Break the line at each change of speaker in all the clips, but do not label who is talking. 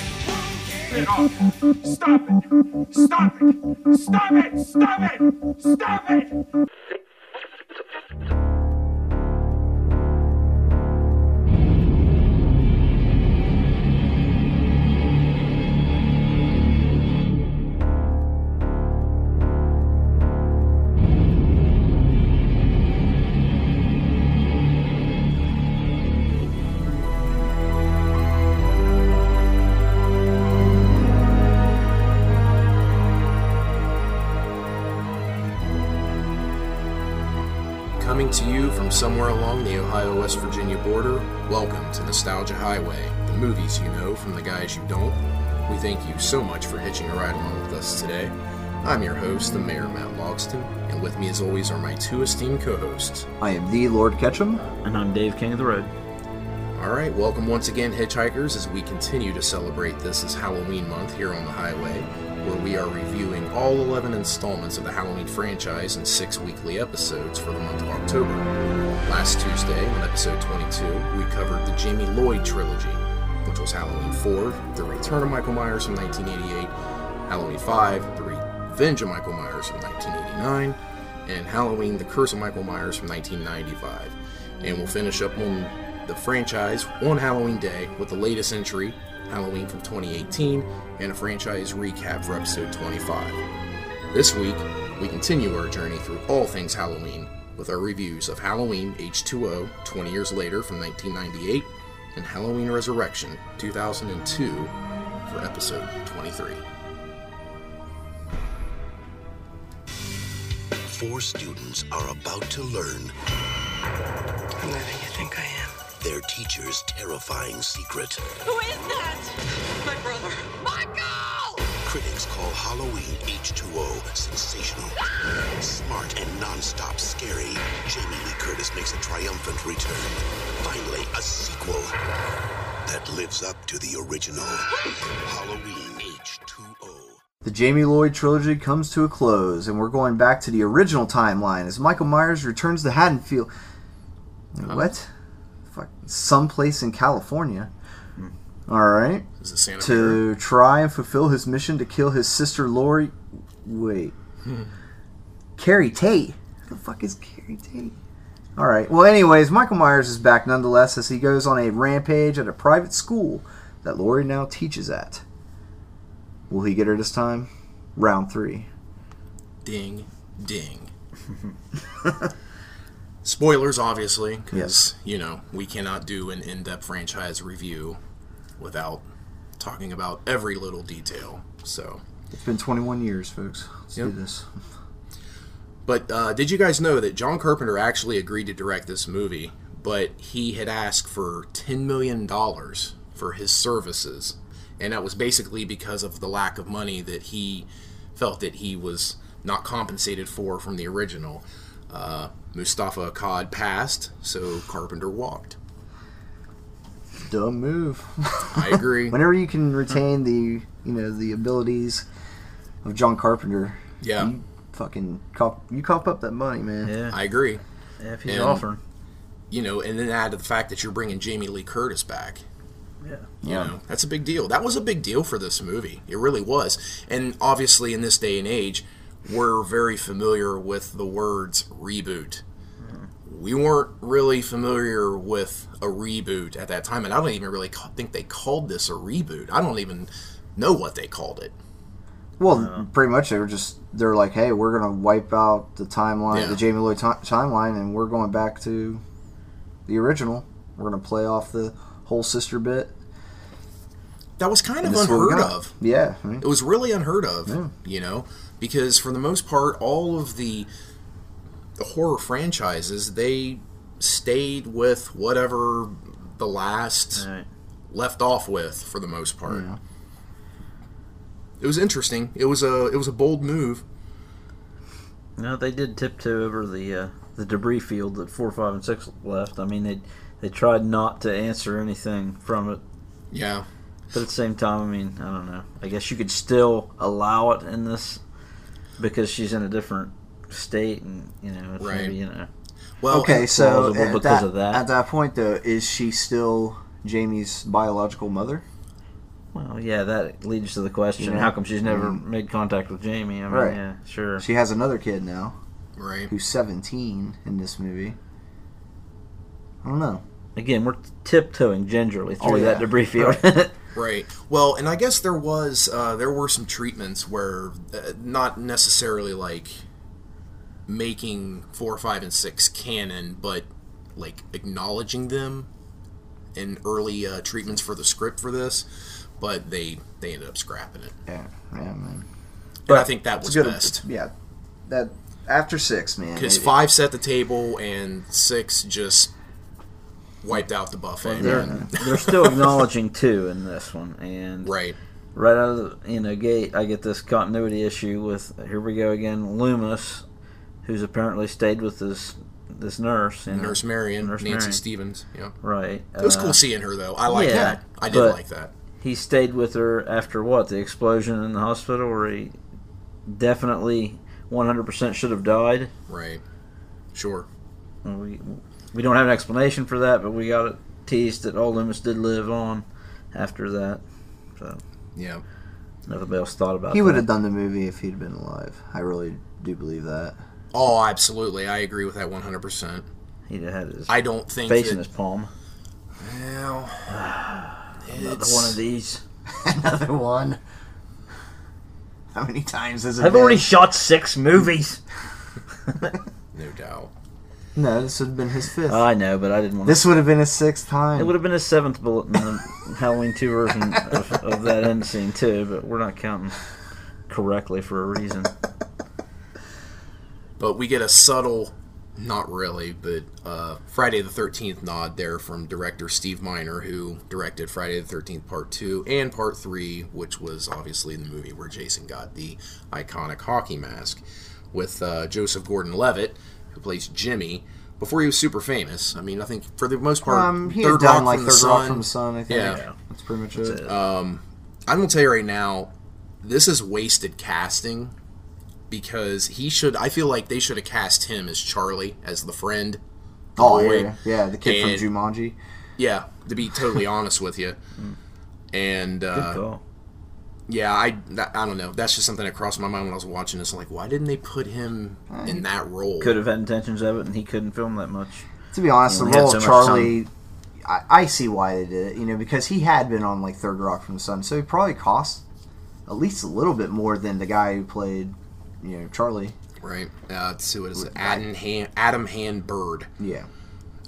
Stop it! Stop it! Stop it! Stop it! Stop it! Stop it!
Coming to you from somewhere along the Ohio West Virginia border, welcome to Nostalgia Highway, the movies you know from the guys you don't. We thank you so much for hitching a ride along with us today. I'm your host, the Mayor Matt Logston, and with me as always are my two esteemed co hosts.
I am the Lord Ketchum.
And I'm Dave King of the Road.
Alright, welcome once again, hitchhikers, as we continue to celebrate this as Halloween month here on the highway, where we are reviewing all 11 installments of the Halloween franchise in six weekly episodes for the month of October. Last Tuesday, on episode 22, we covered the Jamie Lloyd trilogy, which was Halloween 4, The Return of Michael Myers from 1988, Halloween 5, The Revenge of Michael Myers from 1989, and Halloween, The Curse of Michael Myers from 1995. And we'll finish up on the franchise on Halloween Day with the latest entry, Halloween from 2018, and a franchise recap for episode 25. This week, we continue our journey through all things Halloween with our reviews of Halloween H2O 20 Years Later from 1998 and Halloween Resurrection 2002 for episode 23.
Four students are about to learn
Who do you think I am?
their teacher's terrifying secret.
Who is that? My brother. Michael!
Critics call Halloween H2O sensational, smart, and nonstop scary. Jamie Lee Curtis makes a triumphant return. Finally, a sequel that lives up to the original Halloween H2O.
The Jamie Lloyd trilogy comes to a close, and we're going back to the original timeline as Michael Myers returns to Haddonfield. What? Fuck. Someplace in California. Alright.
Is it Santa Fe?
To try and fulfill his mission to kill his sister Lori. Wait. Carrie Tate. Who the fuck is Carrie Tate? Alright. Well, anyways, Michael Myers is back nonetheless as he goes on a rampage at a private school that Lori now teaches at. Will he get her this time? Round three.
Ding, ding. Spoilers, obviously, because
Yes.
you know we cannot do an in-depth franchise review without talking about every little detail. So,
It's been 21 years, folks. Let's
Yep.
do this.
but uh, did you guys know that John Carpenter actually agreed to direct this movie, but he had asked for ten million dollars for his services, and that was basically because of the lack of money that he felt that he was not compensated for from the original. Uh, Mustafa Akkad passed, so Carpenter walked.
Dumb move.
I agree.
Whenever you can retain the, you know, the abilities of John Carpenter,
Yeah,
you fucking cop, you cop up that money, man.
Yeah,
I agree.
if he's
and-
offering.
You know, and then add to the fact that you're bringing Jamie Lee Curtis back.
Yeah.
You know, that's a big deal. That was a big deal for this movie. It really was. And obviously, in this day and age, we're very familiar with the words reboot. We weren't really familiar with a reboot at that time, and I don't even really ca- think they called this a reboot. I don't even know what they called it.
Well, pretty much they were just they're like, hey, we're gonna wipe out the timeline,
Yeah.
the Jamie Lloyd ti timeline, and we're going back to the original. We're gonna play off the whole sister bit.
That was kind of
This is what we
unheard
got.
of.
Yeah. I mean,
It was really unheard of, you know, because for the most part, all of the the horror franchises they stayed with whatever the last
All right.
left off with for the most part. It was interesting. It was a it was a bold move.
No, they did tiptoe over the uh, the debris field that four, five, and six left. I mean, they they tried not to answer anything from it,
Yeah,
but at the same time, I mean, I don't know. I guess you could still allow it in this because she's in a different state, and you know, it's
Right.
maybe you know,
Well,
Okay, so
plausible
at
because
that,
of that.
at that point, though, is she still Jamie's biological mother?
Well, yeah, that leads to the question:
Yeah.
How come she's never
Mm.
made contact with Jamie? I mean,
Right.
yeah, sure.
She has another kid now
right?
who's 17 in this movie. I don't know.
Again, we're tiptoeing gingerly through
Oh, yeah.
that debris field.
Right. Well, and I guess there was uh, there were some treatments where uh, not necessarily like making four, five, and six canon, but like acknowledging them in early uh, treatments for the script for this. But they they ended up scrapping it.
Yeah, yeah, man.
But I think that
It's
was
good.
best
Yeah, that after six, man.
because
it-
five set the table and six just wiped out the buffet.
they're,
man.
they're still acknowledging two in this one, and
Right.
right out of the you know gate, I get this continuity issue with here we go again, Loomis, who's apparently stayed with this this nurse, you know.
Nurse Marion,
Nurse
Nancy
Marion.
Stevens. Yeah.
right?
It was
uh,
cool seeing her though. I like
yeah,
that. I did
but-
like that.
he stayed with her after what the explosion in the hospital where he definitely 100% should have died
Right. Sure.
And we we don't have an explanation for that but we got it teased that all Loomis did live on after that so
Yeah.
nobody else thought about
he would have
that.
done the movie if he'd been alive. I really do believe that.
Oh, absolutely. I agree with that 100%.
he'd have had his
I don't think
face
that,
in his palm
Well,
another
it's-
one of these
Another one. How many times has it?
I've
been?
already shot six movies
No doubt.
No, this would have been his fifth.
Uh,
I know but I didn't want
this would have been his sixth time.
It would have been a seventh bullet in the Halloween 2 version of, of that end scene, too, but we're not counting correctly for a reason.
But we get a subtle, not really, but uh, Friday the 13th nod there from director Steve Miner, who directed Friday the 13th Part 2 and Part 3, which was obviously the movie where Jason got the iconic hockey mask, with uh, Joseph Gordon Levitt, who plays Jimmy. Before he was super famous, I mean, I think for the most part,
um, he had
Third
done
Rock
like
from the
Third Rock
Sun-
from the Sun. I think.
Yeah. Uh,
that's pretty much it.
I'm gonna tell you right now, this is wasted casting because he should. I feel like they should have cast him as Charlie, as the friend.
Oh,
boy.
yeah, yeah, the kid
And-
from Jumanji.
Yeah, to be totally honest with you. And
Good
uh,
call.
yeah, I that- I don't know. That's just something that crossed my mind when I was watching this. Like, why didn't they put him in that role?
Could have had intentions of it, and he couldn't film that much.
To be honest,
Yeah,
the
we had
role
so
of
much
Charlie, I, I see why they did it. You know, because he had been on like Third Rock from the Sun, so he probably cost at least a little bit more than the guy who played, you know, Charlie.
Right? Uh, let's see what is it? Adam Han, Adam Han Bird.
Yeah,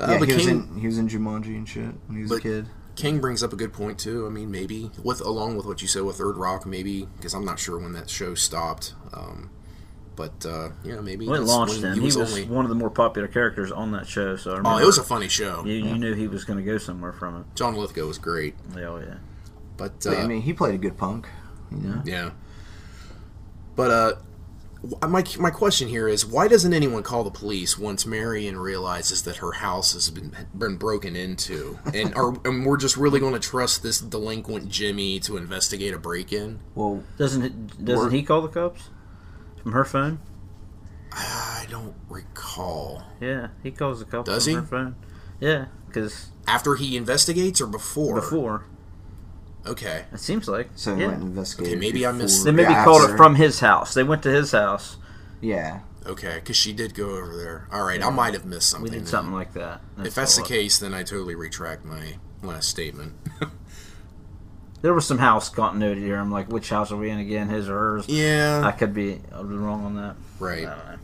Uh,
yeah.
but
He was,
King-
in, he was in Jumanji and shit when he was a
But- uh,
kid.
King brings up a good point too. I mean, maybe with along with what you said with Third Rock, maybe because I'm not sure when that show stopped. Um, but uh, you know, maybe
When it
that's
launched
when
him,
he
he was
only-
one of the more popular characters on that show, so I remember
Oh, it was a funny show.
you, you knew he was going to go somewhere from
John Lithgow was great,
it. Yeah, Oh, yeah.
but
But, I
uh,
mean, he played a good punk. You know,
yeah. But uh, wh- my my question here is, why doesn't anyone call the police once Marion realizes that her house has been been broken into, and are and we're just really going to trust this delinquent Jimmy to investigate a break in?
well,
Doesn't it, doesn't he call the cops from her phone?
I don't recall.
Yeah, he calls the cops
Does
from
he?
her phone. Yeah, because
After he investigates or before?
before
Okay.
it seems like
so he
yeah.
went and investigated.
Okay, maybe I
before-
missed-
they maybe
yeah,
called
after.
it from his house. They went to his house.
Yeah,
Okay, because she did go over there. All right, I might have missed
We
something.
did
then.
something like that.
if that's the
all.
case, then I totally retract my last statement.
There was some house continuity here. I'm like, which house are we in again? His or hers? I
Yeah.
could be, I'll be wrong on that.
Right.
I don't know.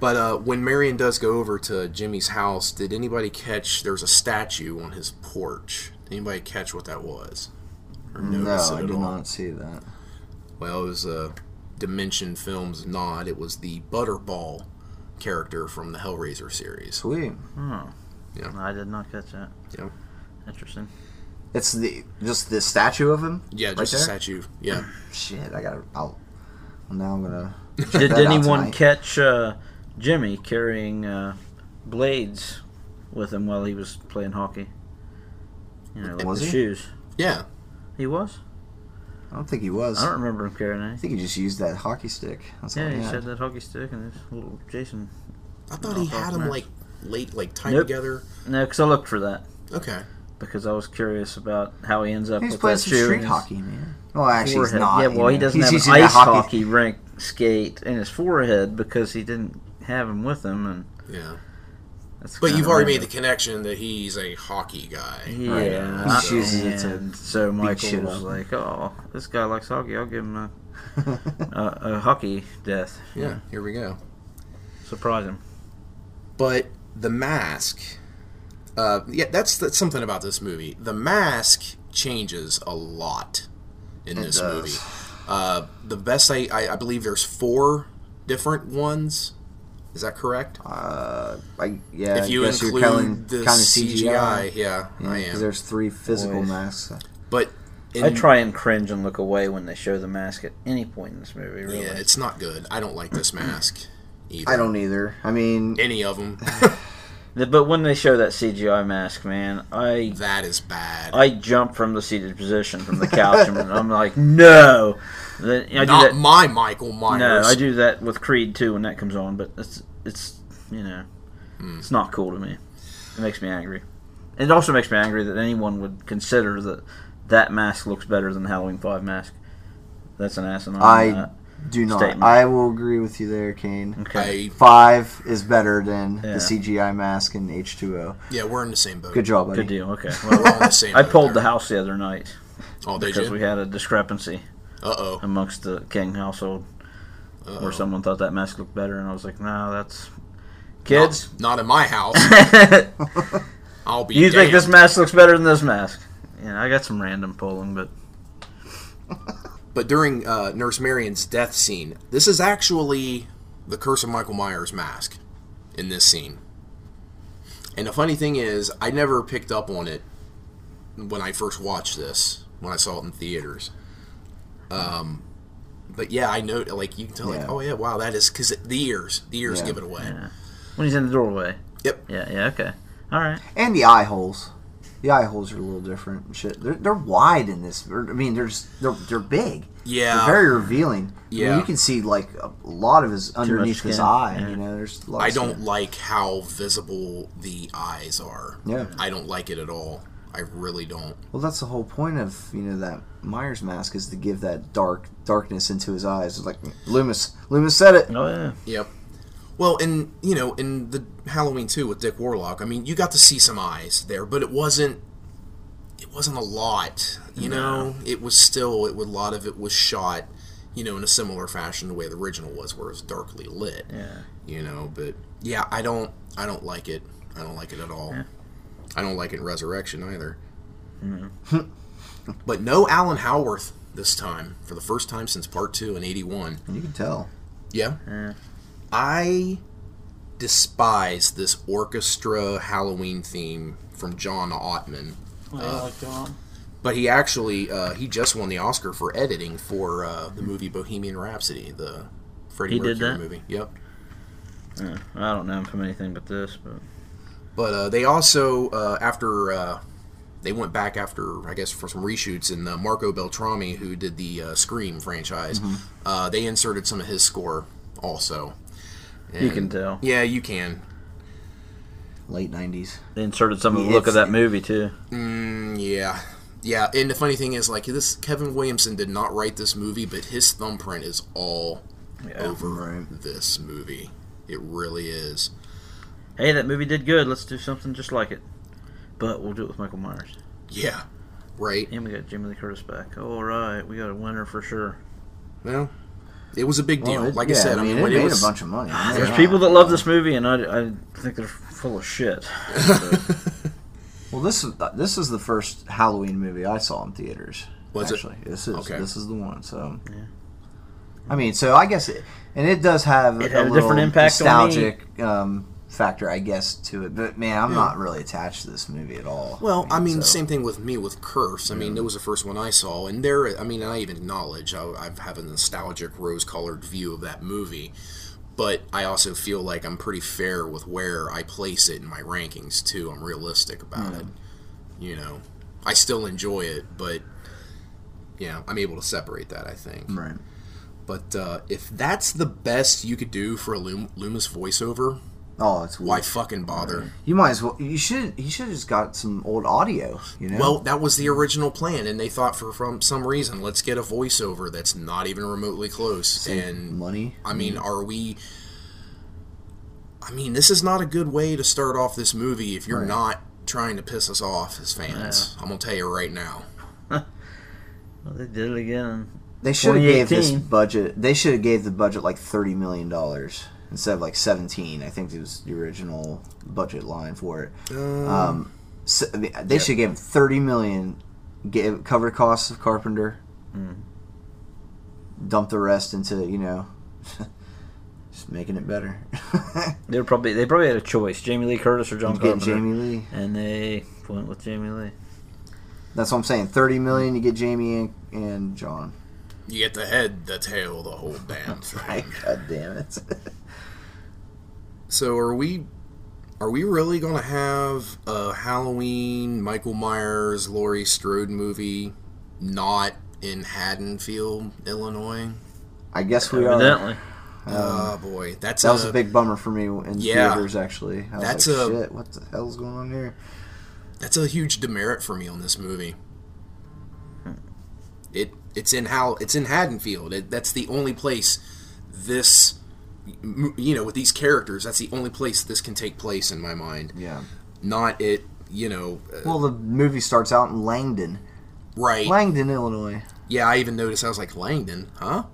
But uh, when Marion does go over to Jimmy's house, did anybody catch there's a statue on his porch? Did anybody catch what that was? Or
no,
notice it
I
at
did
all?
not see that.
Well, it was a Dimension Films nod. It was the Butterball character from the Hellraiser series.
Sweet.
No, I did not catch that.
Yeah.
Interesting.
It's the just the statue of him.
Yeah,
right
just a
there?
statue. Yeah.
Shit, I gotta. I'll, well, now I'm gonna. check
Did
that out
anyone
tonight.
catch uh, Jimmy carrying uh, blades with him while he was playing hockey? You know, like
Was
the
he?
shoes.
Yeah.
He was.
I don't think he was.
I
I,
don't remember him carrying any.
think he just used that hockey stick. That's all
Yeah,
he
he
had.
said that hockey stick and this little Jason.
I thought
No,
he
Falcon
had him
Max.
like late like time
Nope.
together?
No, because I looked for that
Okay.
because I was curious about how he ends up
He's
with
playing
that
some
shoe in
street
his
hockey, man. Well, actually, he's
forehead.
not.
yeah, well,
you
he
know.
doesn't
He's
have
using
an
that
ice hockey rink skate in his forehead because he didn't have him with him, and
Yeah.
that's
But
kinda
you've already made the
random.
connection that he's a hockey guy. right
Yeah,
now,
He
so-
chooses it to
and so Michael
shit
was
up.
like, "Oh, this guy likes hockey. I'll give him a, a, a hockey death.
yeah, here we go.
Surprise him."
but the mask uh, yeah that's that's something about this movie the mask changes a lot in this
does.
movie uh, the best I, I i believe there's four different ones is that correct
Uh, I, yeah,
if you
I guess
include
you're counting,
the
counting
cgi, yeah, i
because
am
there's three physical
Boys.
masks.
but in,
I try and cringe and look away when they show the mask at any point in this movie. Really,
yeah it's not good i don't like this mask either
I don't either. I mean,
any of them
The- but when they show that CGI mask, man, I
that is bad
I jump from the seated position from the couch and I'm like, "No!" Then I do
not
that.
my michael myers
No, I do that with Creed too when that comes on, but it's it's you know
Hmm.
it's not cool to me. It makes me angry. And It also makes me angry that anyone would consider that that mask looks better than the Halloween Five mask. That's an asinine.
I
uh,
do not.
statement.
I will agree with you there, Kane.
okay.
I-
Five is better than
Yeah.
the CGI mask in H2O.
yeah we're in the same boat
Good job, buddy.
Good deal. Okay.
we're all
Well,
in the same
I
boat
pulled the
there.
house the other night
oh did
because
you
we had a discrepancy
uh-oh
amongst the King household where someone thought that mask looked better, and I was like, "No, that's kids."
Not, not in my house. I'll be.
You think
damned.
this mask looks better than this mask? Yeah, I got some random polling, but
But during uh, Nurse Marion's death scene, this is actually the Curse of Michael Myers mask in this scene. And the funny thing is, I never picked up on it when I first watched this when I saw it in theaters. Um, but yeah, I know. Like you can tell, like
Yeah.
oh yeah, wow, that is because the ears, the ears
Yeah.
give it away.
when he's in the doorway.
Yep.
Yeah, yeah, okay. All right.
And the eye holes. The eye holes are a little different. and Shit, they're, they're wide in this. Or, I mean, they're just, they're they're big.
Yeah.
they're very revealing. I mean,
Yeah.
you can see like a lot of his underneath his
skin.
eye.
Yeah.
You know, there's. A lot
I
of
don't
skin.
like how visible the eyes are.
Yeah.
I don't like it at all. I really don't.
Well, that's the whole point of you know that Myers mask is to give that dark darkness into his eyes. It's like Loomis. Loomis said it.
Oh, yeah.
Yep. Well, and you know, in the Halloween too with Dick Warlock, I mean, you got to see some eyes there, but it wasn't it wasn't a lot, you know. It was still it was, a lot of it was shot, you know, in a similar fashion the way the original was where it was darkly lit.
Yeah.
You know, but yeah, I don't I don't like it. I don't like it at all. I don't like it in Resurrection either. but no Alan Howarth this time for the first time since part 2 in 81.
You can tell.
Yeah.
Uh.
I despise this orchestra Halloween theme from John Ottman. Uh, But he actually uh, he just won the Oscar for editing for uh, the movie Bohemian Rhapsody, the Freddie
He
Mercury
did that?
movie. Yep.
I don't know him from anything but this, but
But uh, they also uh, after uh, they went back after I guess for some reshoots and uh, Marco Beltrami, who did the uh, Scream franchise,
Mm-hmm.
uh, they inserted some of his score also.
you can
And-
tell.
Yeah, you can.
Late '90s.
They inserted some of the
It's-
look of that movie, too.
Yeah. Yeah, and the funny thing is, like this, Kevin Williamson did not write this movie, but his thumbprint is all over
Right.
this movie. It really is.
Hey, that movie did good. Let's do something just like it. But we'll do it with Michael Myers.
Yeah, right.
And we got Jimmy Lee Curtis back. All right, we got a winner for sure.
Well, it was a big deal.
Well, it-
like I
yeah,
said, I mean,
it
when
made
it was, Ah,
a bunch of money. I mean,
There's
yeah.
people that love this movie, and I, I think they're full of shit. But
Well, this is this is the first Halloween movie I saw in theaters.
Was it?
actually, this is
Okay.
this is the one. So, I mean, so I guess, it, and it does have
It
a,
had a
little
different impact on me.
nostalgic um, factor, I guess, to it. But man, I'm not really attached to this movie at all.
well, I mean,
so-
same thing with me with Curse. I mean, it was the first one I saw, and there, I mean, I even acknowledge I, I have a nostalgic, rose-colored view of that movie, but I also feel like I'm pretty fair with where I place it in my rankings too. I'm realistic about it.
Mm-hmm.
You know, I still enjoy it, but yeah, I'm able to separate that. I think.
right?
But uh, if that's the best you could do for a Loom- Loomis voiceover,
Oh, it's
Why
wife.
fucking bother?
You might as well. You should. You should have just got some old audio. You know.
Well, that was the original plan, and they thought for from some reason, let's get a voiceover that's not even remotely close. and
money.
I mean, are we? I mean, this is not a good way to start off this movie if you're not trying to piss us off as fans. I'm gonna tell you right now.
Well, they did it again.
They should have gave this
2018.
budget. They should have gave the budget like thirty million dollars instead of like seventeen. I think it was the original budget line for it. Um, so, I mean, they should have gave him thirty million. Give cover costs of Carpenter. Mm. Dump the rest into you know, just making it better.
They were probably they probably had a choice: Jamie Lee Curtis or John
Get
Carpenter.
Jamie Lee.
And they went with Jamie Lee.
That's what I'm saying. Thirty million. You get Jamie and, and John.
You get the head, the tail, the whole damn thing.
Right. God damn it.
So are we? Are we really gonna have a Halloween Michael Myers, Laurie Strode movie, not in Haddonfield, Illinois?
I guess we are.
Evidently,
Oh boy, that's
That was
a,
a big bummer for me in
Yeah.
theaters. Actually, I was
That's
like,
a-
shit. What the hell's going on here?
that's a huge demerit for me on this movie.
Hmm.
It it's in how it's in Haddonfield. It, that's the only place this m- you know with these characters. That's the only place this can take place in my mind.
Yeah.
Not it you know uh,
Well, the movie starts out in Langdon,
right.
Langdon, Illinois.
yeah, I even noticed. I was like Langdon, huh?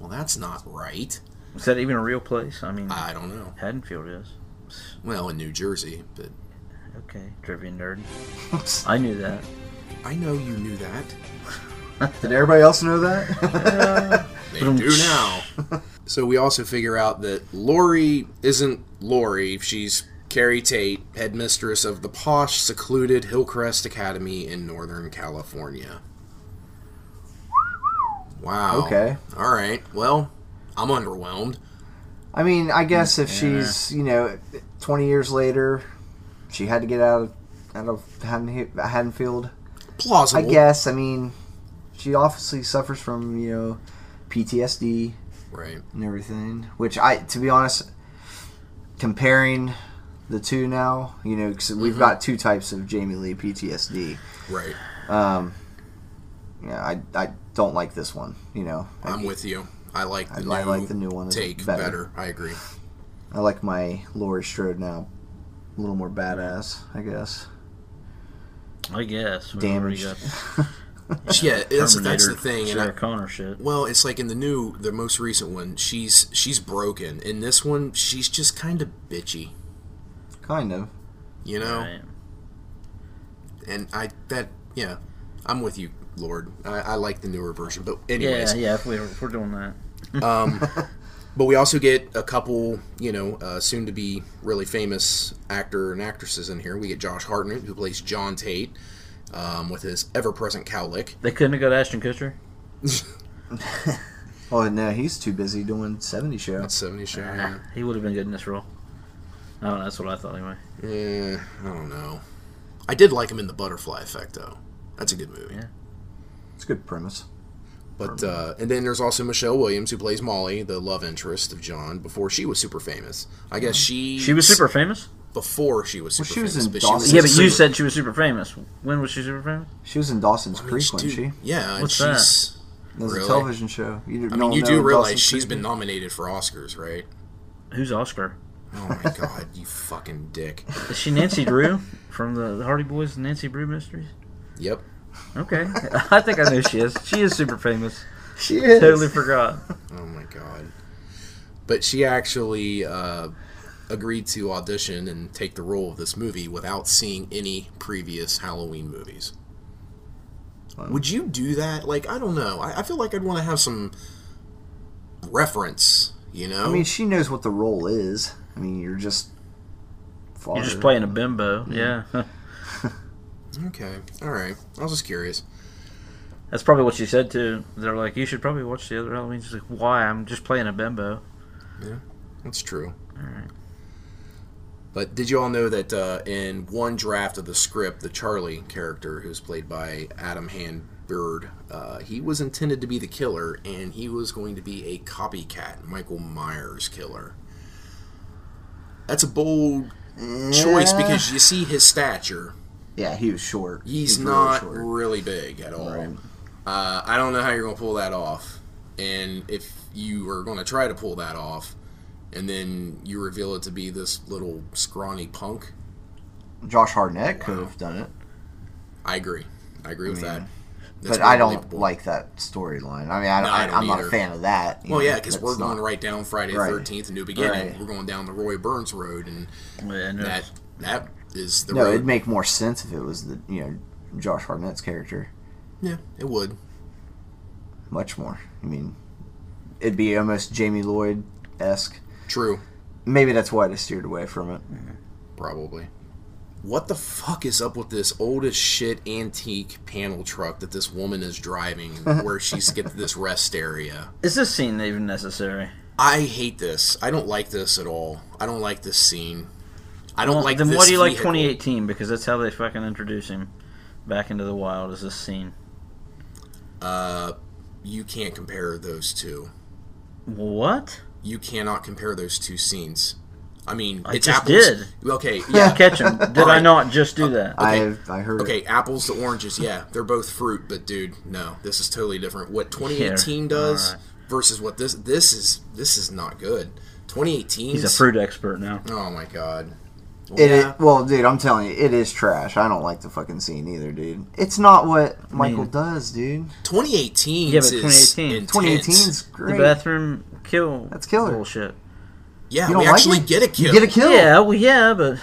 Well, that's not right.
is that even a real place? I
Hmm.
mean,
I don't know.
Haddonfield is.
Well, in New Jersey, but
Okay, trivia nerd. I knew that.
I know you knew that.
Did everybody else know that?
They do now. so we also figure out that Lori isn't Lori. She's Carrie Tate, headmistress of the posh, secluded Hillcrest Academy in Northern California. Wow.
Okay.
All right. Well, I'm underwhelmed.
I mean, I guess if she's you know, twenty years later, she had to get out of out of Haddon- Haddonfield. I
Plausible.
guess. I mean, she obviously suffers from you know PTSD.
Right.
and everything. Which I, to be honest, comparing the two now, you know, because we've
Mm-hmm.
got two types of Jamie Lee PTSD.
Right.
Um, Yeah, I, I don't like this one. You know, I,
I'm with you. I like the,
I
new,
li- like the new one. It's
take
better.
better. I agree.
I like my Laurie Strode now, a little more badass, I guess.
I guess. we
Damaged.
already got
Yeah, that's, that's the
Terminator
thing. And I,
Sarah Connor shit.
Well, it's like in the new, the most recent one, she's she's broken. In this one, she's just kind of bitchy,
Kind of.
you know.
Right.
And I that yeah, I'm with you, Lord. I, I like the newer version, but anyways,
Yeah, yeah. If we're, if we're doing that,
but we also get a couple, you know, uh, soon to be really famous actor and actresses in here. We get Josh Hartnett who plays John Tate. Um, with his ever-present cowlick,
they couldn't have got Ashton Kutcher.
Oh no, he's too busy doing seventy show.
that's seventy show. Yeah,
He would have been good in this role. I don't know. That's what I thought anyway.
Eh, I don't know. I did like him in the Butterfly Effect, though. That's a good movie.
Yeah.
It's a good premise.
But uh, and then there's also Michelle Williams who plays Molly, the love interest of John, before she was super famous. I guess she
She was super famous.
before she was
Mm. Well,
super
she was
famous.
in
but
Dawson.
Yeah, but you
super-
said she was super famous. When was she super famous?
She was in Dawson's
I mean,
Creek, wasn't
dude,
she?
Yeah, and
What's
she's.
That was
really?
a television show. You
I mean, you do realize she's been nominated for Oscars, right?
Who's Oscar?
Oh my god, you fucking dick!
Is she Nancy Drew from the Hardy Boys and Nancy Drew Mysteries?
Yep.
Okay, I think I know she is. She is super famous.
She is.
Totally forgot.
Oh my god. But she actually uh, agreed to audition and take the role of this movie without seeing any previous Halloween movies. Would you do that? Like, I don't know. I, I feel like I'd want to have some reference, you know?
I mean, she knows what the role is. I mean, you're just.
You're just
fodder.
playing a bimbo. Yeah,
okay. All right. I was just curious.
that's probably what she said too. They're like, you should probably watch the other Halloween. She's like, why? I'm just playing a bimbo.
That's true.
All right.
But did you all know that uh, in one draft of the script, the Charlie character, who's played by Adam Hand Bird, uh, he was intended to be the killer, and he was going to be a copycat Michael Myers killer. That's a bold choice because you see his stature.
Yeah, he was short.
He's
He was really
not
short.
really big at all.
Right.
Uh, I don't know how you're going to pull that off. And if you are going to try to pull that off, and then you reveal it to be this little scrawny punk,
Josh Hartnett could have done it,
I agree. I agree with
mean,
that. That's
but I don't
unbelievable.
like that storyline. I mean, I,
No, I
I,
don't
I'm not
either.
a fan of that. you
Well,
know,
yeah, because we're
that's
going
not-
right down Friday the
Right.
Thirteenth, New Beginning.
Right.
We're going down the Roy Burns road, and
Yeah, no.
that that is the
No,
road.
it'd make more sense if it was the you know Josh Hartnett's character.
yeah, it would.
Much more. I mean, it'd be almost Jamie Lloyd esque.
True,
Maybe that's why they steered away from it.
probably. What the fuck is up with this old as shit antique panel truck that this woman is driving, where she's get to this rest area?
Is this scene even necessary?
I hate this. I don't like this at all. I don't like this scene. I don't
Well,
like.
then
this
what do you like
vehicle.
2018? Because that's how they fucking introduce him back into the wild. Is this scene?
You can't compare those two.
What?
you cannot compare those two scenes. I mean,
I
it's
just
apples.
did.
Okay, yeah.
Catch him. Did I
Alright.
not just do that?
I I heard
Okay,
it.
apples to oranges. Yeah, they're both fruit, but dude, no, this is totally different. What 2018
Here.
does
Alright.
versus what this this is this is not good. 2018.
He's a fruit expert now.
Oh my god.
It is-
yeah.
well, dude, I'm telling you, it is trash. I don't like the fucking scene either, dude. It's not what Michael does, dude.
2018.
Yeah, but
is
2018.
intense.
2018's
The
great.
bathroom kill.
That's killer.
Bullshit.
Yeah,
You
we
don't like
actually
it?
get a kill.
You get a kill.
Yeah, well, yeah, but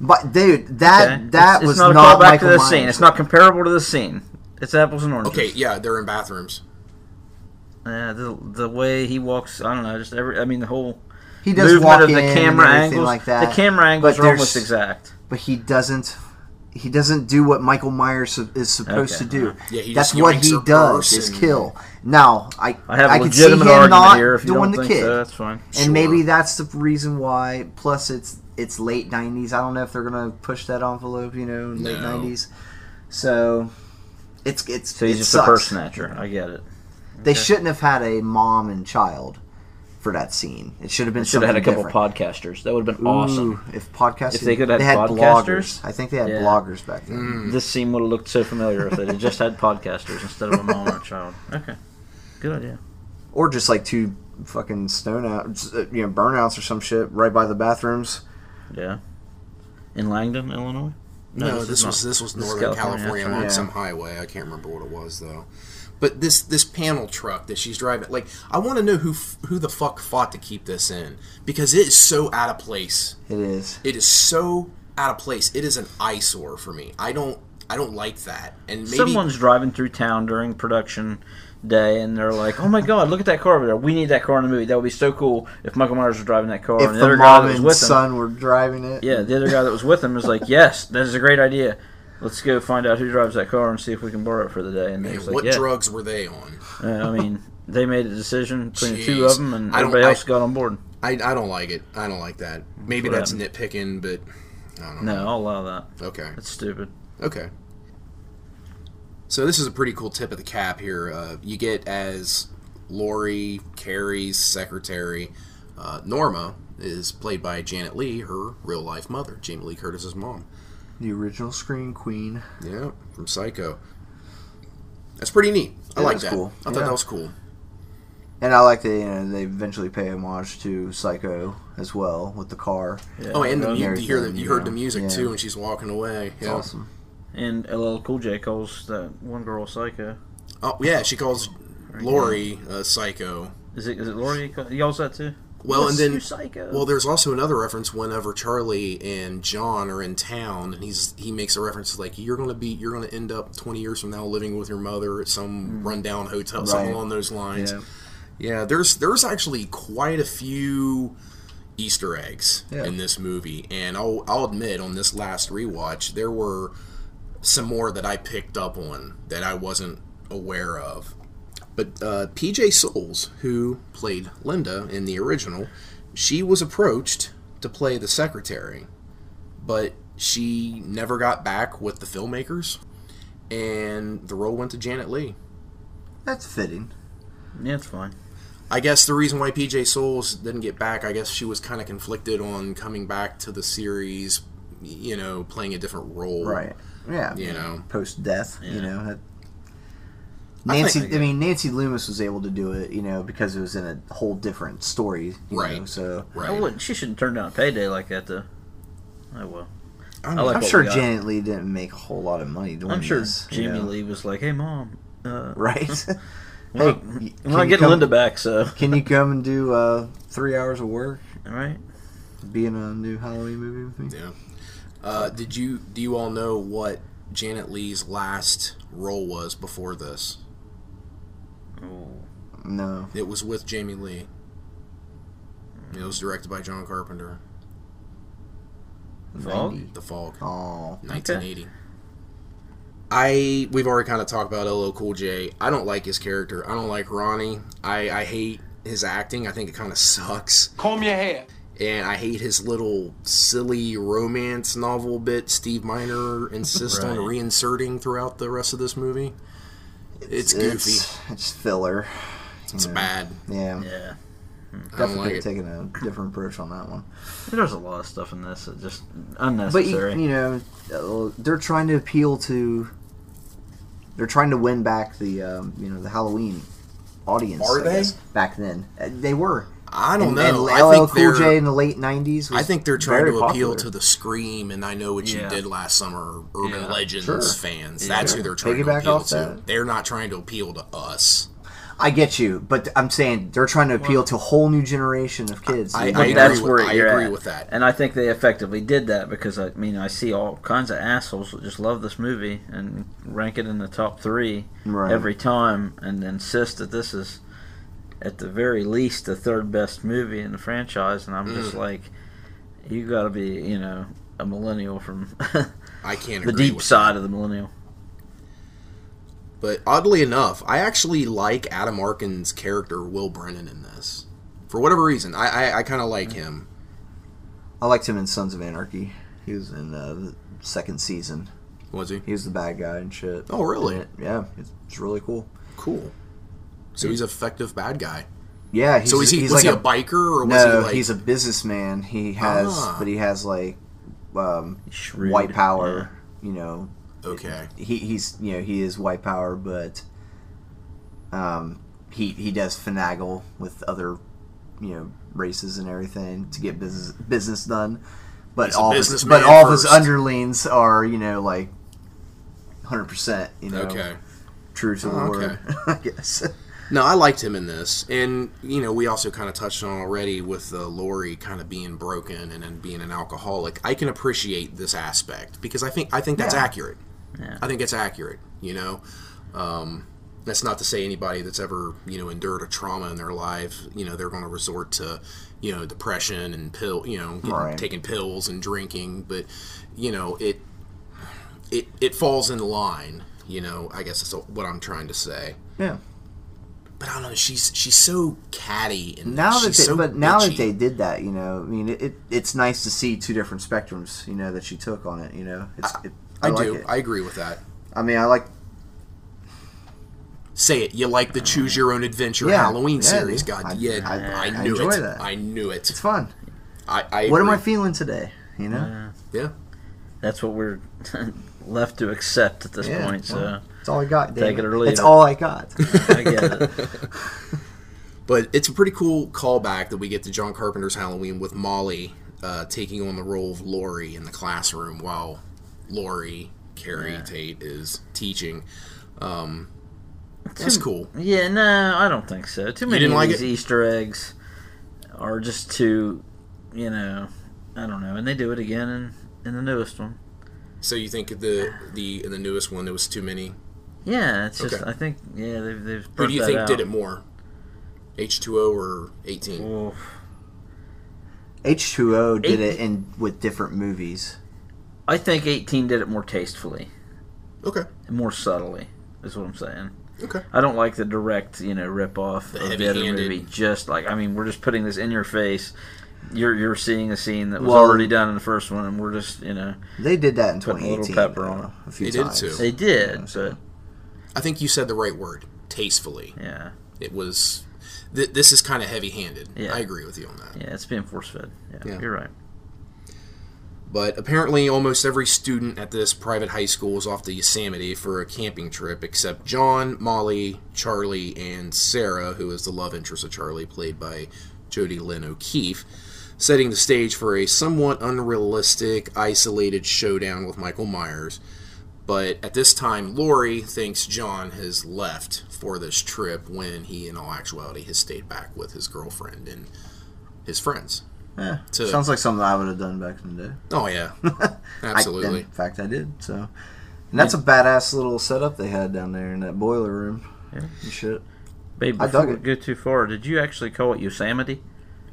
But dude, that
okay.
that
it's, it's
was
not a
not,
callback to
Michael
the
Myers.
scene. It's not comparable to the scene. It's apples and oranges.
Okay, yeah, they're in bathrooms.
Yeah, the the way he walks, I don't know, just every. I mean, the whole
He does walk
movement of the
in and
camera
everything
angles.
like that.
the camera
but
angles are
there's-
almost exact.
But he doesn't. He doesn't do what Michael Myers su- is supposed
Okay.
to do.
Yeah, he
That's
just
what
yanks
he
her
does
purse
is
and-
kill. Now I
I have a
could see him
legitimate argument
not
here. If you don't
doing the
think
kid,
so, that's fine.
Sure.
and maybe that's the reason why. Plus, it's it's late '90s. I don't know if they're gonna push that envelope. You know, in late
No.
'90s. So it's it's
So he's
it
just
sucks.
a purse snatcher. I get it.
They shouldn't have had a mom and child for that scene. It should have been
Should have had a
something
couple
different.
podcasters. That would have been
Ooh,
awesome.
If podcasters,
If they could have
they had
podcasters?
bloggers. I think they had
Yeah. Mm.
bloggers back then.
This scene would have looked so familiar if they'd just had podcasters instead of a mom and a child. Okay, good idea.
Or just like two fucking stone out, just, uh, you know, burnouts or some shit right by the bathrooms.
Yeah, in Langdon, Illinois.
No,
is
this,
not-
was this was
is
Northern California,
California, that's
on
right.
Yeah.
some highway. I can't remember what it was though. But this this panel truck that she's driving, like I want to know who f- who the fuck fought to keep this in because it is so out of place.
It is.
It is so out of place. It is an eyesore for me. I don't I don't like that. And maybe
Someone's driving through town during production day, and they're like, "Oh my God, look at that car over there! We need that car in the movie. That would be so cool if Michael Myers was driving that car."
If
and the,
the
other guy
mom
that was
and
with him,
son were driving it,
yeah, the other guy that was with him was like, "Yes, that is a great idea. Let's go find out who drives that car and see if we can borrow it for the day." And they
Man,
was like,
what
"Yeah."
drugs were they on?
Uh, I mean, they made a decision between the two
Jeez.
of them, and
I don't-
everybody
I-
else got on board.
I, I don't like it. I don't like that. Maybe
what
that's
happened.
nitpicking, but I don't know.
No, I'll allow that.
Okay.
That's stupid.
Okay. So this is a pretty cool tip of the cap here. Uh, you get as Lori Carey's secretary. Uh, Norma is played by Janet Lee, her real life mother, Jamie Lee Curtis's mom.
the original Scream Queen.
Yeah, from Psycho. That's pretty neat. I
Yeah,
like
that's
that.
cool.
I thought
Yeah.
that was cool.
And I like that you know they eventually pay homage to Psycho as well with the car.
Yeah.
Oh, and the mu- you hear the,
everything,
you
you
heard
know.
the music
Yeah.
too when she's walking away.
It's
Yeah.
awesome.
And LL Cool J calls that one girl psycho.
Oh yeah, she calls Lori a psycho.
Is it is it Lori? He yells that too.
Well,
Yes,
and
you
then
psycho.
well, there's also another reference whenever Charlie and John are in town, and he's he makes a reference like you're gonna be you're gonna end up 20 years from now living with your mother at
Mm.
some rundown hotel, something
Right.
along those lines.
Yeah.
Yeah. there's there's actually quite a few Easter eggs
Yeah.
in this movie, and I'll I'll admit on this last rewatch there were some more that I picked up on that I wasn't aware of. But uh, PJ Souls, who played Linda in the original, she was approached to play the secretary, but she never got back with the filmmakers, and the role went to Janet Lee.
That's fitting.
yeah, it's fine.
I guess the reason why PJ Souls didn't get back, I guess she was kind of conflicted on coming back to the series, you know, playing a different role.
Right. Yeah.
You know.
Post death,
Yeah.
you know. That,
I think-
Nancy, I, mean, Nancy Loomis was able to do it, you know, because it was in a whole different story, you
Right.
Know, so
I
Right.
wouldn't. She shouldn't turn down a payday like that, though. Oh well.
I
I like
I'm
what
sure
we got.
Janet Lee didn't make a whole lot of money doing
I'm sure
this. you
Jamie
know.
Lee was like, "Hey, mom, uh,
right?
we're not,
Hey, y-
we're
can
not
you
getting
come-
Linda back, so
Can you come and do uh, three hours of work,
all right."
be in a new Halloween movie with me?
Yeah. Uh, did you do you all know what Janet Lee's last role was before this?
Ooh.
No.
It was with Jamie Lee. It was directed by John Carpenter.
Fog?
90.
The Fog,
Oh,
1980. I we've already kind of talked about LL Cool J. I don't like his character. I don't like Ronnie. I I hate his acting. I think it kind of sucks.
Comb your hair.
and I hate his little silly romance novel bit Steve Miner insists on
Right.
reinserting throughout the rest of this movie. It's, goofy. It's,
it's, it's filler. yeah.
bad.
Yeah,
Yeah.
I don't
definitely
like it.
taking a different approach on that one.
There's a lot of stuff in this that just
But you,
unnecessary.
you know, uh, they're trying to appeal to. They're trying to win back the um, you know the Halloween audience.
Are
I
they?
guess, back then? Uh, they were.
I don't
and,
know.
And
I
LL
think
Cool J
they're
in the late '90s. Was
I think they're trying
very
to
popular.
appeal to the Scream and I Know What You
Yeah.
Did Last Summer Urban
Yeah.
Legends
Sure.
fans. That's
Sure.
who they're trying to
Piggyback
appeal
off
to.
that.
They're not trying to appeal to us.
I get you, but I'm saying they're trying to appeal to a whole new generation of kids.
I-
you know?
but
agree
that's
with-
where
I
you're
agree
at.
with that.
and I think they effectively did that because I mean I see all kinds of assholes that just love this movie and rank it in the top three
Right.
every time, and insist that this is at the very least the third best movie in the franchise, and I'm just
Mm.
like, you got to be you know a millennial from
I can't
the
agree
deep
with
side of the millennial.
But oddly enough, I actually like Adam Arkin's character, Will Brennan, in this. For whatever reason, I I, I kind of like him.
I liked him in Sons of Anarchy. He was in uh, the second season.
Was he?
He was the bad guy and shit.
Oh, really?
And it- yeah, it's, it's really cool.
Cool. So he's effective bad guy.
Yeah, he's,
so is he
he's
was
like
he a, biker or was
no,
he like
he's a businessman. He has,
Ah.
but he has like um,
Shrewd,
white power. You know,
okay?
he, he's you know he is white power, but um, he he does finagle with other you know races and everything to get business business done. But
He's a
all of his,
businessman
but all of his
first.
underlings are you know like hundred percent you know
Okay.
true to the
Oh,
word. I guess
No, I liked him in this, and you know we also kind of touched on already with uh, Lori kind of being broken and then being an alcoholic. I can appreciate this aspect because I think I think that's
Yeah.
accurate. I think it's accurate. You know, um, that's not to say anybody that's ever you know endured a trauma in their life, you know, they're going to resort to you know depression and pill, you know, getting-
Right.
taking pills and drinking, but you know it it it falls in line. You know, I guess that's what I'm trying to say.
yeah.
But I don't know. She's she's so catty and
now that
she's
they,
so
but now
bitchy.
that they did that, you know, I mean, it, it it's nice to see two different spectrums, you know, that she took on it. You know, it's, it,
I,
like
do.
It.
I agree with that.
I mean, I like.
Say it. You like the Choose Your Own Adventure
Yeah.
Halloween
Yeah,
series?
dude.
God,
I-
yeah, I,
I- I
knew
enjoy
it.
that.
I knew
It's
it.
fun.
I, I
What am I
agree.
feeling today? You know,
Yeah.
Yeah.
That's what we're left to accept at this
Yeah,
point. So
well. it's all I got.
Take
David.
it or leave
It's
it.
all I got.
I get it.
But it's a pretty cool callback that we get to John Carpenter's Halloween with Molly uh, taking on the role of Laurie in the classroom while Laurie, Carrie Tate, is teaching. Um, that's cool.
Yeah, no, I don't think so. Too many
didn't
of
like
these
it?
Easter eggs are just too, you know, I don't know. And they do it again in, in the newest one.
So you think the the in the newest one there was too many?
Yeah, it's just
Okay.
I think yeah they've they've
Who do you
burnt
think
that
did
out. Mm.
it more? H two O or eighteen?
Oof.
H two O did
Eight-
it in with different movies.
I think eighteen did it more tastefully,
Okay.
and more subtly. Is what I'm saying.
Okay.
I don't like the direct, you know, rip off
The
of the other
heavy-handed-
movie. Just like I mean, we're just putting this in your face. You're you're seeing a scene that was
Well-
already done in the first one, and we're just you know
They did that in
Putting a
twenty
little
eighteen.
pepper on it.
a few
They did
times.
too.
they did, but
I think you said the right word. Tastefully.
yeah.
It was th- this is kind of heavy-handed.
Yeah.
I agree with you on that.
Yeah, it's being force fed. Yeah,
Yeah.
you're right.
But apparently, almost every student at this private high school is off to Yosemite for a camping trip, except John, Molly, Charlie, and Sarah, who is the love interest of Charlie, played by Jodie Lynn O'Keefe, setting the stage for a somewhat unrealistic, isolated showdown with Michael Myers. But at this time, Lori thinks John has left for this trip when he, in all actuality, has stayed back with his girlfriend and his friends.
Yeah.
To-
Sounds like something I would have done back in the day.
Oh, yeah.
I-
Absolutely.
in fact, I did. So, and that's a badass little setup they had down there in that boiler room.
Yeah.
And shit.
Babe,
I
before
dug
we
it.
go too far, did you actually call it Yosemite?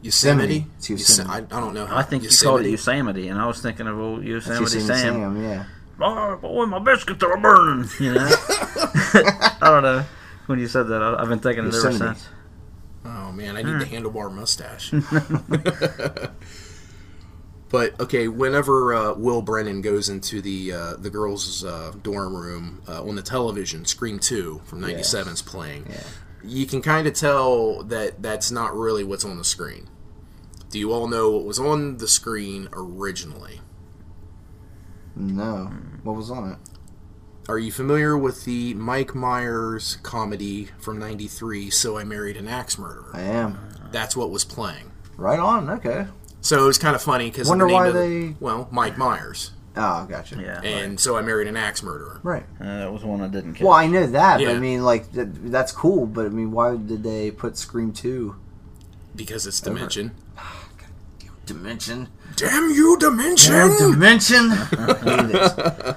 Yosemite.
Yosemite. It's Yosemite.
Yosem- I, I don't know. How,
I think you called it Yosemite, and I was thinking of old
That's
Yosemite,
Yosemite
Sam.
Sam, yeah.
Oh boy, my biscuits are burning. You know, I don't know. When you said that, I- I've been thinking of it ever
Yosemite.
since.
Oh man, I
Hmm.
need the handlebar mustache. but okay, whenever uh, Will Brennan goes into the uh, the girls' uh, dorm room uh, on the television, Scream Two from '97 is playing. You can kind of tell that that's not really what's on the screen. Do you all know what was on the screen originally?
No. What was on it?
Are you familiar with the Mike Myers comedy from '93? So I married an axe murderer.
I am.
That's what was playing.
Right on. Okay.
So it was kind of funny because
Wonder
the name
why
of the-
they-
well Mike Myers,
Oh, gotcha.
Yeah,
and so I married an axe murderer.
Right.
uh, that was one I didn't catch.
Well, I know that. But
Yeah.
I mean, like, th- that's cool. But I mean, why did they put Scream Two?
because it's dimension.
Dimension.
Damn you, dimension!
Dimension. I hate it.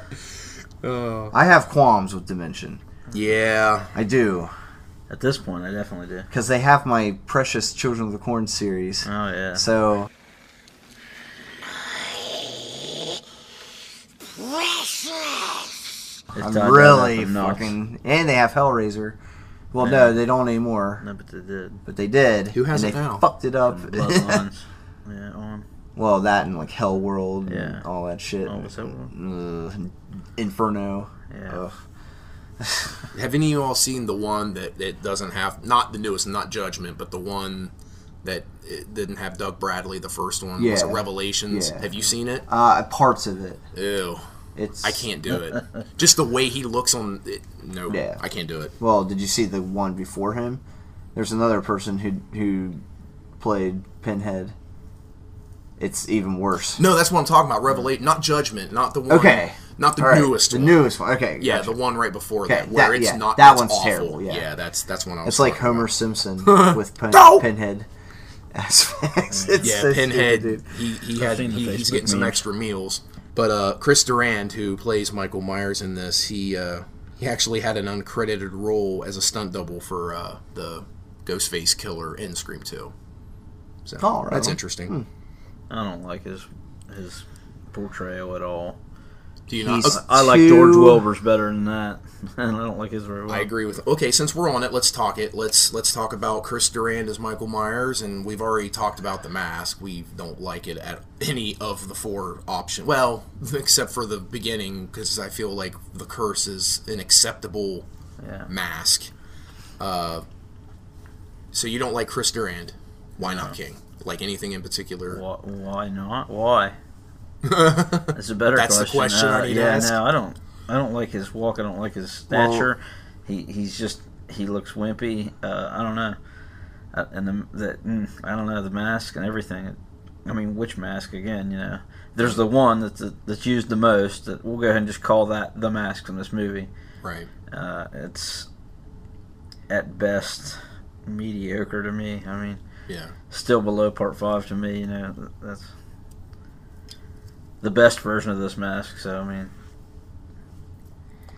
Oh.
I have qualms with Dimension.
yeah,
I do
At this point, I definitely do.
because they have my precious Children of the Corn series.
Oh yeah.
So
It's
I'm
done
really
enough enough.
fucking. And they have Hellraiser. Well,
Yeah.
no, they don't anymore.
No, but they did.
But they did.
Who has
and
it
they
now?
Fucked it up.
Bloodlines. yeah, on.
well, that and like Hell World
Yeah.
and all that shit.
Oh, what's that
Ugh, Inferno.
Yeah.
Ugh.
have any of you all seen the one that it doesn't have? Not the newest, not Judgment, but the one that it didn't have Doug Bradley. The first one was
Yeah.
Revelations.
Yeah.
Have you seen it?
Uh, parts of it.
Ew,
It's
I can't do it. Just the way he looks on. It, no,
Yeah.
I can't do it.
Well, did you see the one before him? There's another person who who played Pinhead. It's even worse.
No, that's what I'm talking about. Revelation, not Judgment, not the one.
Okay.
Not the
All right,
newest.
the
one.
newest one. Okay,
Yeah,
gotcha.
the one right before
Okay,
that, where
that-
it's
yeah,
not.
that
that's
one's
awful.
terrible, yeah.
that's that's one I was.
It's like
talking about.
Homer Simpson with pin,
No!
Pinhead aspects. It's
Yeah,
so stupid,
Pinhead.
dude.
he he had
seen the
he, he's
Facebook
getting some
meme.
extra meals. But uh, Chris Durand, who plays Michael Myers in this, he uh, he actually had an uncredited role as a stunt double for uh, the Ghostface Killer in Scream Two. So
Oh, right
that's
on.
interesting.
I don't like his his portrayal at all.
Do you not?
He's-
uh,
I like
Two-
George Wilbur's better than that, and I don't like his very well.
I agree with. Okay, since we're on it, let's talk it. Let's let's talk about Chris Durand as Michael Myers, and we've already talked about the mask. We don't like it at any of the four options. Well, except for the beginning, because I feel like the curse is an acceptable
Yeah.
mask. Uh, so you don't like Chris Durand? Why not King? Like anything in particular?
Why, why not? Why? That's a better
That's the
question.
question I
Uh,
need to
yeah,
ask.
no, I don't. I don't like his walk. I don't like his stature. he he's just he looks wimpy. Uh, I don't know. Uh, and the that mm, I don't know the mask and everything. I mean, which mask again? You know, there's the one that's that's used the most. That we'll go ahead and just call that the mask from this movie.
Right.
Uh, it's at best mediocre to me. I mean,
Yeah.
still below part five to me. You know, th- that's the best version of this mask. So I mean,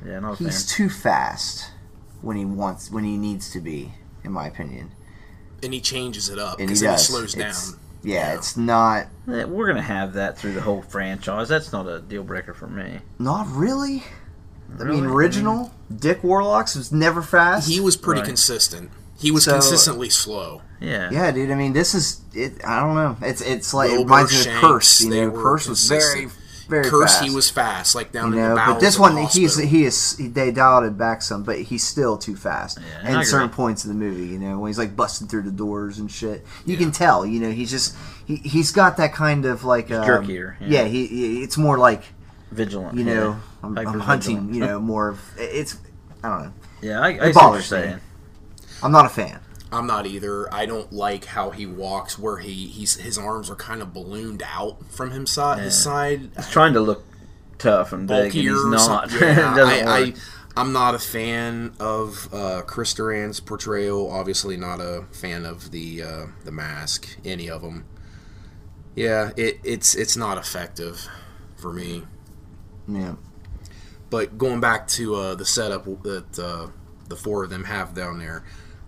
yeah, not a fan.
He's too fast when he wants when he needs to be, in my opinion.
And he changes it up
And he
because
does.
slows down.
It's- yeah, it's not
Eh, We're gonna have that through the whole franchise. That's not a deal breaker for me.
not really. I
Really?
mean, original Dick Warlocks was never fast.
He was pretty
Right.
consistent. He was
So-
consistently slow.
Yeah,
Yeah, dude. I mean, this is it. I don't know. It's it's like it
Wilbur
reminds me of
Shanks,
Curse. You
they
know,
were
Curse was very
consistent.
very
Curse,
fast.
he was fast, like down
you
in
know,
the bowels
but this
of
one
the
he's
hospital.
he is they dialed it back some, but he's still too fast.
I
and
agree.
certain points in the movie, you know, when he's like busting through the doors and shit, you can tell. You know, he's just he he's got that kind of like um,
jerkier, yeah.
Yeah, he, he it's more like
Vigilant.
you know
yeah.
I'm, I'm
Hyper-vigilant.
hunting. You know, more of it's I don't know.
Yeah, I, I see what you're
bothers me.
saying.
I'm not a fan.
I'm not either. I don't like how he walks, where he he's his arms are kind of ballooned out from him side his
Yeah.
side.
He's trying to look tough and big, and
bulkier.
he's
or
not.
something.
It
Yeah,
doesn't
I, I,
work.
I'm not a fan of uh, Chris Duran's portrayal. Obviously, not a fan of the uh, the mask. Any of them. Yeah, it, it's it's not effective for me.
Yeah.
But going back to uh, the setup that uh, the four of them have down there,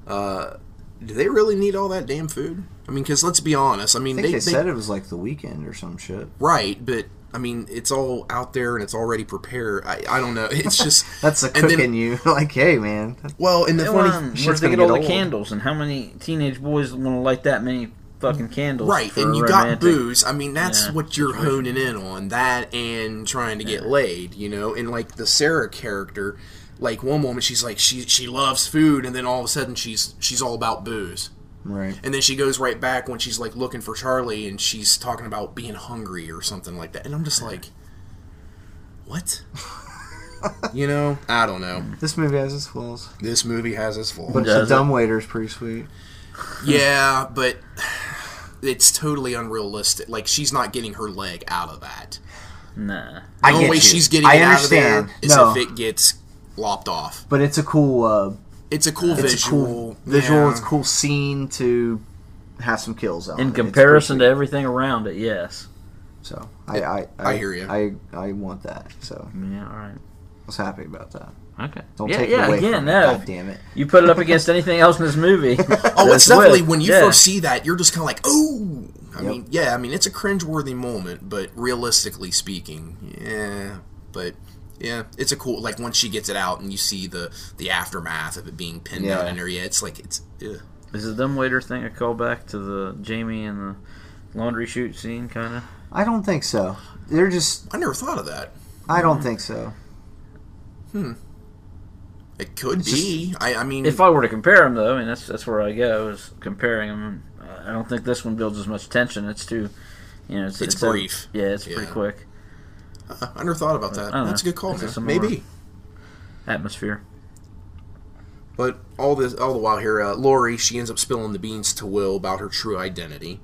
uh, do they really need all that damn food? I mean, because let's be honest. I mean,
I think they,
they, they-
said it was like the weekend or some shit.
right, but I mean, it's all out there and it's already prepared. I, I don't know. It's just
That's the
and
cook
then-
in you. like, hey, man.
Well, and the
Come
funny
on, where
shit's
they
gonna
get all
get
the
old.
candles, and how many teenage boys want to light that many fucking candles?
right,
for
and
a
you got
romantic?
booze. I mean, that's
Yeah,
what you're honing in on. That and trying to get laid, you know. And like the Sarah character, like one moment she's like she she loves food, and then all of a sudden she's she's all about booze.
Right.
And then she goes right back when she's like looking for Charlie, and she's talking about being hungry or something like that. And I'm just like, what? you know, I don't know.
This movie has its flaws.
This movie has its flaws.
But uh, the
Does it?
dumbwaiter's pretty sweet.
Yeah, but it's totally unrealistic. Like she's not getting her leg out of that.
Nah.
The
I
only
get
way
you.
she's getting
I
it out of
understand.
there is
No.
if it gets lopped off.
But it's a cool uh,
It's a cool
it's
visual.
a cool visual.
Yeah.
It's a cool scene to have some kills on.
In comparison to everything around it, yes.
so I I,
I hear ya.
I I want that. So I
Yeah, all right.
was happy about that.
Okay.
Don't
yeah,
take
yeah,
it away.
again,
from me,
no.
God damn it.
You put it up against anything else in this movie.
Oh, it's
that's
definitely
with-
when you
yeah.
first see that, you're just kind of like, oh. I
Yep.
mean, yeah. I mean, it's a cringeworthy moment, but realistically speaking, yeah. But yeah, it's a cool. Like once she gets it out and you see the the aftermath of it being pinned down
Yeah.
in her, yeah, it's like it's. Ugh.
Is the dumb waiter thing a callback to the Jamie and the laundry chute scene, kind of?
I don't think so. They're just.
I never thought of that.
I don't think so.
It could
It's
be. I, I mean,
If I were to compare them, though, I mean that's that's where I go is comparing them. I don't think this one builds as much tension. It's too, you know, it's,
It's
a-
brief.
yeah, it's
Yeah.
pretty quick
Uh, I never thought about that.
I don't
That's a
know.
good call,
Is it
man.
some
Maybe.
more- atmosphere.
But all this, all the while here, uh, Lori she ends up spilling the beans to Will about her true identity,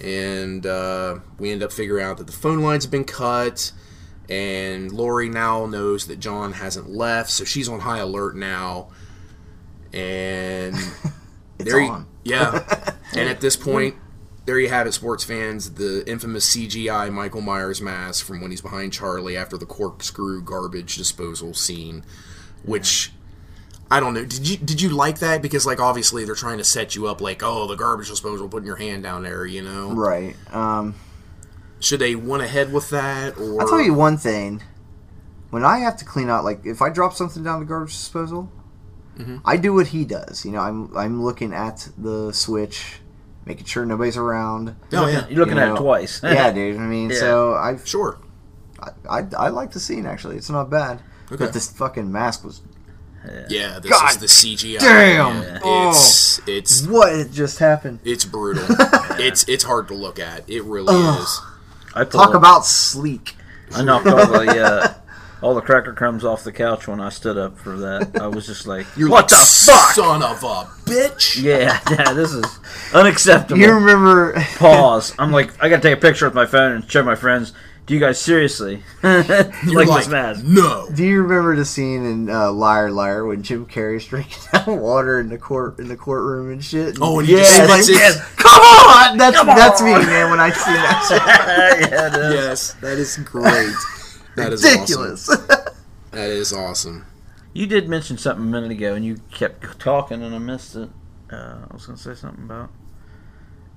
and uh, we end up figuring out that the phone line's been cut, and Lori now knows that John hasn't left, so she's on high alert now, and
It's
there you-
on.
yeah, and at this point. There you have it, sports fans. The infamous CGI Michael Myers mask from when he's behind Charlie after the corkscrew garbage disposal scene, which I don't know. Did you did you like that? Because like obviously they're trying to set you up like oh the garbage disposal putting your hand down there you know
Right. Um,
should they went ahead with that or
I'll tell you one thing. When I have to clean out, like if I drop something down the garbage disposal,
Mm-hmm.
I do what he does. You know, I'm I'm looking at the switch, making sure nobody's around.
no yeah
You're looking
You
at
know,
it twice.
yeah, dude. I mean,
Yeah.
so I,
sure
I I like the scene actually. It's not bad.
Okay.
But this fucking mask was
yeah this
God
is the CGI
damn!
Yeah.
Oh.
it's it's
what had just happened.
it's brutal it's it's hard to look at it really
Ugh.
is
I
Talk
pulled-
about sleek.
I knocked all the uh, all the cracker crumbs off the couch when I stood up for that. I was just like,
You're like,
"What the fuck?"
son of a bitch
Yeah, yeah, this is unacceptable.
You remember?
Pause. I'm like, I gotta take a picture with my phone and show my friends. Do you guys seriously like,
you're like,
this mask?
no
Do you remember the scene in uh, Liar Liar when Jim Carrey's drinking out water in the court in the courtroom and shit?
oh and
Yes,
you just,
like,
it's-
yes.
Come on, that's that's me, man. When I see that, shit.
yeah, it is.
yes that is great that is awesome.
ridiculous.
that is awesome
You did mention something a minute ago, and you kept talking, and I missed it. Uh, I was gonna say something about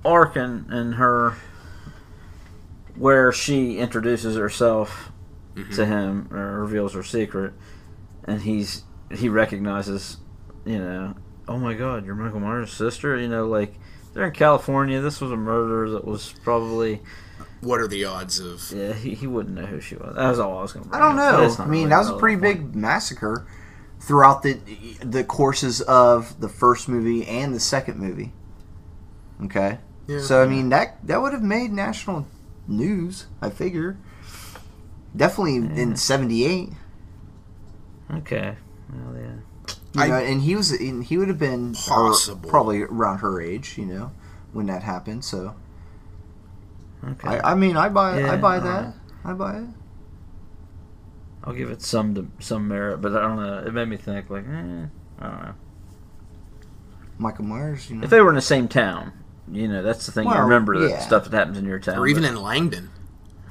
Ark and, and her, where she introduces herself
Mm-hmm.
to him or reveals her secret, and he's he recognizes, you know, oh my God, you're Michael Myers' sister. You know, like they're in California. This was a murder that was probably
What are the odds of?
Yeah, he, he wouldn't know who she was. That was all I was going to.
I don't know. I mean, that was a pretty big massacre throughout the the courses of the first movie and the second movie. Okay,
Yeah.
so I mean that that would have made national news. I figure, definitely in '78.
Okay. Well, yeah.
You
I-
know, and he was and he would have been her-
Possible.
probably around her age. You know, when that happened. So
Okay.
I, I mean, I buy I
Yeah,
buy
uh,
that. I buy it.
I'll give it some to, some merit, but I don't know. It made me think like, eh, I don't know.
Michael Myers. You know,
If they were in the same town, you know, that's the thing you
Well,
remember
yeah.
that stuff that happens in your town.
Or even
but-
in Langdon,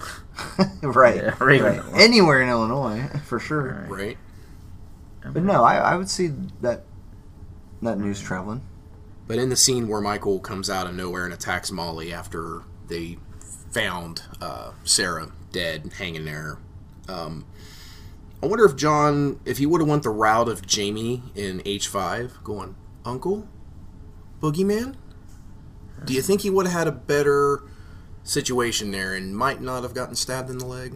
right,
Yeah, or even-
right. Anywhere in Illinois, for sure.
Right.
right?
But no, I, I would see that that news traveling.
But in the scene where Michael comes out of nowhere and attacks Molly after they found uh, Sarah dead, hanging there, um, I wonder if John, if he would have went the route of Jamie in H5, going, Uncle, Boogeyman, do you think he would have had a better situation there and might not have gotten stabbed in the leg?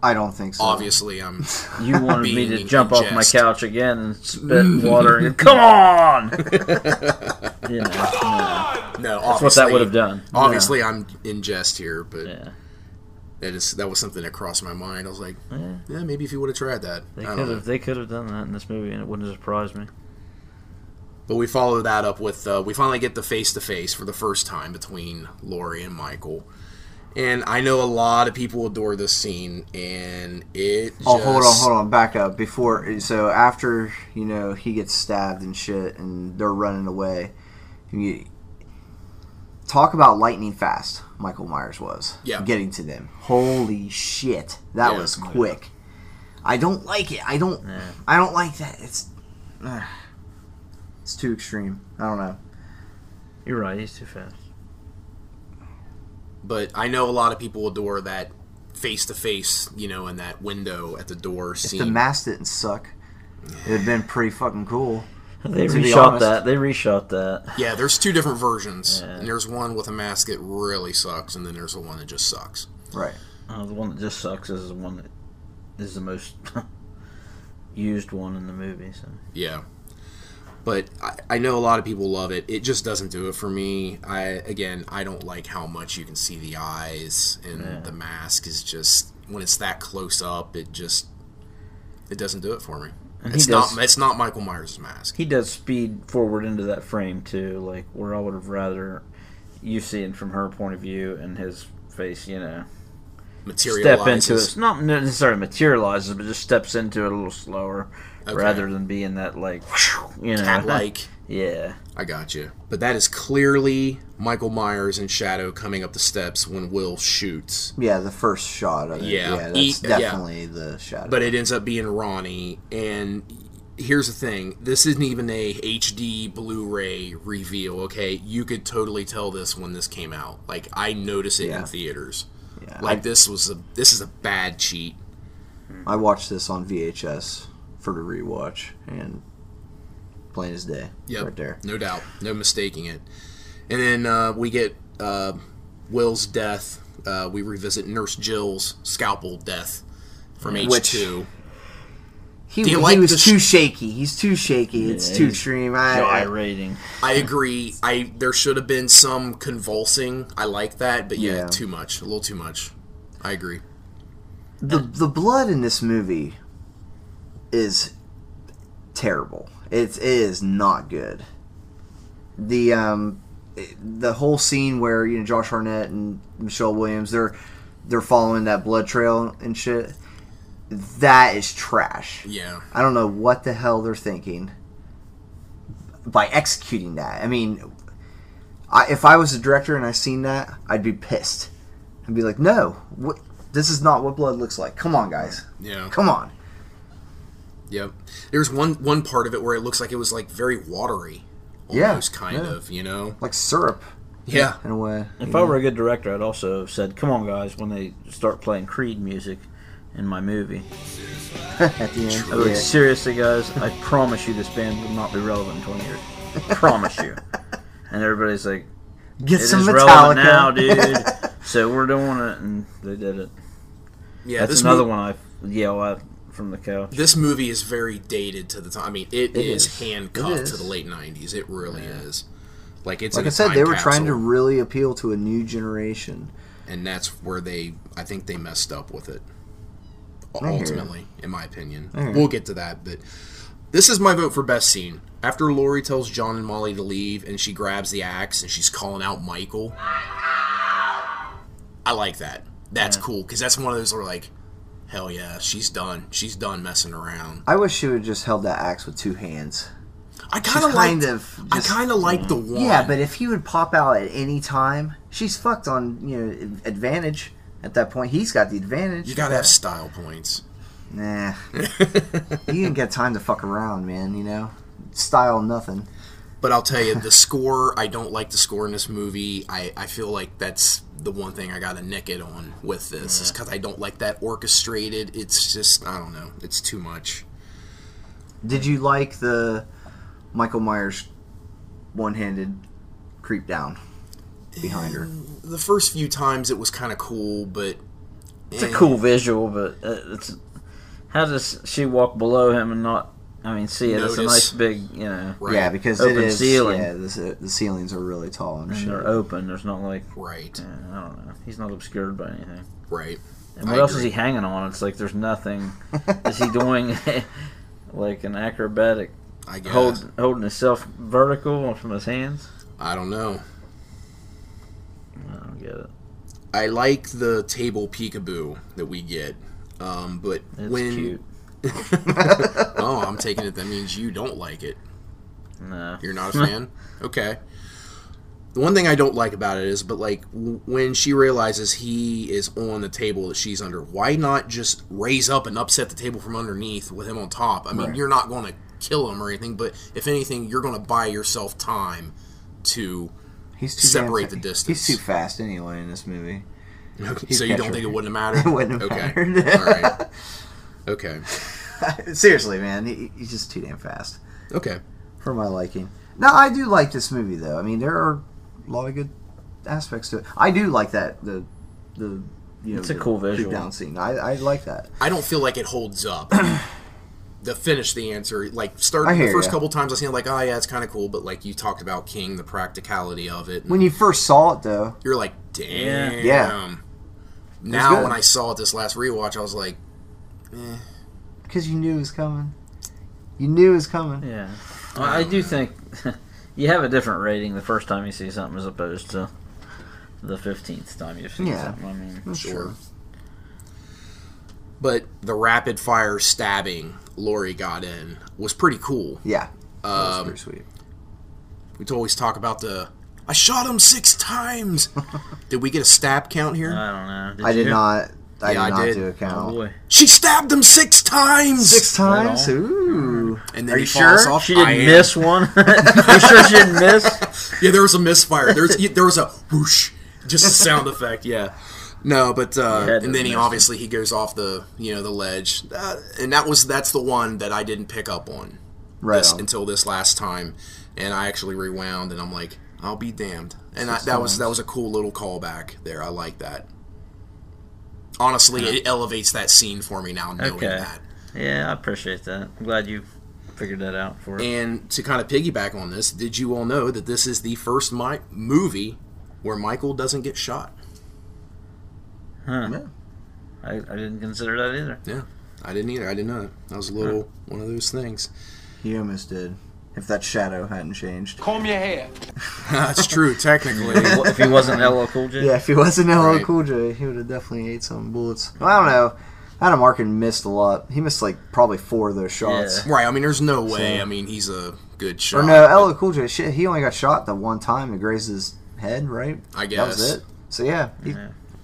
I don't think so.
Obviously, I'm.
You wanted me
Being
to
in
jump off my
jest.
couch again and spit water and come on. you know, no.
No,
that's what that
obviously-
would have done.
Obviously, I'm in jest here, but
Yeah.
that is that was something that crossed my mind. I was like,
Yeah.
yeah, maybe if you would have tried that,
They
I
could
don't know.
have. They could have done that in this movie, and it wouldn't have surprised me.
But we follow that up with uh, we finally get the face to face for the first time between Lori and Michael. And I know a lot of people adore this scene, and it.
Oh, hold on,
just-
hold on, back up. Before, so after you know he gets stabbed and shit, and they're running away. You, talk about lightning fast. Michael Myers was
Yeah.
getting to them. Holy shit, that
Yeah.
was quick. I don't like it. I don't. I don't like that. It's. ugh. it's too extreme. I don't know.
You're right. He's too fast.
But I know a lot of people adore that face to face, you know, in that window at the door
If
scene.
the mask didn't suck, it'd been pretty fucking cool.
They
To be
reshot
honest.
that. They reshot that.
yeah, there's two different versions.
Yeah.
And there's one with a mask that really sucks, and then there's the one that just sucks.
Right.
Uh, the one that just sucks is the one that is the most used one in the movie. So
Yeah. But I, I know a lot of people love it. It just doesn't do it for me. I again, I don't like how much you can see the eyes and the mask is just when it's that close up, it just it doesn't do it for me.
And he
it's
does-
not it's not Michael Myers' mask.
he does speed forward into that frame too, like where I would have rather you seeing from her point of view and his face. You know, step into
Materializes.
it. Not necessarily materializes, but just steps into it a little slower, rather than being that like you know
like
Yeah.
I got you. But that is clearly Michael Myers and Shadow coming up the steps when Will shoots.
Yeah, the first shot of it.
Yeah.
Yeah,
E-
that's
yeah.
definitely the shadow.
but it ends up being Ronnie. And here's the thing: this isn't even a HD Blu-ray reveal. Okay, you could totally tell this when this came out. Like I noticed it
Yeah.
in theaters.
Yeah,
Like this was a this is a bad cheat.
I watched this on VHS for the rewatch, and plain as day.
Yep,
Right there.
no doubt, no mistaking it. And then uh, we get uh, Will's death. Uh, we revisit Nurse Jill's scalpel death from H
Which-
two.
He,
Do you
he
like the
was
sh-
too shaky. He's too shaky. it's too
he's
extreme. I,
I
I,
rating.
I agree. I there should have been some convulsing. I like that, but yeah,
Yeah.
too much, a little too much. I agree.
the the blood in this movie is terrible. It, it is not good. The um the whole scene where you know Josh Harnett and Michelle Williams they're they're following that blood trail and shit. That is trash.
Yeah,
I don't know what the hell they're thinking by executing that. I mean, I, if I was a director and I seen that, I'd be pissed. I'd be like, no, what, this is not what blood looks like. Come on, guys.
yeah,
Come on.
yep. There's one one part of it where it looks like it was like very watery,
Yeah,
almost kind
yeah.
of. You know,
Like syrup,
yeah,
in a way.
If
you
I
know?
were a good director, I'd also have said, "Come on, guys!" When they start playing Creed music in my movie,
At the end.
I would,
yeah.
seriously, guys, I promise you, this band will not be relevant in 20 years. Promise you. And everybody's like,
Get
It is
some Metallica.
relevant now, dude. so we're doing it, and they did it.
Yeah,
That's
this
another
mo-
one I yell at from the couch.
This movie is very dated to the time. I mean, it
It
is,
is.
handcuffed
It is.
to the late '90s. It really is. Like it's
like
in
I
a
said,
time
they were trying to
capsule,
really appeal to a new generation.
and that's where they, I think, they messed up with it.
hear you.
Ultimately, in my opinion,
hear you.
we'll get to that. But this is my vote for best scene. After Lori tells John and Molly to leave, and she grabs the axe and she's calling out Michael. I like that. That's cool because that's one of those where like, hell yeah, she's done. She's done messing around.
I wish she would have just held that axe with two hands.
I kind of
kind
like.
of
I
just-
kind of like the one.
Yeah, but if he would pop out at any time, she's fucked on you know advantage. At that point, he's got the advantage.
You gotta have style points.
Nah, you didn't get time to fuck around, man. You know, style nothing.
But I'll tell you, the score, I don't like the score in this movie. I, I feel like that's the one thing I gotta nick it on with this, is because I don't like that orchestrated. It's just, I don't know, it's too much.
Did you like the Michael Myers one-handed creep down behind her?
The first few times it was kind of cool, but. eh,
It's a cool visual, but uh, it's how does she walk below him and not? I mean, see it. It's a
Notice.
nice big, you know,
Right,
Yeah, because it
Open
is.
ceiling.
Yeah, the, the ceilings are really tall and
Mm-hmm.
shit.
they're open. There's not like
Right,
yeah, I don't know. He's not obscured by anything.
right.
And
I
what else is
agree.
he hanging on? It's like there's nothing. is he doing like an acrobatic
I guess.
hold holding himself vertical from his hands?
I don't know.
I don't get it.
I like the table peekaboo that we get, um, but
It's
when.
cute.
Oh, I'm taking it that means you don't like it.
No.
You're not a fan? okay. The one thing I don't like about it is, but like w- when she realizes he is on the table that she's under, why not just raise up and upset the table from underneath with him on top? I mean, you're not going to kill him or anything, but if anything, you're going to buy yourself time to.
He's too
Separate
damn fa-
the distance.
He's too fast anyway in this movie.
so you don't think it wouldn't have mattered?
It wouldn't have
okay.
mattered.
All right. Okay.
Seriously, man, he, he's just too damn fast
Okay.
for my liking. Now, I do like this movie though. I mean, there are a lot of good aspects to it. I do like that the the you know
It's a
the
cool
creep
visual.
down scene. I, I like that.
I don't feel like it holds up. to finish the answer, like
I
starting the
hear
first
ya.
couple times, I seen like, oh yeah, it's kind of cool, but like you talked about King, the practicality of it. and
When you first saw it though,
you're like, damn.
Yeah.
Now
good.
when I saw it this last rewatch, I was like,
because you knew it was coming, you knew it was coming.
Yeah. Well, I do think you have a different rating the first time you see something as opposed to the 15th time you've seen
Yeah.
something. I mean,
sure. But the rapid fire stabbing Lori got in was pretty cool.
Yeah, that was
Um,
pretty sweet.
We always talk about the I shot him six times. did we get a stab count here?
Uh,
I don't know.
I did
you?
not. I
Yeah, I
did not
did.
do a
Oh,
count.
boy.
she stabbed him six times.
Six times.
all?
Ooh.
And then
Are
he
you
falls
sure?
off.
She
I
didn't
am-
miss one. you sure she didn't miss?
Yeah, there was a misfire. There's there was a whoosh, just a sound effect. Yeah. No, but uh,
Yeah, it
and then he
doesn't
obviously he goes off the you know the ledge, uh, and that was that's the one that I didn't pick up on
Right.
this,
on.
until this last time, and I actually rewound and I'm like, I'll be damned, and I, that was that was a cool little callback there. I like that. Honestly, it elevates that scene for me now knowing
Okay.
that.
Yeah, I appreciate that. I'm glad you figured that out for us.
And to kind of piggyback on this, did you all know that this is the first mi- movie where Michael doesn't get shot?
Huh.
Yeah.
I, I didn't consider that either.
Yeah, I didn't either. I didn't know that. That was a little one of those things.
He almost did. If that shadow hadn't changed.
Comb your hair.
That's true, technically.
Well, if he wasn't LL Cool J,
Yeah, if he wasn't LL
Right.
Cool J, he would have definitely ate some bullets. Well, I don't know. Adam Arkin missed a lot. He missed like probably four of those shots.
right. I mean, there's no way. I mean, he's a good shot.
Or no, LL Cool J. Shit, he only got shot the one time to graze his head, right?
I
That was
guess.
it. So yeah, he-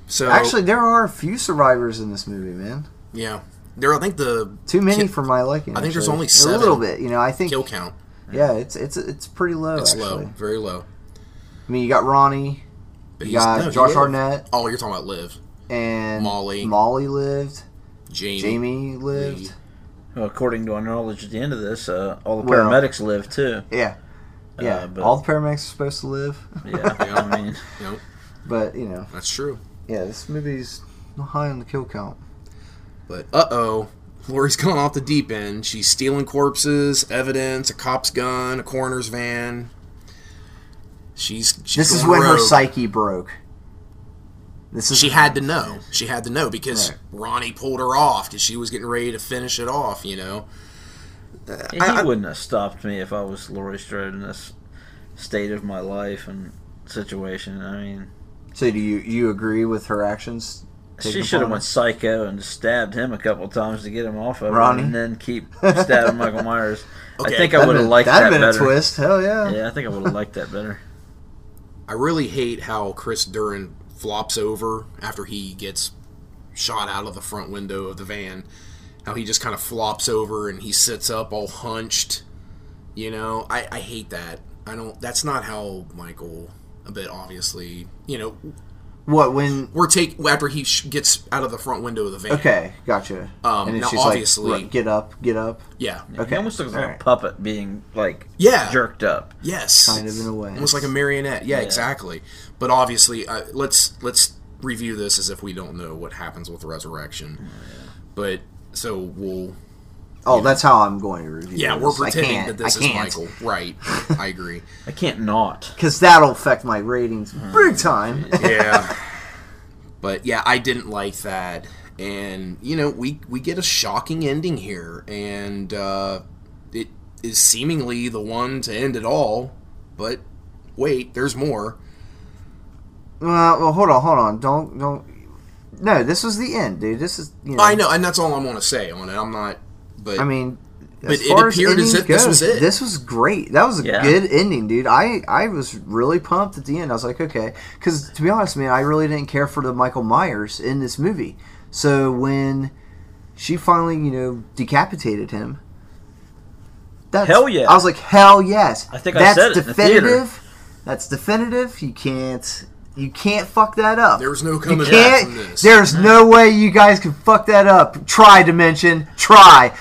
So
actually, there are a few survivors in this movie, man.
yeah, there. I think the
Too many
Ki-
for my liking.
I think there's
actually.
only
a
seven.
little bit. You know, I think.
kill count.
Yeah, it's it's it's pretty low.
It's
Oh, actually.
low, very low.
I mean, you got Ronnie,
But
you
he's-
got
no, he
Josh
lived.
Arnett,
Oh, you're talking about live.
and
Molly.
Molly lived.
Jamie.
Jamie lived.
Well, according to our knowledge at the end of this, uh, all the
Well-
paramedics live too.
Yeah. Yeah,
Uh, but-
all the paramedics are supposed to live,
Yeah, I mean,
Yep,
but you know,
that's true.
yeah, this movie's not high on the kill count.
But uh oh, Lori's gone off the deep end. She's stealing corpses, evidence, a cop's gun, a coroner's van. She's, she's
This is
going
when her
rogue.
psyche broke. This is
She had to know. She had to know because
Right.
Ronnie pulled her off because she was getting ready to finish it off. You know,
he
I-
wouldn't have stopped me if I was Laurie Strode in this state of my life and situation. I mean,
So do you you agree with her actions?
she
Taking
should have
part?
went psycho and stabbed him a couple times to get him off of
Ronnie?
it, and then keep stabbing Michael Myers.
Okay.
I think I
That'd
would have
been-
liked that
that'd been
better.
a twist. Hell yeah.
Yeah, I think I would have liked that better.
I really hate how Chris Duran flops over after he gets shot out of the front window of the van. How he just kind of flops over and he sits up all hunched. You know, I, I hate that. I don't. That's not how Michael. But obviously, you know,
What when?
we're take after he sh- gets out of the front window of the van.
Okay, gotcha.
Um,
and then
now
she's
obviously-
like, "Look, get up, get up.
Yeah.
Okay,
He almost looks like
alright.
a puppet being like
Yeah.
jerked up.
Yes.
Kind of in a way.
Almost like a marionette. Yeah, exactly. But obviously, uh, let's let's review this as if we don't know what happens with resurrection. But so we'll
Oh, that's how I'm going to review.
yeah,
this.
we're
I
pretending
can't,
that this
I
is
can't.
Michael. Right. I agree.
I can't not.
because that'll affect my ratings big time.
Hmm. Yeah. but yeah, I didn't like that. And you know, we we get a shocking ending here and uh it is seemingly the one to end it all, but wait, there's more.
well, well, hold on, hold on. Don't, don't. No, this was the end, dude. This is. You know,
I know, and that's all I want to say on it. I'm not, but
I mean, as
it
far as
appeared as
endings
if this was
goes,
it.
This was great. That was a
Yeah.
good ending, dude. I I was really pumped at the end. I was like, okay, because to be honest, man, I really didn't care for the Michael Myers in this movie. So when she finally, you know, decapitated him, that's,
Hell yeah.
I was like, hell yes.
I think I
that's
said it in the theater.
definitive. that's definitive. You can't you can't fuck that up.
There's no coming
You
back from this.
can't. There's no way you guys can fuck that up. Try dimension. Try.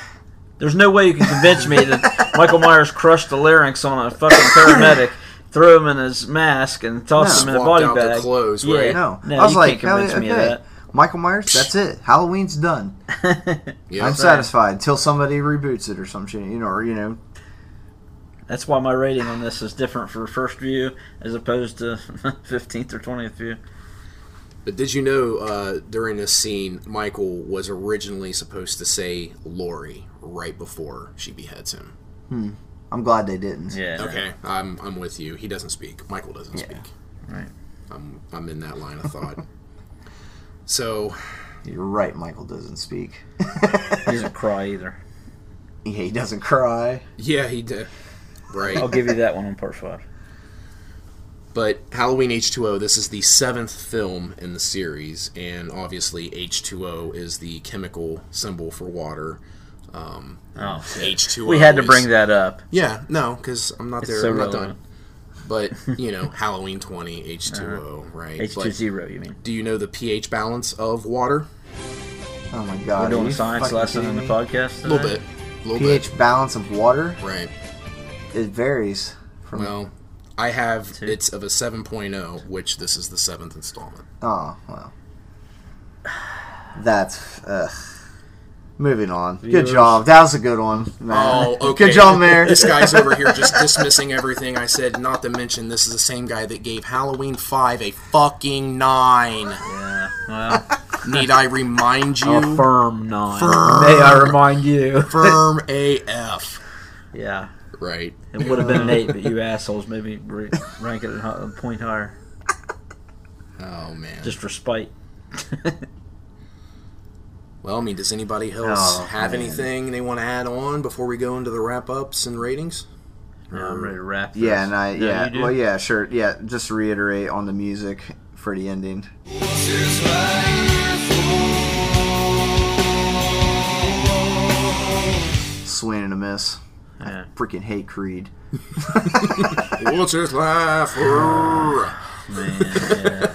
There's no way you can convince me that Michael Myers crushed the larynx on a fucking paramedic, threw him in his mask, and tossed
No.
him in a
Swapped
body
out their
bag.
clothes,
yeah,
right?
No,
no,
I was
you
like,
can't
hell,
convince
okay.
me of that.
Michael Myers, that's it. Halloween's done.
yeah,
I'm satisfied until somebody reboots it or some shit, you know, or you know,
That's why my rating on this is different for first view as opposed to 15th or 20th view.
But did you know uh, during this scene, Michael was originally supposed to say Lori right before she beheads him?
I'm glad they didn't.
Yeah. no.
Okay, I'm I'm with you. He doesn't speak. Michael doesn't
Yeah.
speak.
Right.
I'm I'm in that line of thought. so
You're right, Michael doesn't speak.
He doesn't cry either.
yeah, he doesn't cry.
yeah, he did. Right.
Oh.
I'll give you that one on part five.
But Halloween H2O, this is the seventh film in the series, and obviously H2O is the chemical symbol for water. Um,
Oh,
H2O.
we had to
is-
bring that up.
Yeah, no, because I'm not
It's
there.
so
I'm not
relevant.
done. But you know, Halloween 20, H2O, right?
Uh-huh. H two
But
zero, you mean?
do you know the pH balance of water?
Oh my god.
We're
are
doing
you
a science
fucking
lesson in the
kidding me?
podcast.
A little
today?
bit, a little
pH balance of water,
bit, right?
it varies. From,
Well, I have
Two.
it's of a 7.0, which this is the seventh installment.
oh, well. That's ugh. Moving on. Good
Viewers.
job. That was a good one, man.
Oh, okay.
Good job, Mayor.
This guy's over here just dismissing everything I said. Not to mention, this is the same guy that gave Halloween Five a fucking nine.
Yeah. Well,
Need I remind
a
you?
firm nine.
Firm.
May I remind you?
Firm AF.
Yeah.
Right.
It would have been an eight, but you assholes maybe re- rank it a hi- a point higher
Oh man.
just for spite.
Well, I mean, does anybody else
Oh,
have
man.
anything they want to add on before we go into the wrap ups and ratings?
Yeah, I'm ready to wrap. This.
Yeah, and I
No,
yeah,
you do?
well yeah, sure. Yeah, just to reiterate on the music for the ending. Swing and a miss.
Yeah.
Freaking hate Creed.
What's his life for?
Man, yeah.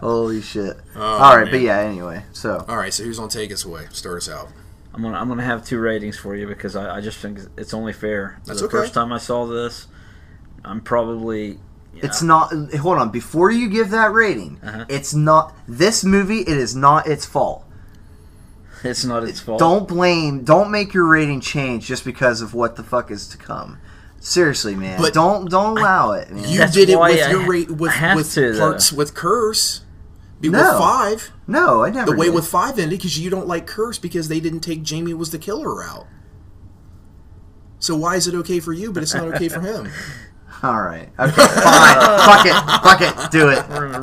Oh,
Holy shit. All right, but yeah, anyway. So,
All right, so who's gonna take us away? Start us out.
I'm gonna I'm gonna have two ratings for you because I, I just think it's only fair.
That's
the
okay.
first time I saw this, I'm probably
It's not. Hold on. Before you give that rating,
Uh-huh.
it's not this movie. It is not its fault.
it's not its fault.
Don't blame. Don't make your rating change just because of what the fuck is to come. Seriously, man.
But
don't don't allow it. Man.
You
That's
did it
why
with
I
your
ha-
rate
I
with
have
with
to, though.
parts with curse. Be
No.
with five.
no, I never.
The way
did.
with five ended because you don't like curse because they didn't take Jamie was the killer out. So why is it okay for you, but it's not okay for him?
All right. Okay. Fine. fuck it. Fuck it. Do it.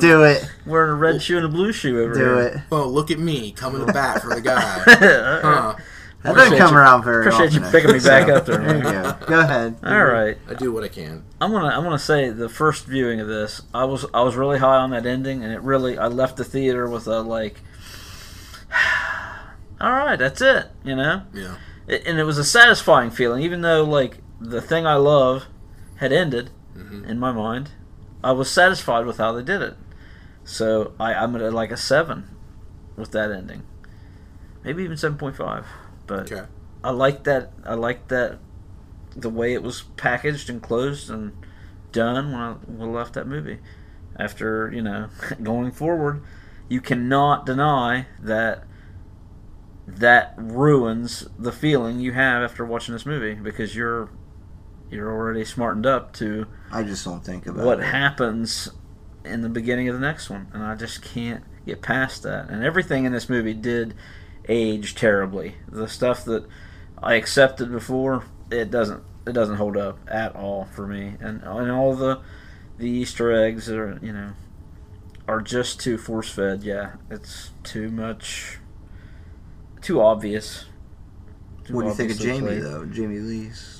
Do it.
wearing a red shoe and a blue shoe over
Do
here.
it.
Oh, look at me coming to bat for the guy. Huh.
That doesn't come
you.
around very
Appreciate you
often.
picking me back up there.
there you
man.
go. Go ahead.
All right.
I do what I can.
I'm gonna I'm gonna say the first viewing of this, I was I was really high on that ending, and it really I left the theater with a like, all right, that's it, you know.
Yeah.
It, and it was a satisfying feeling, even though like the thing I love had ended in my mind. I was satisfied with how they did it, so I, I'm at like a seven with that ending, maybe even seven point five. But
Okay.
I like that. I like that the way it was packaged and closed and done when I, when I left that movie. After you know, going forward, you cannot deny that that ruins the feeling you have after watching this movie because you're you're already smartened up to
I just don't think about
what
it.
happens in the beginning of the next one, and I just can't get past that. And everything in this movie did age terribly. The stuff that I accepted before, it doesn't it doesn't hold up at all for me. And and all the the Easter eggs are you know are just too force fed. Yeah, it's too much, too obvious. Too
What do you think of
obviously
Jamie
played.
though? Jamie Lee's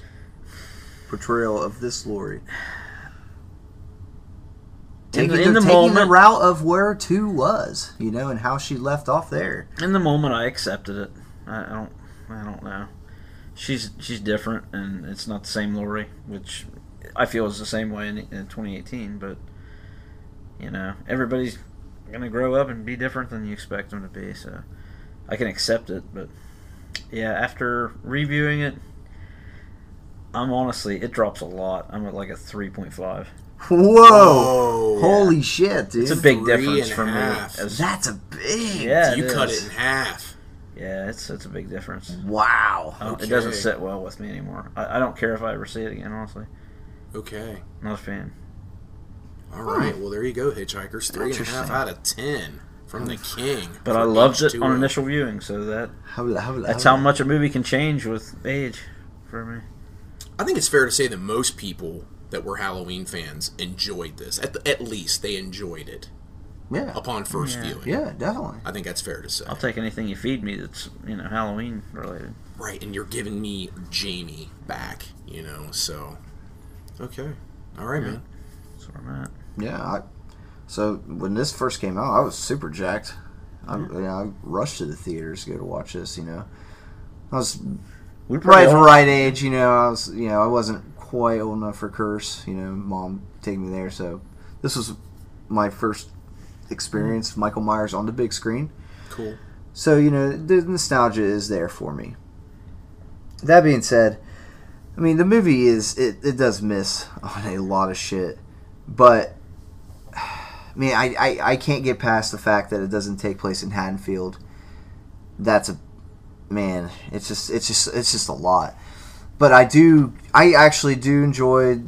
portrayal of this Lori.
In
Taking,
the, in the
taking
moment,
the route of where two was, you know, and how she left off there.
in the moment I accepted it. I I don't I don't know. She's she's different and it's not the same Lori, which I feel is the same way in, in 2018, but you know, everybody's going to grow up and be different than you expect them to be, so I can accept it, but yeah, after reviewing it I'm honestly, it drops a lot. I'm at like a 3.5.
Whoa!
Oh,
Holy shit, dude!
It's a big
Three
difference
and a
for me.
half.
as-
That's a big.
yeah,
you cut
is.
it in half.
Yeah, it's it's a big difference.
Wow.
I don't-
Okay.
It doesn't sit well with me anymore. I, I don't care if I ever see it again, honestly.
Okay.
Not a fan. Hmm.
All right. Well, there you go, Hitchhikers. Three and a half
Interesting.
out of ten from the king.
But
for
I loved it
H2O.
on initial viewing, so that
How, how,
that's how much a movie can change with age for me.
I think it's fair to say that most people that were Halloween fans enjoyed this. At, the, at least they enjoyed it
Yeah.
upon first viewing.
Yeah, definitely.
I think that's fair to say.
I'll take anything you feed me that's you know Halloween related.
Right, and you're giving me Jamie back, you know, so. Okay. All right, man.
That's where I'm at.
Yeah. I, so when this first came out, I was super jacked. I, you know, I rushed to the theaters to go to watch this. You know, I was
We
right
probably
the
all-
right age. You know, I was you know I wasn't quite old enough for Curse. You know, mom taking me there. So this was my first experience with Michael Myers on the big screen.
Cool.
So you know the nostalgia is there for me. That being said, I mean the movie is it, it does miss on a lot of shit, but I mean I, I I can't get past the fact that it doesn't take place in Haddonfield. That's a man. It's just it's just it's just a lot. But I do I actually do enjoy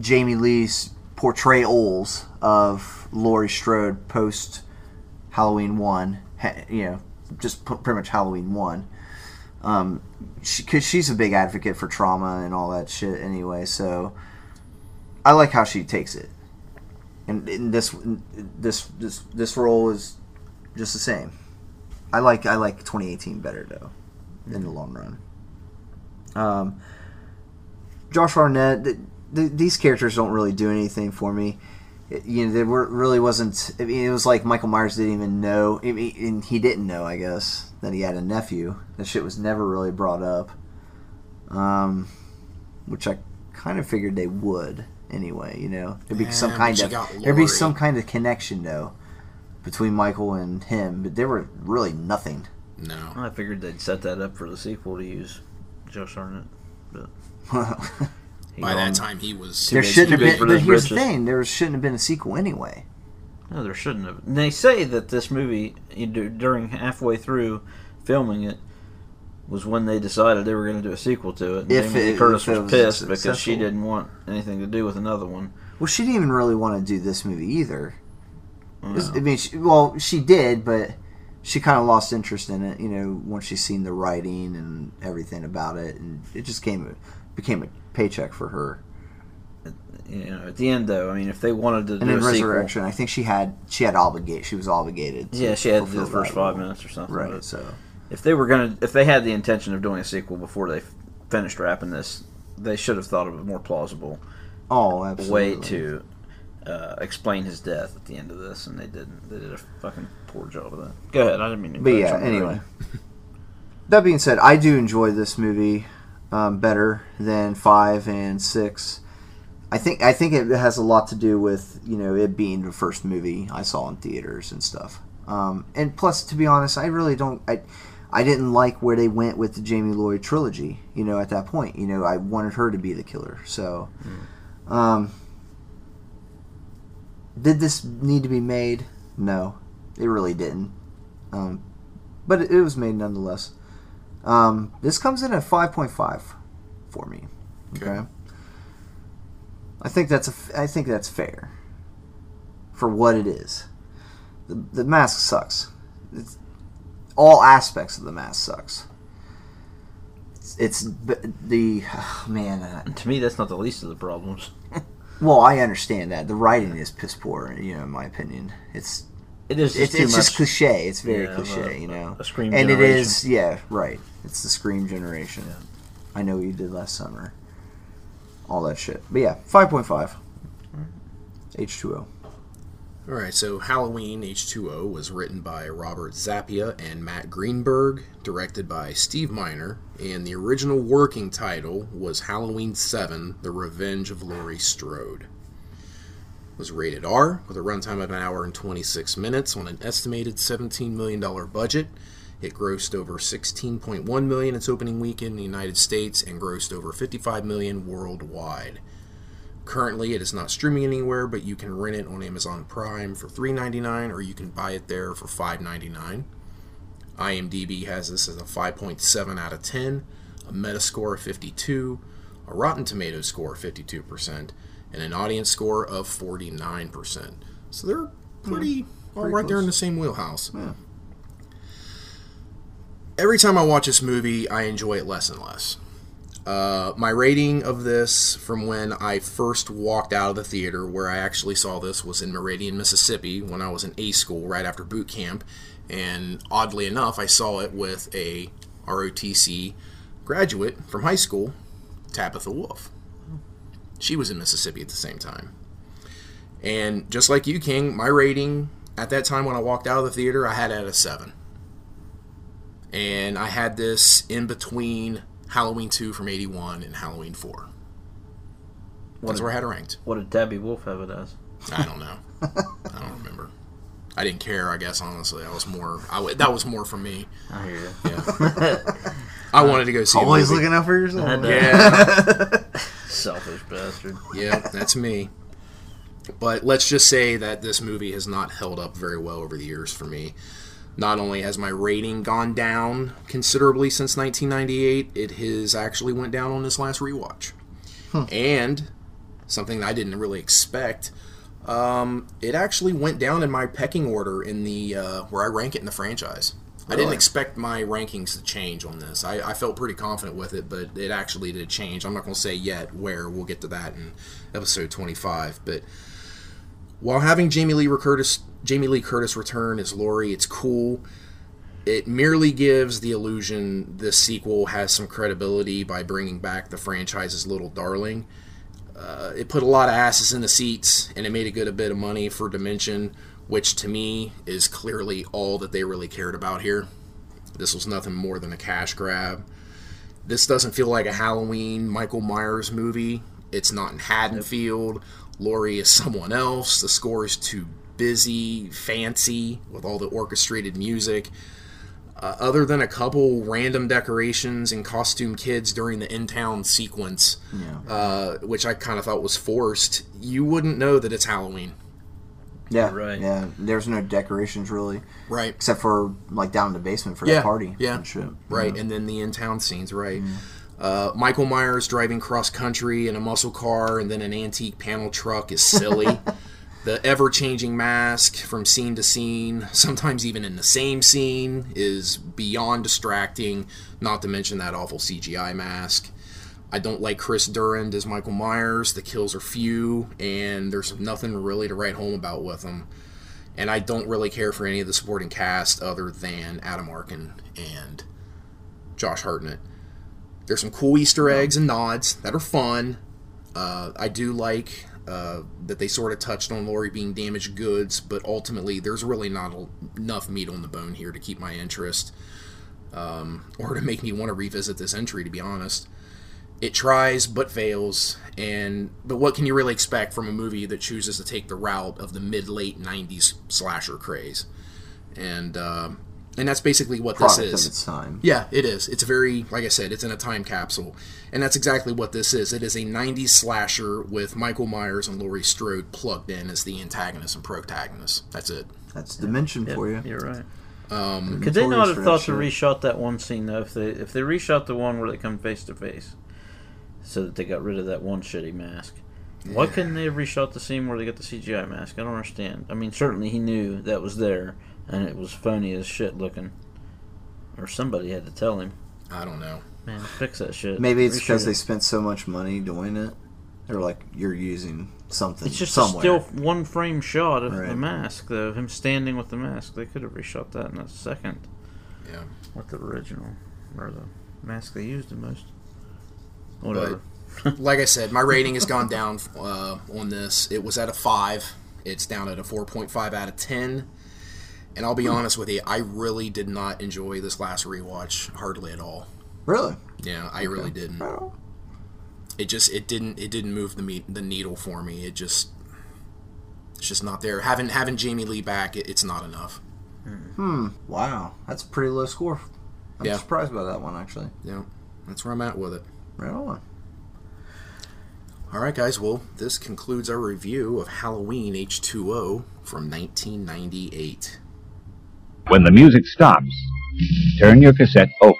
Jamie Lee's portrayals of Laurie Strode post Halloween one, ha- you know, just p- pretty much Halloween one. Um, she, cause she's a big advocate for trauma and all that shit anyway. So I like how she takes it, and, and this this this this role is just the same. I like I like 2018 better though, in the long run. Um, Josh Arnett, th- th- these characters don't really do anything for me it- you know, there were, really wasn't. I mean, it was like Michael Myers didn't even know, I mean, and he didn't know, I guess, that he had a nephew. That shit was never really brought up, um, which I kind of figured they would anyway. You know, there'd be some
Yeah,
kind
but you
of
got
there'd be
Laurie.
some kind of connection though between Michael and him, but there were really nothing.
No.
I figured they'd set that up for the sequel to use Josh Arnett. But he
By
gone.
that time, he was.
There
big-
shouldn't have
too big
been.
for
But
those
here's the
britches.
thing: there shouldn't have been a sequel anyway.
No, there shouldn't have. And They say that this movie, you do, during halfway through filming it, was when they decided they were going to do a sequel to it. And
If
Jamie Lee
it-
Curtis
if it
was,
was
pissed because she
successful.
didn't want anything to do with another one.
Well, she didn't even really want to do this movie either.
Well,
This- I mean, she, well, she did, but she kind of lost interest in it. You know, once she seen the writing and everything about it, and it just came became a paycheck for her.
you know, at the end though, I mean, if they wanted to
And
do
in
a
Resurrection, I think she had she had obligate. She was obligated. to
sequel, yeah, she had to do the
fulfill
first
that
five
role.
minutes or something.
Right.
but
So
if they were going to, if they had the intention of doing a sequel before they f- finished wrapping this, they should have thought of a more plausible
oh, absolutely.
way to uh, explain his death at the end of this, and they didn't. They did a fucking poor job of that. Go ahead. I didn't mean to.
But
interrupt
yeah,
you.
anyway. That being said, I do enjoy this movie um, better than five and six. I think I think it has a lot to do with you know it being the first movie I saw in theaters and stuff. Um, and plus, to be honest, I really don't. I I didn't like where they went with the Jamie Lloyd trilogy. You know, at that point, you know, I wanted her to be the killer. So, um, did this need to be made? No, it really didn't. Um, but it, it was made nonetheless. Um, this comes in at 5.5 for me. Okay. I think that's a f I think that's fair for what it is. The, the mask sucks. It's, all aspects of the mask sucks. It's, it's b- the oh, man. I,
To me, that's not the least of the problems.
well, I understand that the writing is piss poor. You know, in my opinion, it's
It is just
it's,
too
it's
much.
just cliche. It's very
Yeah,
cliche,
a-
you know.
a Scream
and it
generation.
is, yeah, right. It's the scream generation. I know what you did last summer. All that shit. But yeah, five point five. H two O.
All right, so Halloween H2O was written by Robert Zappia and Matt Greenberg, directed by Steve Miner, and the original working title was Halloween 7: The Revenge of Laurie Strode. It was rated R with a runtime of an hour and 26 minutes on an estimated 17 million dollar budget. It grossed over 16.1 million its opening weekend in the United States and grossed over 55 million worldwide. Currently, it is not streaming anywhere, but you can rent it on Amazon Prime for $3.99 or you can buy it there for $5.99. IMDb has this as a 5.7 out of 10, a Metascore of 52, a Rotten Tomatoes score of 52%, and an audience score of 49%. So they're pretty, all right there in the same wheelhouse. Every time I watch this movie, I enjoy it less and less. Uh, my rating of this from when I first walked out of the theater, where I actually saw this, was in Meridian, Mississippi, when I was in A school right after boot camp. And oddly enough, I saw it with a ROTC graduate from high school, Tabitha Wolf. She was in Mississippi at the same time. And just like you, King, my rating at that time when I walked out of the theater, I had it at a seven and I had this in between Halloween 2 from 81 and Halloween 4. That's where I had it ranked.
What did Tabby Wolf have it as?
I don't know. I don't remember. I didn't care, I guess, honestly. I was more, I w- that was more for me.
I hear you.
I wanted to go see the
Always
movie.
looking out for yourself.
Yeah,
Selfish bastard.
yeah, that's me. But let's just say that this movie has not held up very well over the years for me. Not only has my rating gone down considerably since 1998, it has actually went down on this last rewatch. And something I didn't really expect, um, it actually went down in my pecking order in the uh, where I rank it in the franchise. I didn't expect my rankings to change on this. I, I felt pretty confident with it, but it actually did change. I'm not going to say yet where. We'll get to that in episode 25, but. While having Jamie Lee Curtis, Jamie Lee Curtis return as Laurie, it's cool. It merely gives the illusion this sequel has some credibility by bringing back the franchise's little darling. Uh, it put a lot of asses in the seats, and it made a good bit of money for Dimension, which to me is clearly all that they really cared about here. This was nothing more than a cash grab. This doesn't feel like a Halloween Michael Myers movie. It's not in Haddonfield. Laurie is someone else. The score is too busy, fancy, with all the orchestrated music. Uh, other than a couple random decorations and costume kids during the in town sequence,
Yeah.
uh, which I kind of thought was forced, you wouldn't know that it's Halloween,
Yeah.
Right.
Yeah. There's no decorations really,
right?
except for like down in the basement for
Yeah,
the party.
yeah.
And shit.
right? And then the in town scenes, right? Uh, Michael Myers driving cross country in a muscle car and then an antique panel truck is silly. the ever changing mask from scene to scene, sometimes even in the same scene, is beyond distracting, not to mention that awful CGI mask. I don't like Chris Durand as Michael Myers. The kills are few, and there's nothing really to write home about with him. And I don't really care for any of the supporting cast other than Adam Arkin and Josh Hartnett. There's some cool Easter eggs and nods that are fun. Uh, I do like uh, that they sort of touched on Lori being damaged goods, but ultimately there's really not a, enough meat on the bone here to keep my interest um, or to make me want to revisit this entry, to be honest. It tries but fails, and but what can you really expect from a movie that chooses to take the route of the mid-late '90s slasher craze? And uh, and that's basically what
Product
this is.
of its time.
Yeah, it is. It's very, like I said, it's in a time capsule. And that's exactly what this is. It is a 90s slasher with Michael Myers and Laurie Strode plugged in as the antagonist and protagonist. That's it.
That's dimension for you.
You're right. Could they not
Notorious
have
for
thought
that
to
shit.
reshot that one scene though? If they if they reshot the one where they come face to face, so that they got rid of that one shitty mask. Why couldn't they have reshot the scene where they got the CGI mask? I don't understand. I mean, certainly he knew that was there, and it was phony as shit looking, or somebody had to tell him.
I don't know.
Man, fix that shit.
Maybe it's
Reshoot
because they
it.
spent so much money doing it. They're like, you're using something.
It's just
somewhere.
a still one frame shot of the
Right.
mask, though. of Him standing with the mask. They could have reshot that in a second
Yeah.
with the original or the mask they used the most. Whatever.
Like I said, my rating has gone down uh, on this. It was at a 5. It's down at a 4.5 out of 10. And I'll be honest with you, I really did not enjoy this last rewatch hardly at all.
Really?
Yeah, I really didn't. it just it didn't it didn't move the meat the needle for me. It just it's just not there. Having having Jamie Lee back, it, it's not enough.
Wow, that's a pretty low score. I'm
Yeah.
surprised by that one actually.
Yeah, that's where I'm at with it.
Right on.
All right, guys. Well, this concludes our review of Halloween H2O from 1998.
When the music stops, turn your cassette over.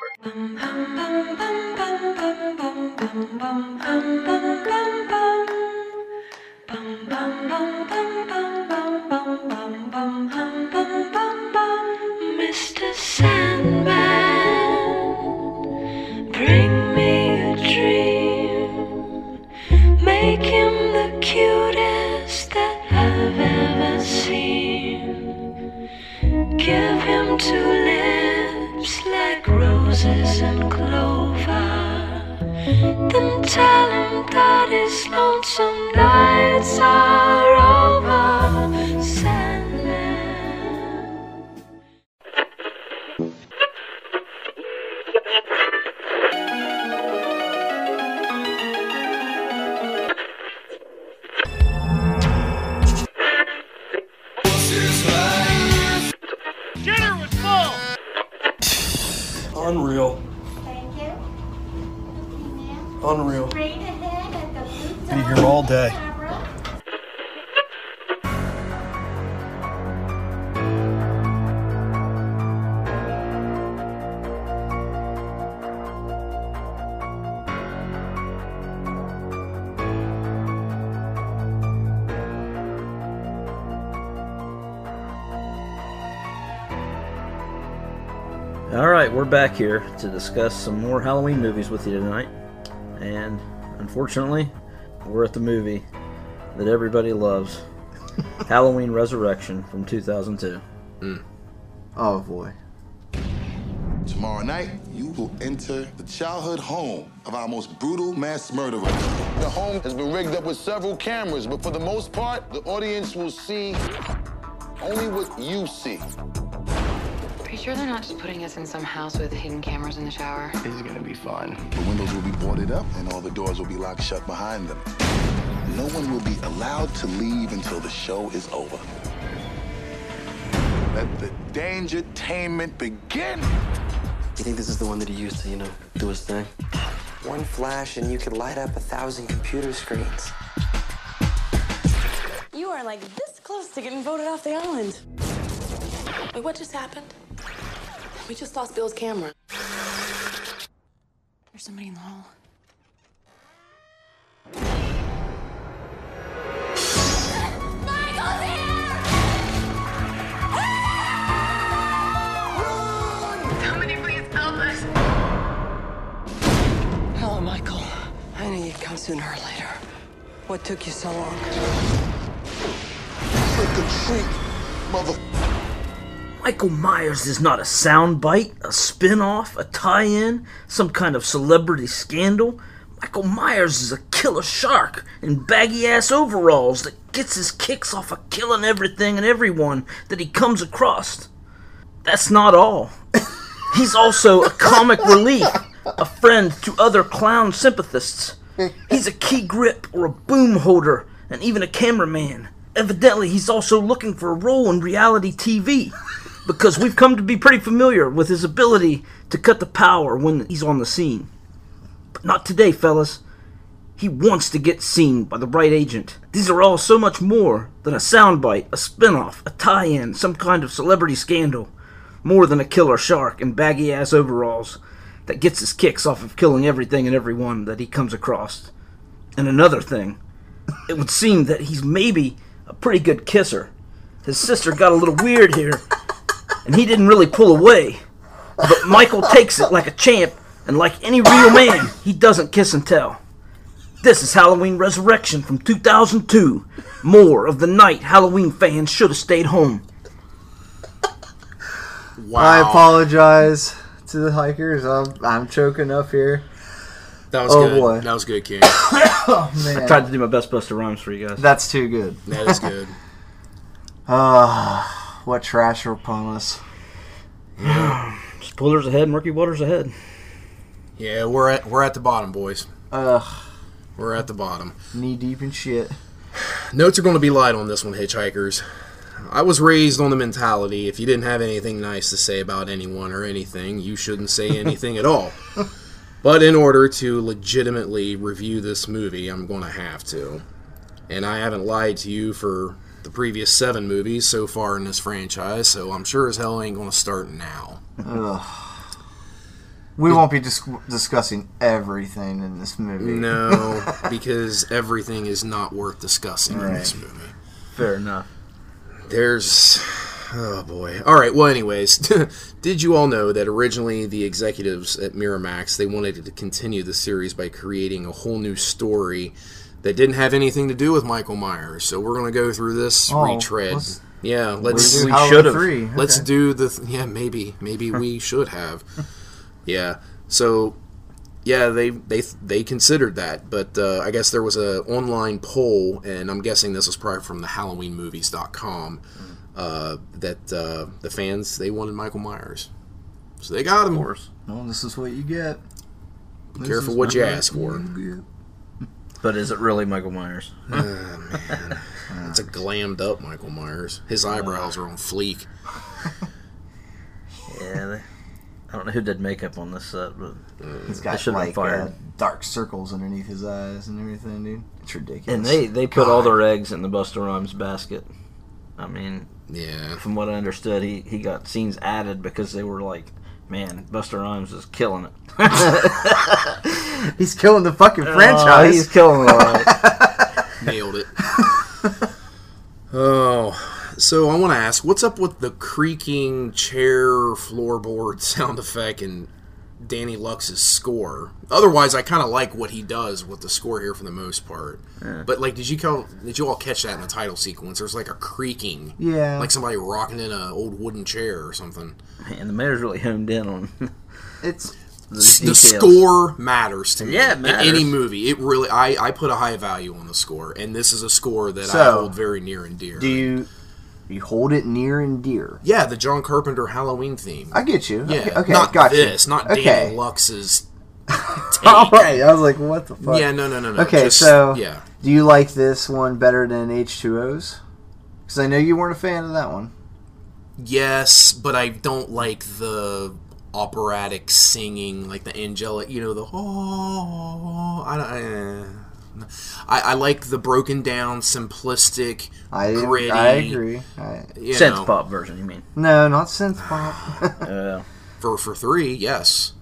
Mr. Sandman, bring me a dream. Make him the cutest that I've ever seen. Give him two lips like roses and clover. Then tell him that his lonesome nights are over. Sandman.
Unreal.
Thank you.
Unreal.
Straight ahead at the blue
Be here all day.
camera.
All right, we're back here to discuss some more Halloween movies with you tonight, and unfortunately, we're at the movie that everybody loves, Halloween Resurrection from 2002.
Oh boy.
Tomorrow night, you will enter the childhood home of our most brutal mass murderer. The home has been rigged up with several cameras, but for the most part, the audience will see only what you see.
Are you sure they're not just putting us in some house with hidden cameras in the shower?
It's gonna be fun. The windows will be boarded up, and all the doors will be locked shut behind them. No one will be allowed to leave until the show is over. Let the dangertainment begin.
You think this is the one that he used to, you know, do his thing? One flash and you could light up a thousand computer screens.
You are like this close to getting voted off the island. Wait, what just happened? We just lost Bill's camera. There's somebody in the hall.
Somebody please help us.
Hello, Michael. I knew you'd come sooner or later. What took you so long?
Trick or treat, mother.
Michael Myers is not a soundbite, a spin off, a tie in, some kind of celebrity scandal. Michael Myers is a killer shark in baggy ass overalls that gets his kicks off of killing everything and everyone that he comes across. That's not all. He's also a comic relief, a friend to other clown sympathists. He's a key grip or a boom holder, and even a cameraman. Evidently, he's also looking for a role in reality TV, because we've come to be pretty familiar with his ability to cut the power when he's on the scene. But not today, fellas. He wants to get seen by the right agent. These are all so much more than a soundbite, a spin-off, a tie-in, some kind of celebrity scandal. More than a killer shark in baggy ass overalls that gets his kicks off of killing everything and everyone that he comes across. And another thing, it would seem that he's maybe a pretty good kisser. His sister got a little weird here, and he didn't really pull away. But Michael takes it like a champ, and like any real man, he doesn't kiss and tell. This is Halloween Resurrection from 2002. More of the night Halloween fans should have stayed home.
I apologize to the hikers. I'm, I'm choking up here.
That was
Oh,
good.
boy.
That was good, King.
Oh man,
I tried to do my best Buster Rhymes for you guys.
that's too good.
That is good.
Ah, what trash are upon us.
Spoilers ahead, murky waters ahead.
Yeah, we're at we're at the bottom, boys.
Ugh,
We're at the bottom.
knee deep in shit.
Notes are going to be light on this one, hitchhikers. I was raised on the mentality if you didn't have anything nice to say about anyone or anything, you shouldn't say anything at all. But in order to legitimately review this movie, I'm going to have to. And I haven't lied to you for the previous seven movies so far in this franchise, so I'm sure as hell ain't going to start now.
We won't be dis- discussing everything in this movie.
No, because everything is not worth discussing in this
Right.
movie.
Fair enough.
There's. Oh boy. All right. Well, anyways, did you all know that originally the executives at Miramax they wanted to continue the series by creating a whole new story that didn't have anything to do with Michael Myers? So we're gonna go through this
Oh,
retread.
let's-
yeah,
Let's
let's
do
we
Halloween
should've.
three. Okay.
let's do the th- yeah maybe maybe we should have yeah so yeah they they they considered that but uh, i guess there was a online poll and i'm guessing this was probably from the halloweenmovies.com uh, that uh, the fans they wanted michael myers so they got him
Well, this is what you get. This
careful
is
what you
what
ask for
you
But is it really Michael Myers?
it's a glammed up michael myers his eyebrows are on fleek
Yeah. They, I don't know who did makeup on this set, but
get. He's
They
got
should've been
like
fired.
uh, dark circles underneath his eyes and everything, dude. It's ridiculous.
and they they put all their eggs in the Buster Rhymes basket. I mean,
yeah
from what I understood, he he got scenes added because they were like, man, Buster Rhymes is killing it.
He's killing the fucking
Oh,
franchise.
he's killing it. All right.
Nailed it. oh, so I want to ask, what's up with the creaking chair floorboard sound effect and Danny Lux's score? Otherwise, I kind of like what he does with the score here for the most part. But like, did you call, did you all catch that in the title sequence? There's like a creaking,
Yeah.
like somebody rocking in an old wooden chair or something.
and the mayor's really honed in on.
it's
S- the
details.
score matters to me.
Yeah, it
in
matters.
any movie, it really. I I put a high value on the score, and this is a score that I
So,
hold very near and dear.
do you you hold it near and dear.
Yeah, the John Carpenter Halloween theme.
I get you.
yeah,
Uh, okay, okay
not
got
this,
you.
not
okay.
Danny Lux's.
All right, I was like, what the fuck?
Yeah, no, no, no, no.
Okay,
just-
so
yeah,
do you like this one better than H2O's? Because I know you weren't a fan of that one.
Yes, but I don't like the operatic singing, like the angelic, you know, the oh. I, don't- eh. I, I like the broken down, simplistic,
I,
gritty.
I agree. I,
you know.
Synth pop version, you mean?
No, not synth pop.
Uh,
For for three, yes.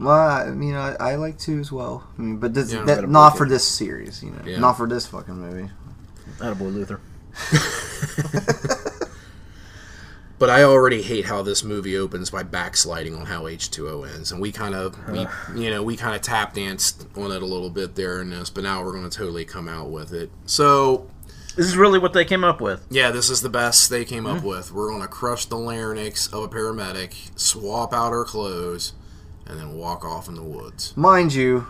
well, I mean, I, I like two as well. I mean, but this,
Yeah,
that,
gotta
not
break
for
it.
this series, you know,
Yeah.
not for this fucking movie.
Attaboy Luther.
But I already hate how this movie opens by backsliding on how H2O ends, and we kind of we you know we kind of tap danced on it a little bit there in this, but now we're going to totally come out with it. So
This is really what they came up with.
Yeah, this is the best they came
Mm-hmm.
up with. We're gonna crush the larynx of a paramedic, swap out her clothes, and then walk off in the woods.
Mind you,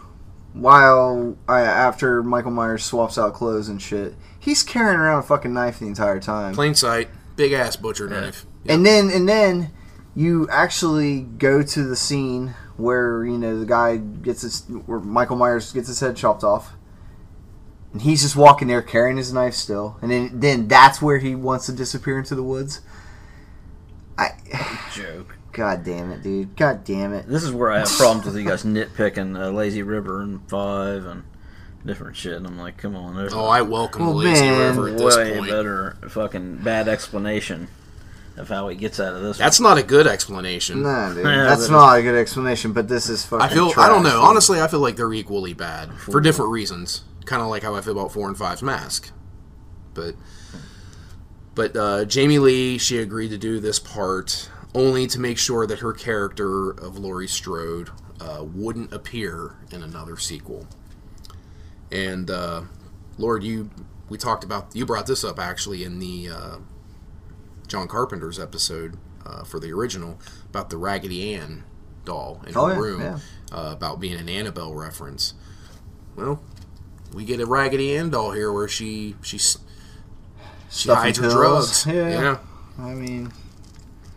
while I, after Michael Myers swaps out clothes and shit, he's carrying around a fucking knife the entire time.
Plain sight, big ass butcher knife.
And then and then you actually go to the scene where you know the guy gets his where Michael Myers gets his head chopped off. And he's just walking there carrying his knife still. And then then that's where he wants to disappear into the woods. I
Joke.
God damn it, dude. God damn it.
This is where I have problems with you guys nitpicking uh, Lazy River and Five and different shit. And I'm like, come on. There's
Oh, I welcome
Well,
Lazy
man,
River at this
way
point.
better fucking bad explanation of how he gets out of this.
That's not a good explanation.
Nah, dude.
Yeah,
that's
that
not a good explanation, but this is fucking
I feel I don't
trash,
know.
dude.
Honestly, I feel like they're equally bad for different reasons. Kind of like how I feel about four and five's mask, but but uh, Jamie Lee she agreed to do this part only to make sure that her character of Laurie Strode uh, wouldn't appear in another sequel. And uh, Lord, you we talked about you brought this up actually in the uh, John Carpenter's episode uh, for the original about the Raggedy Ann doll in
Oh,
her
yeah,
room
yeah.
uh, about being an Annabelle reference. Well, we get a Raggedy Ann doll here where she she s- she
Stuff and
hides her
pills.
drugs.
Yeah. I mean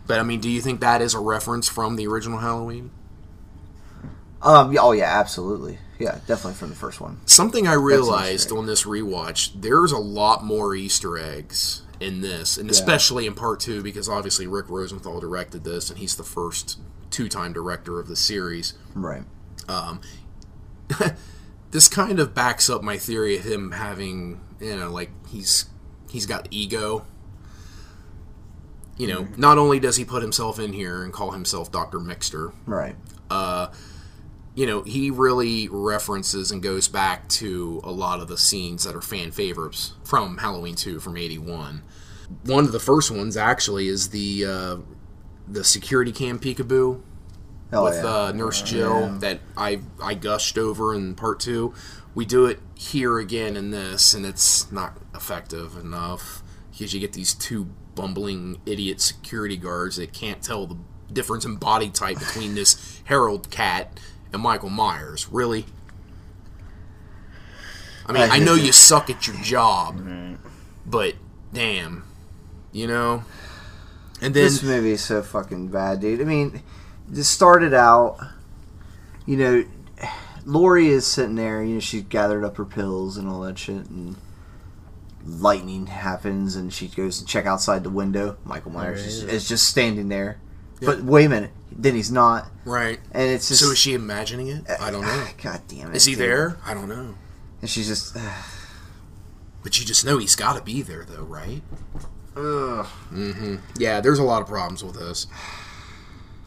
But I mean, do you think that is a reference from the original Halloween?
um yeah, oh yeah, absolutely. Yeah, definitely from the first one.
Something I realized on this rewatch, there's a lot more Easter eggs in this, and
Yeah.
especially in part two, because obviously Rick Rosenthal directed this, and he's the first two time director of the series.
Right.
Um, this kind of backs up my theory of him having, you know, like he's he's got ego. You know, not only does he put himself in here and call himself Doctor Mixter,
Right.
uh, you know, he really references and goes back to a lot of the scenes that are fan favorites from Halloween 2 from 81. One of the first ones actually is the uh, the security cam peekaboo
Oh,
with
yeah.
uh, Nurse Jill that I I gushed over in part two. We do it here again in this, and it's not effective enough because you get these two bumbling idiot security guards that can't tell the difference in body type between this Harold Cat and Michael Myers. Really? I mean,
I
I know
hear you.
you suck at your job, but damn, you know. And then
this movie is so fucking bad, dude. I mean, this started out, you know, Lori is sitting there, you know, she's gathered up her pills and all that shit, and lightning happens, and she goes to check outside the window. Michael Myers is, is just standing there. But wait a minute, then he's not,
right.
and it's just
so is she imagining it? I don't know.
God damn it!
Is he
dude.
there? I don't know.
And she's just,
But you just know he's got to be there, though, right?
ugh.
Mm-hmm. Yeah, there's a lot of problems with this.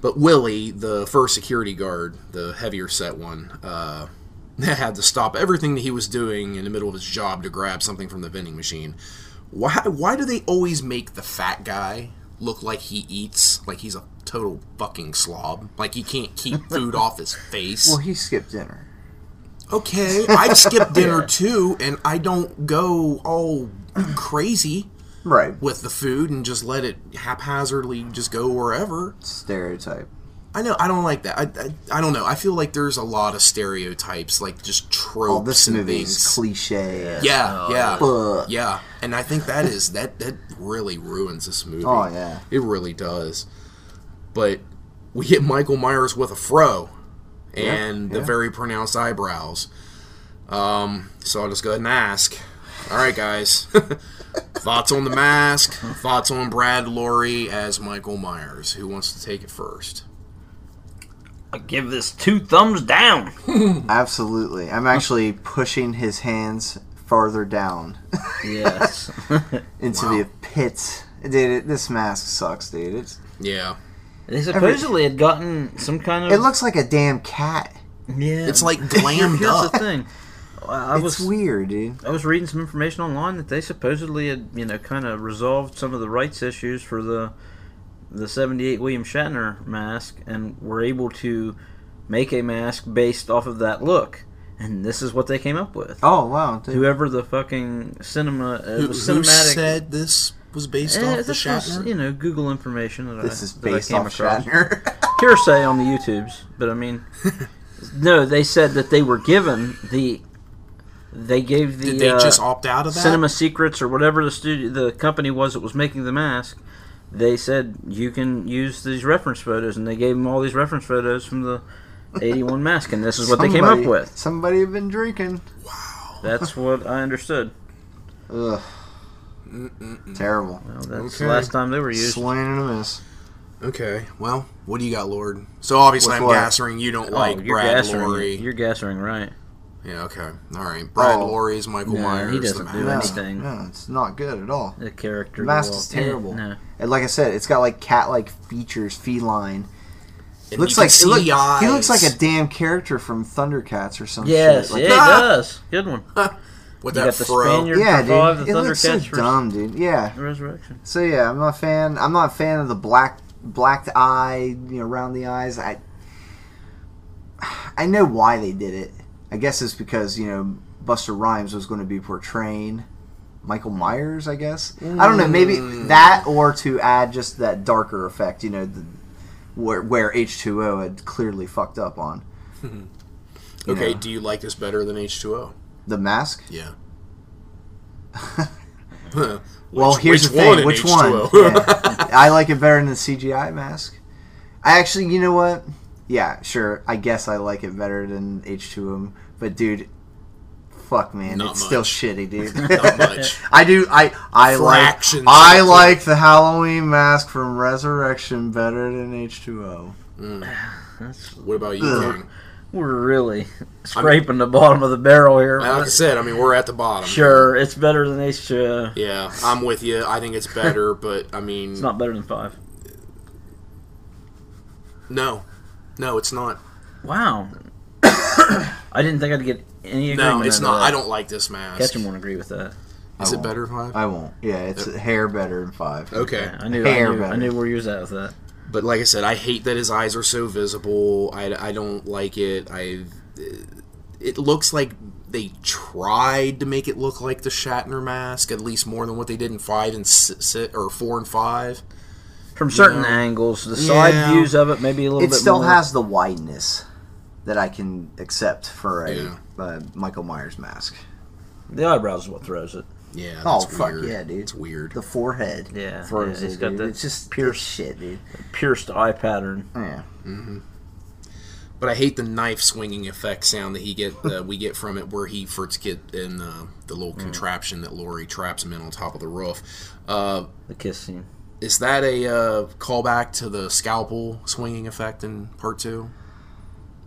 But Willie, the first security guard, the heavier set one, uh, had to stop everything that he was doing in the middle of his job to grab something from the vending machine. Why? Why do they always make the fat guy look like he eats, like he's a total fucking slob, like he can't keep food off his face?
Well, he skipped dinner.
okay, I skip dinner
Yeah.
too, and I don't go all crazy
Right.
with the food and just let it haphazardly just go wherever.
Stereotype.
I know I don't like that. I, I, I don't know. I feel like there's a lot of stereotypes, like just tropes
Oh, this
and
movie is
things.
cliche.
yeah, yeah,
Ugh.
yeah. And I think that is that that really ruins this movie.
Oh yeah.
It really does. But we hit Michael Myers with a fro and the
yeah.
very pronounced eyebrows. Um, so I'll just go ahead and ask All right, guys. thoughts on the mask? Thoughts on Brad Laurie as Michael Myers? Who wants to take it first?
I give this two thumbs down.
Absolutely. I'm actually pushing his hands farther down.
Yes.
into the pits. Dude, it, this mask sucks, dude. It's,
Yeah.
They supposedly had gotten some kind of.
it looks like a damn cat.
Yeah.
It's like glammed
Here's
up.
the thing. I I
It's
was
weird, dude.
I was reading some information online that they supposedly had you know kind of resolved some of the rights issues for the the 78 William Shatner mask and were able to make a mask based off of that look. And this is what they came up with.
Oh, wow. Dude.
Whoever the fucking cinema uh,
Who,
the
who
cinematic
said this was based
Eh,
off the
this was,
Shatner?
you know, Google information that
This
I,
is
that I
based
came
off
across.
Shatner.
Hearsay on the YouTubes, but I mean, no, they said that they were given the, they gave the
Did they
uh,
just opt out of that?
Cinema Secrets or whatever the studio, the company was that was making the mask. They said you can use these reference photos, and they gave them all these reference photos from the '81 mask, and this is what they came up
Somebody-
with.
Somebody had been drinking.
That's what I understood.
Ugh. Terrible.
Well, Oh, that's
Okay.
the last time they were used.
Swing and a miss.
Okay. Well, what do you got, Lord? So obviously,
With
I'm
what?
gassering you don't like
oh, you're
Brad
gassering,
Laurie.
You're gassering, right?
Yeah. Okay. All right. Brad
Oh.
Laurie is Michael
No,
Myers.
he
the
doesn't do
mask.
No,
anything.
no, it's not good at all.
The character.
The mask
will-
is terrible.
Eh, no.
And like I said, it's got like cat-like features, feline.
And you
looks
can
like
see
it look-
the eyes.
he looks like a damn character from Thundercats or some
Yes,
shit. Like,
yeah, it does. Good one.
with
you
that
got the
fro.
Spaniard.
yeah,
for five,
dude.
the
It looks so
Thundercats for-
dumb, dude. Yeah.
Resurrection.
So yeah, I'm not a fan. I'm not a fan of the black blacked eye, you know, round the eyes. I I know why they did it. I guess it's because you know Buster Rhymes was going to be portraying Michael Myers. I guess I don't know. Maybe
Mm.
that or to add just that darker effect. You know, the, where where H2O had clearly fucked up on
Okay.
Yeah.
Do you like this better than H2O?
the mask.
Yeah.
Well,
Which-
here's
which
the thing.
in
which
H2O?
one? Yeah. I like it better than the CGI mask. I actually, you know what? Yeah, sure. I guess I like it better than H2O, but dude, fuck man,
Not
it's still
much.
shitty, dude.
Not much.
I do. I I like.
Fractions
I
of it.
like the Halloween mask from Resurrection better than H2O.
What about you,
Ugh.
King?
We're really scraping the bottom of the barrel here.
Like I said, I mean, we're at the bottom.
Sure, it's better than H. Uh,
Yeah, I'm with you. I think it's better, but I mean,
it's not better than five.
no, no, it's not.
Wow. I didn't think I'd get any agreement.
No, it's
out of
not.
that.
I don't like this mask.
Ketchum won't agree with that.
Is
I
it
won't.
better five?
I won't. Yeah, it's hair better than five.
okay,
Yeah, I knew.
Hair
I knew, I
better.
knew where you was at with that.
but like I said, I hate that his eyes are so visible. I, I don't like it. I it looks like they tried to make it look like the Shatner mask, at least more than what they did in five and six, or four and five.
From certain
know,
angles, the side
yeah.
views of it maybe a little
It
bit.
still
more.
has the wideness that I can accept for a
Yeah.
uh, Michael Myers mask.
the eyebrows is what throws it.
Yeah,
Oh,
that's
fuck
weird.
yeah, dude.
It's weird.
the forehead.
Yeah,
throws
yeah, he's
it,
got
dude.
that
It's just pure
pierced-
shit, dude.
Pierced eye pattern.
Yeah,
But I hate the knife swinging effect sound that he get that we get from it, where he first get in uh, the little
Mm.
contraption that Lori traps him in on top of the roof. Uh,
The kiss scene.
is that a uh, callback to the scalpel swinging effect in part two?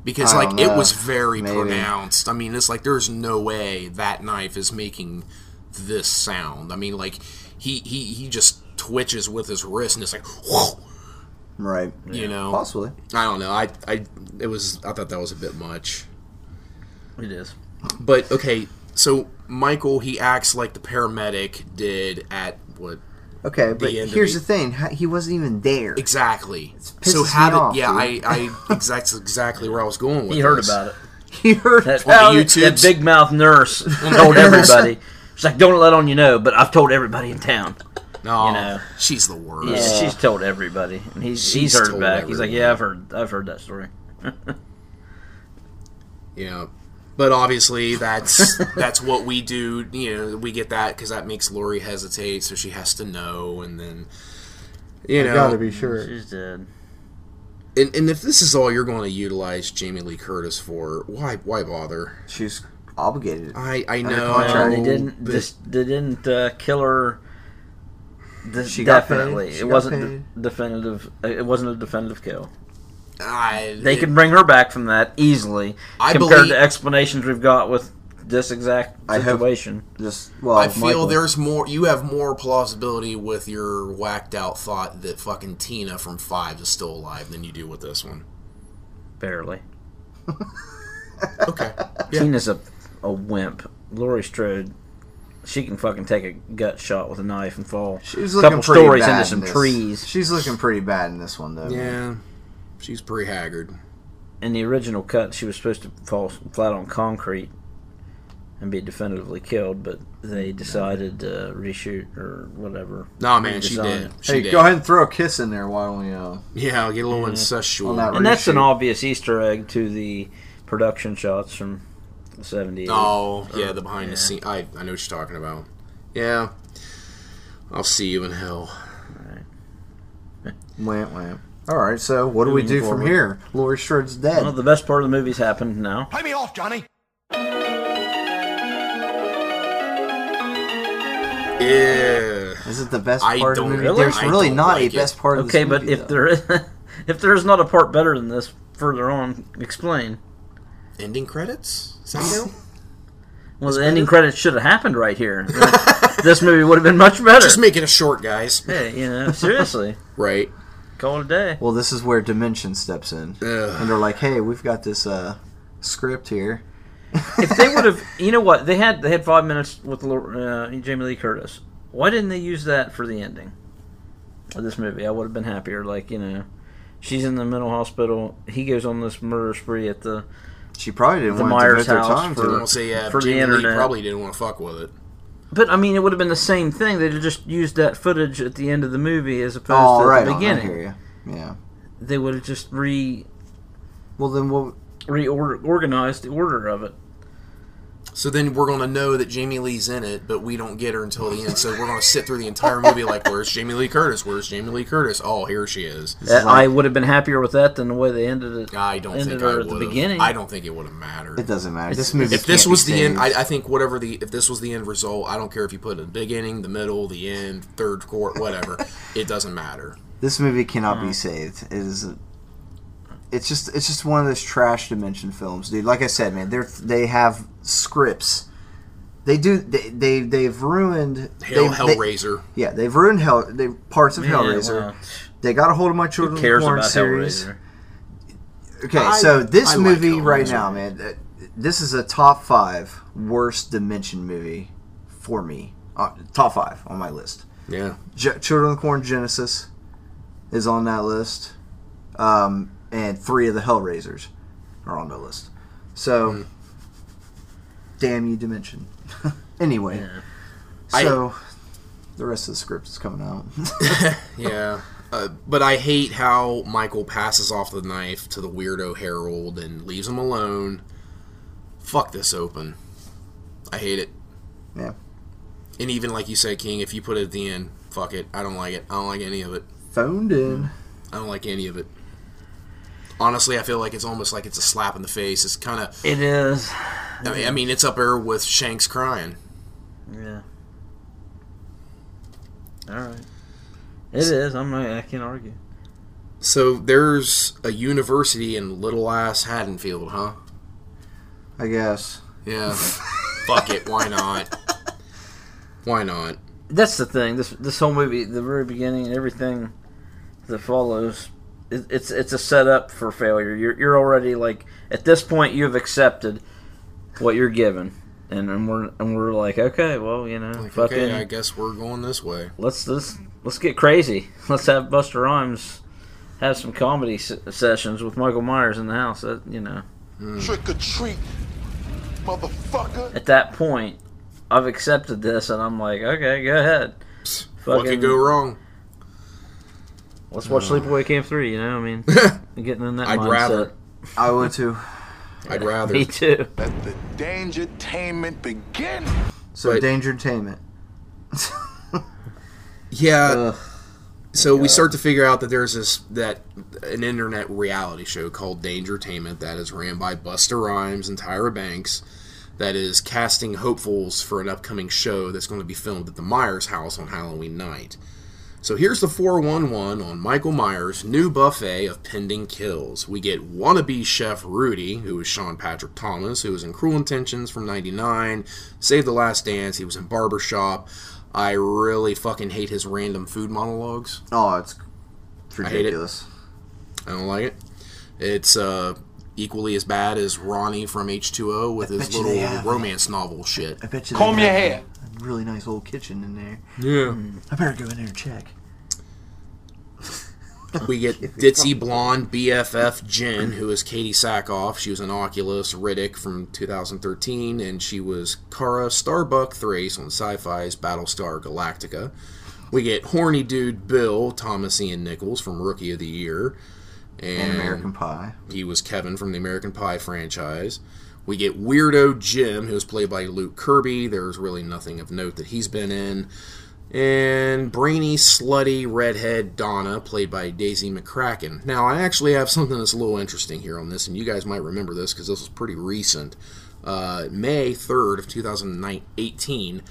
Because
I
like
don't
it
know.
was very
Maybe.
pronounced. I mean, it's like there's no way that knife is making this sound. I mean, like he he he just twitches with his wrist and it's like whoa,
right.
you know.
Possibly.
I don't know. I I it was I thought that was a bit much.
It is.
But okay, so Michael he acts like the paramedic did at what
Okay, but
end of
here's
it.
the thing: ha- he wasn't even there.
exactly?
pisses
So
me
how
off,
did yeah?
dude.
I I exactly exactly where I was going with.
He heard
this.
about it.
He heard
That,
On the
that
YouTubes?
big mouth nurse told everybody. She's like, "Don't let on you know," but I've told everybody in town.
No,
you know.
she's the worst.
Yeah, she's told everybody, and he's
She's
he's heard
told
it back. He's like,
everyone.
"Yeah, I've heard, I've heard that story."
Yeah. But obviously, that's that's what we do. You know, we get that because that makes Lori hesitate, so she has to know, and then you know,
sure.
She's dead.
And, and if this is all you're going to utilize Jamie Lee Curtis for, why why bother?
She's obligated.
I I
under
know.
contract.
they didn't
but-
dis- they didn't uh, kill her. de-
She got paid.
definitely,
She
it
got
wasn't de- definitive. It wasn't a definitive kill.
I,
They can bring her back from that easily,
I
compared
believe-
to explanations we've got with this exact
I hope-
situation.
Just well,
I feel
Michael-
there's more. You have more plausibility with your whacked out thought that fucking Tina from Five is still alive than you do with this one.
Barely.
okay.
Tina's a a wimp. Laurie Strode, she can fucking take a gut shot with a knife and fall.
She's
a
looking
couple
pretty
stories
bad
into
in
some
this.
trees.
She's looking pretty bad in this one though.
Yeah, she's pretty haggard.
In the original cut, she was supposed to fall s- flat on concrete and be definitively killed, but they decided to reshoot or whatever.
Nah, man, she
redesign
did.
it.
She
hey,
did.
go ahead and throw a kiss in there. Why don't we? Uh,
Yeah, I'll get a little incestual.
On that
And that's an
reshoot.
obvious Easter egg to the production shots from the 70s.
Oh, yeah,
Uh,
the behind the scene. I, I know what you're talking about. Yeah. I'll see you in hell.
Wham, wham. All right. So what do we
Moving
do from
forward.
here? Lori Strode's dead.
Well, the best part of the movie's happened now.
Pay me off, Johnny.
Yeah.
Is it the best
I
part of
don't
the movie?
really-
There's
I
really
don't
not
like
a
it.
best part of
Okay,
this
but
movie,
if
though.
there is, if there is not a part better than this further on, explain.
Ending credits? Is that you?
Well, the ending credits should have happened right here. this movie would have been much better.
Just make it a short, guys.
Hey, you know, seriously,
Right.
call it a day.
Well, this is where Dimension steps in.
Ugh.
And they're like, hey, we've got this uh, script here.
If they would have, you know what? They had they had five minutes with Lor- uh, Jamie Lee Curtis. Why didn't they use that for the ending of this movie? I would have been happier. Like you know, she's in the mental hospital. He goes on this murder spree at the
She probably didn't
The
want
Myers
to devote
house
their time
for-
to
I
it.
will say, yeah,
For the
Jamie Lee
internet.
probably didn't want to fuck with it.
But I mean, it would have been the same thing. They'd have just used that footage at the end of the movie as opposed
Oh,
to
right.
at the
on, I
beginning.
hear you. Yeah.
They would have just re
Well, then we'll.
reorder organized the order of it.
So then we're going to know that Jamie Lee's in it, but we don't get her until the end. So we're going to sit through the entire movie like, where's Jamie Lee Curtis? Where's Jamie Lee Curtis? Oh, here she is.
That- I would have been happier with that than the way they ended it.
I don't
ended
think
her
I
at the
would
beginning.
have. I don't think it would have mattered.
It doesn't matter. This movie.
if this was the end, I, I think whatever the if this was the end result, I don't care if you put it in the beginning, the middle, the end, third court, whatever, it doesn't matter.
this movie cannot
Hmm.
be saved. It is. It's just it's just one of those trash dimension films, dude. Like I said, man, they're they have scripts. They do they, they they've ruined
Hell,
they- they-
Hellraiser.
yeah, they've ruined hell they parts of
Man,
Hellraiser.
well,
They got a hold of my children.
who cares
porn
about
series.
Hellraiser?
Okay,
I-
so this
I like
movie
Hellraiser.
right now, man, th- this is a top five worst dimension movie for me. Uh, top five on my list.
yeah,
J- Children of the Corn Genesis is on that list, um, and three of the Hellraisers are on that list. So,
Hmm.
damn you, Dimension. anyway,
I-
so the rest of the script is coming out.
yeah. Uh, but I hate how Michael passes off the knife to the weirdo Harold and leaves him alone. Fuck this open. I hate it.
yeah,
And even like you said, King, if you put it at the end, fuck it. I don't like it. I don't like any of it.
phoned in.
I don't like any of it. Honestly, I feel like it's almost like it's a slap in the face. It's kind of
It is.
I mean, I mean, it's up there with Shanks crying.
Yeah. All right. It is. I'm. not- I can't argue.
So there's a university in little ass Haddonfield, huh?
I guess.
Yeah. Fuck it. Why not? Why not?
that's the thing. This this whole movie, the very beginning and everything that follows, it, it's it's a setup for failure. You're you're already like at this point you have accepted what you're given, and and we're and we're like okay, well you know
Like,
fucking
okay, I guess we're going this way.
let's let's let's get crazy. Let's have Buster Rhymes have some comedy se- sessions with Michael Myers in the house. That you know
Trick or treat, motherfucker.
at that point I've accepted this, and I'm like okay, go ahead.
What
Fucking-
could go wrong?
Let's watch Sleepaway Camp three. You know, I mean, getting in that
I'd
mindset.
rather.
I would too.
I'd rather.
Me too.
Let the dangertainment begin.
So,
But-
Danger Entertainment.
Yeah.
Ugh.
so we start to figure out that there's this that an internet reality show called Dangertainment that is ran by Buster Rhymes and Tyra Banks. that is casting hopefuls for an upcoming show that's going to be filmed at the Myers house on Halloween night. So here's the 411 on Michael Myers' new buffet of pending kills. We get wannabe chef Rudy, who is Sean Patrick Thomas, who was in Cruel Intentions from 99, Save the Last Dance, he was in Barbershop. I really fucking hate his random food monologues.
Oh, it's
ridiculous. I, hate it. I don't like it. It's uh, equally as bad as Ronnie from H2O with his
bet you they
little
have.
romance novel shit.
I bet you.
Comb
they
your
have
hair.
A really nice old kitchen in there. Hmm.
Yeah.
I better go in there and check.
We get ditzy blonde BFF Jen, who is Katie Sackhoff. She was in Oculus, Riddick from 2013, and she was Kara Starbuck Thrace on Sci-Fi's Battlestar Galactica. We get horny dude Bill Thomas Ian Nichols from Rookie of the Year,
And American Pie.
He was Kevin from the American Pie franchise. We get weirdo Jim, who was played by Luke Kirby. There's really nothing of note that he's been in. And brainy, slutty redhead Donna, played by Daisy McCracken. Now, I actually have something that's a little interesting here on this, and you guys might remember this because this was pretty recent. Uh, May 3rd of 2018,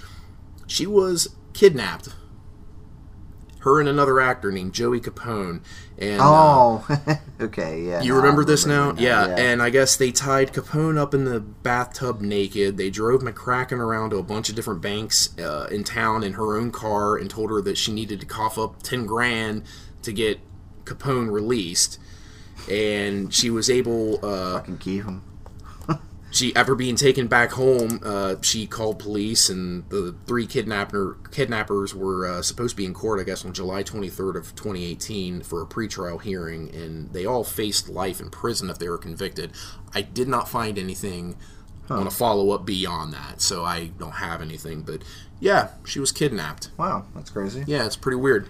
she was kidnapped. Her and another actor named Joey Capone. And, uh,
oh, okay, yeah.
you
no, I
remember this now?
remember
Yeah. and I guess they tied Capone up in the bathtub naked. They drove McCracken around to a bunch of different banks uh, in town in her own car and told her that she needed to cough up 10 grand to get Capone released. And she was able. Uh, Fucking
keep him.
she after being taken back home, uh, she called police, and the three kidnapper kidnappers were uh, supposed to be in court, I guess, on July 23rd of 2018 for a pretrial hearing, and they all faced life in prison if they were convicted. I did not find anything on a follow up beyond that, so I don't have anything. But yeah, she was kidnapped.
Wow, that's crazy.
Yeah, it's pretty weird.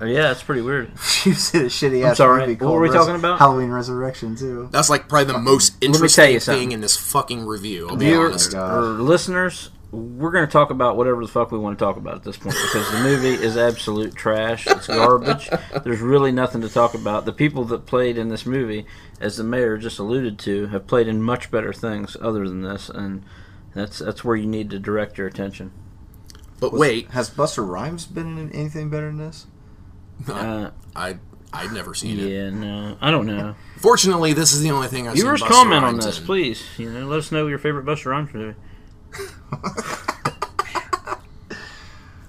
Oh, yeah, that's pretty weird.
you said a shitty
I'm
ass
sorry,
movie
what
called
were we
Res-
talking about?
Halloween Resurrection too.
That's like probably the most
Uh, Let me tell
interesting
you something.
thing in this fucking review.
Oh
I'll be honest.
Viewers or listeners, we're going to talk about whatever the fuck we want to talk about at this point because the movie is absolute trash. It's garbage. There's really nothing to talk about. The people that played in this movie, as the mayor just alluded to, have played in much better things other than this, and that's that's where you need to direct your attention.
But
Was- has Buster Rhymes been in anything better than this?
Uh,
I I've never seen
it. Yeah, no, I don't know.
Fortunately, this is the only thing I've
Viewers,
seen. Busta
comment on
Rhymes
this,
in.
please. You know, let us know your favorite Buster Rhymes movie.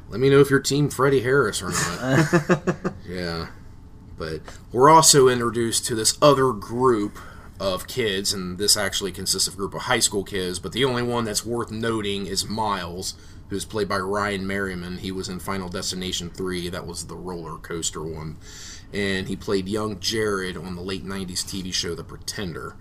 Let me know if you're Team Freddie Harris or not. yeah. But we're also introduced to this other group of kids, and this actually consists of a group of high school kids, but the only one that's worth noting is Miles, who's played by Ryan Merriman. He was in Final Destination 3, that was the roller coaster one. And he played young Jared on the late 90s TV show The Pretender.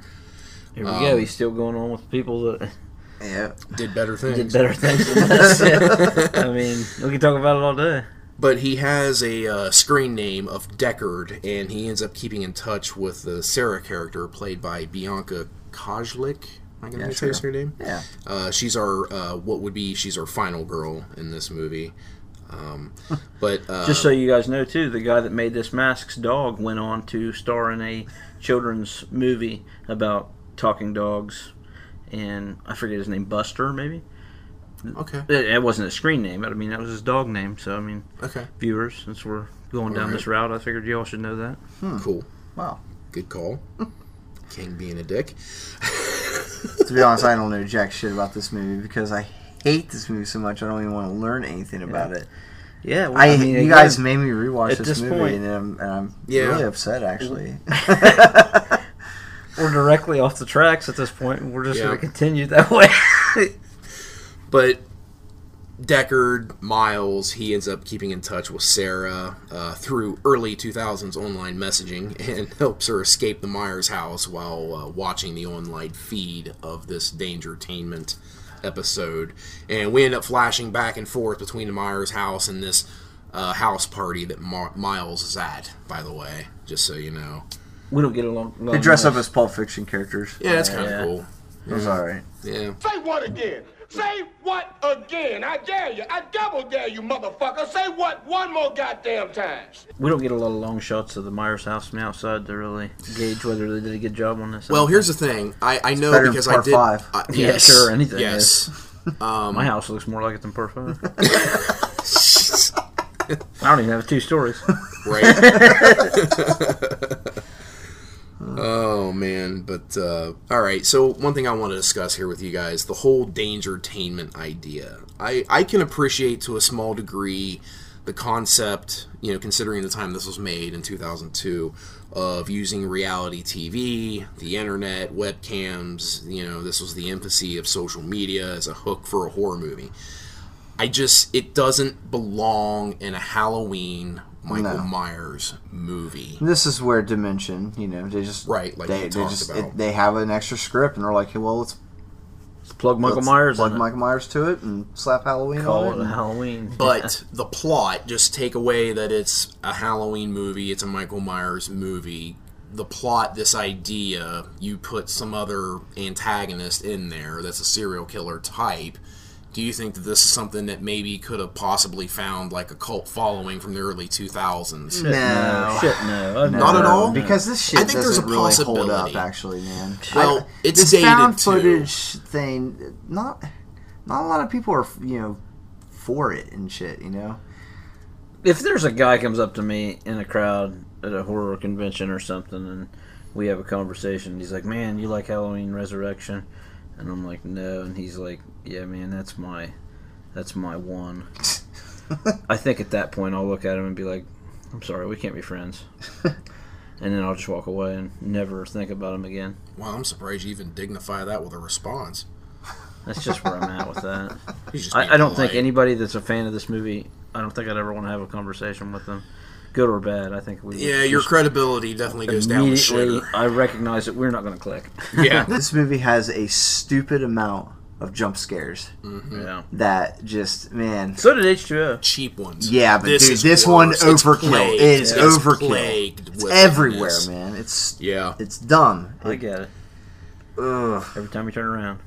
Here we
Um,
go. He's still going on with people that
yeah
did better things.
Did better things than this. I mean, we can talk about it all day.
But he has a uh, screen name of Deckard, and he ends up keeping in touch with the Sarah character played by Bianca Kojlik. Am I going to
Yeah,
mispronounce
sure.
her name?
Yeah.
Uh, she's our uh, what would be she's our final girl in this movie. Um, but uh,
Just so you guys know, too, the guy that made this mask's dog went on to star in a children's movie about talking dogs, and I forget his name, Buster, maybe.
uh, Okay.
It, it wasn't his screen name, but I mean that was his dog name. So I mean,
Okay.
Viewers, since we're going down
Alright.
this route, I figured y'all should know that.
cool.
Hmm. Wow.
Good call. King being a dick.
to be honest, I don't know jack shit about this movie because I hate this movie so much. I don't even want to learn anything about it.
Yeah, well,
I,
I mean,
you
again,
guys made me rewatch
at
this,
this
movie,
point-
and I'm, and I'm
Yeah.
really upset actually.
We're directly off the tracks at this point. and We're just
Yeah.
going to continue that way.
But Deckard, Miles, he ends up keeping in touch with Sarah uh, through early 2000s online messaging and helps her escape the Myers house while uh, watching the online feed of this Dangertainment episode. And we end up flashing back and forth between the Myers house and this uh, house party that Mar- Miles is at, by the way, just so you know.
we don't get along.
they dress up as Pulp Fiction characters.
Yeah, that's kind of cool.
It was
Yeah.
all right.
Yeah.
Say what again? Say what again? I dare you. I double dare you, motherfucker. Say what one more goddamn time.
We don't get a lot of long shots of the Myers house from the outside to really gauge whether they did a good job on this.
Well, here's the thing. I, I know
better than
because I
par
did.
five.
I-
Yeah,
yes,
sure, anything
Yes. Um,
My house looks more like it than part five. I don't even have two stories.
Right. oh man, but uh, all right. So one thing I want to discuss here with you guys, the whole dangertainment idea. I I can appreciate to a small degree the concept, you know, considering the time this was made in 2002 of using reality TV, the internet, webcams, you know, this was the infancy of social media as a hook for a horror movie. I just it doesn't belong in a Halloween Michael
No.
Myers movie.
This is where Dimension, you know, they just
Right, like
they,
we
they
talked
just
about.
it- they have an extra script and they're like, hey, well, let's,
plug Michael Myers
plug
in it.
Michael Myers to it, and slap Halloween
Call
on
it
it.
a
and-
Halloween.
But the plot, just take away that it's a Halloween movie, it's a Michael Myers movie. The plot, this idea, you put some other antagonist in there that's a serial killer type. Do you think that this is something that maybe could have possibly found like a cult following from the early 2000s?
Hmm.
Shit, no. No.
Shit, no. I've
Not at
never-
all?
because this shit
I think there's
doesn't
a
really hold up.
possibility.
Actually, man,
Well,
I-
it's
this
dated
found
too.
footage thing. Not not a lot of people are you know for it and shit. You know,
if there's a guy comes up to me in a crowd at a horror convention or something and we have a conversation he's like man you like halloween resurrection and i'm like no and he's like yeah man that's my that's my one i think at that point i'll look at him and be like i'm sorry we can't be friends and then i'll just walk away and never think about him again
Well, I'm surprised you even dignify that with a response.
that's just where i'm at with that
He's just being
I, I don't think
polite.
anybody that's a fan of this movie i don't think i'd ever want to have a conversation with them good or bad i think we would
Yeah, your
just-
credibility definitely goes down the
immediately
shitter.
I recognize that we're not going to click.
Yeah.
this movie has a stupid amount of jump scares
yeah.
that just man.
So did H2O.
Cheap ones.
Yeah, but dude,
is
this one
worse. It's
overkill.
plagued-
It is
it's
overkill.
plagued
It's
with
everywhere,
this.
man. It's
Yeah.
it's dumb.
I
It-
get it.
ugh.
Every time you turn around.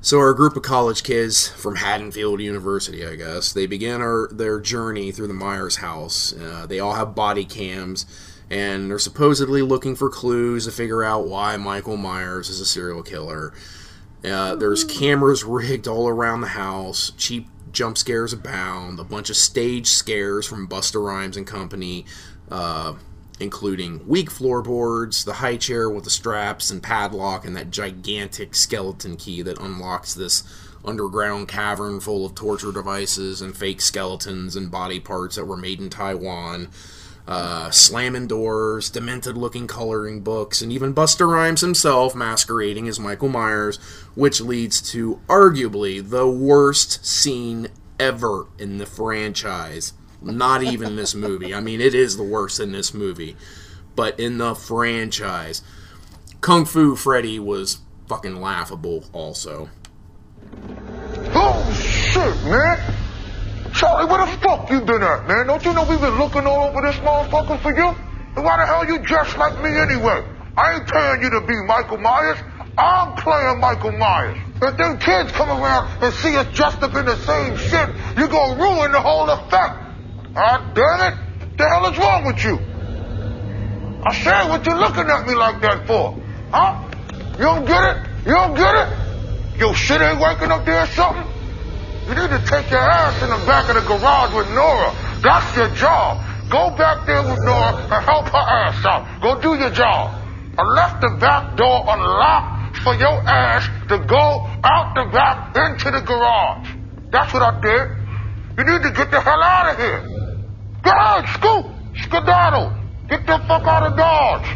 So our group of college kids from Haddonfield University, I guess, they begin our, their journey through the Myers house. Uh, they all have body cams, and they're supposedly looking for clues to figure out why Michael Myers is a serial killer. Uh, there's cameras rigged all around the house. Cheap jump scares abound. A bunch of stage scares from Buster Rhymes and company, uh, including weak floorboards, the high chair with the straps and padlock, and that gigantic skeleton key that unlocks this underground cavern full of torture devices and fake skeletons and body parts that were made in Taiwan. Uh, slamming doors, demented looking coloring books, and even Buster Rhymes himself masquerading as Michael Myers, which leads to arguably the worst scene ever in the franchise. Not even this movie. I mean, it is the worst in this movie, but in the franchise. Kung Fu Freddy was fucking laughable, also.
Oh shit, man! Charlie, where the fuck you been at, man? Don't you know we've been looking all over this motherfucker for you? And why the hell you dressed like me anyway? I ain't paying you to be Michael Myers. I'm playing Michael Myers. If them kids come around and see us dressed up in the same shit, you gonna ruin the whole effect. Ah, damn it! The hell is wrong with you? I said, what you looking at me like that for? Huh? You don't get it? You don't get it? Your shit ain't working up there or something? You need to take your ass in the back of the garage with Nora. That's your job. Go back there with Nora and help her ass out. Go do your job. I left the back door unlocked for your ass to go out the back into the garage. That's what I did. You need to get the hell out of here. Get out, scoop, skedaddle. Get the fuck out of Dodge.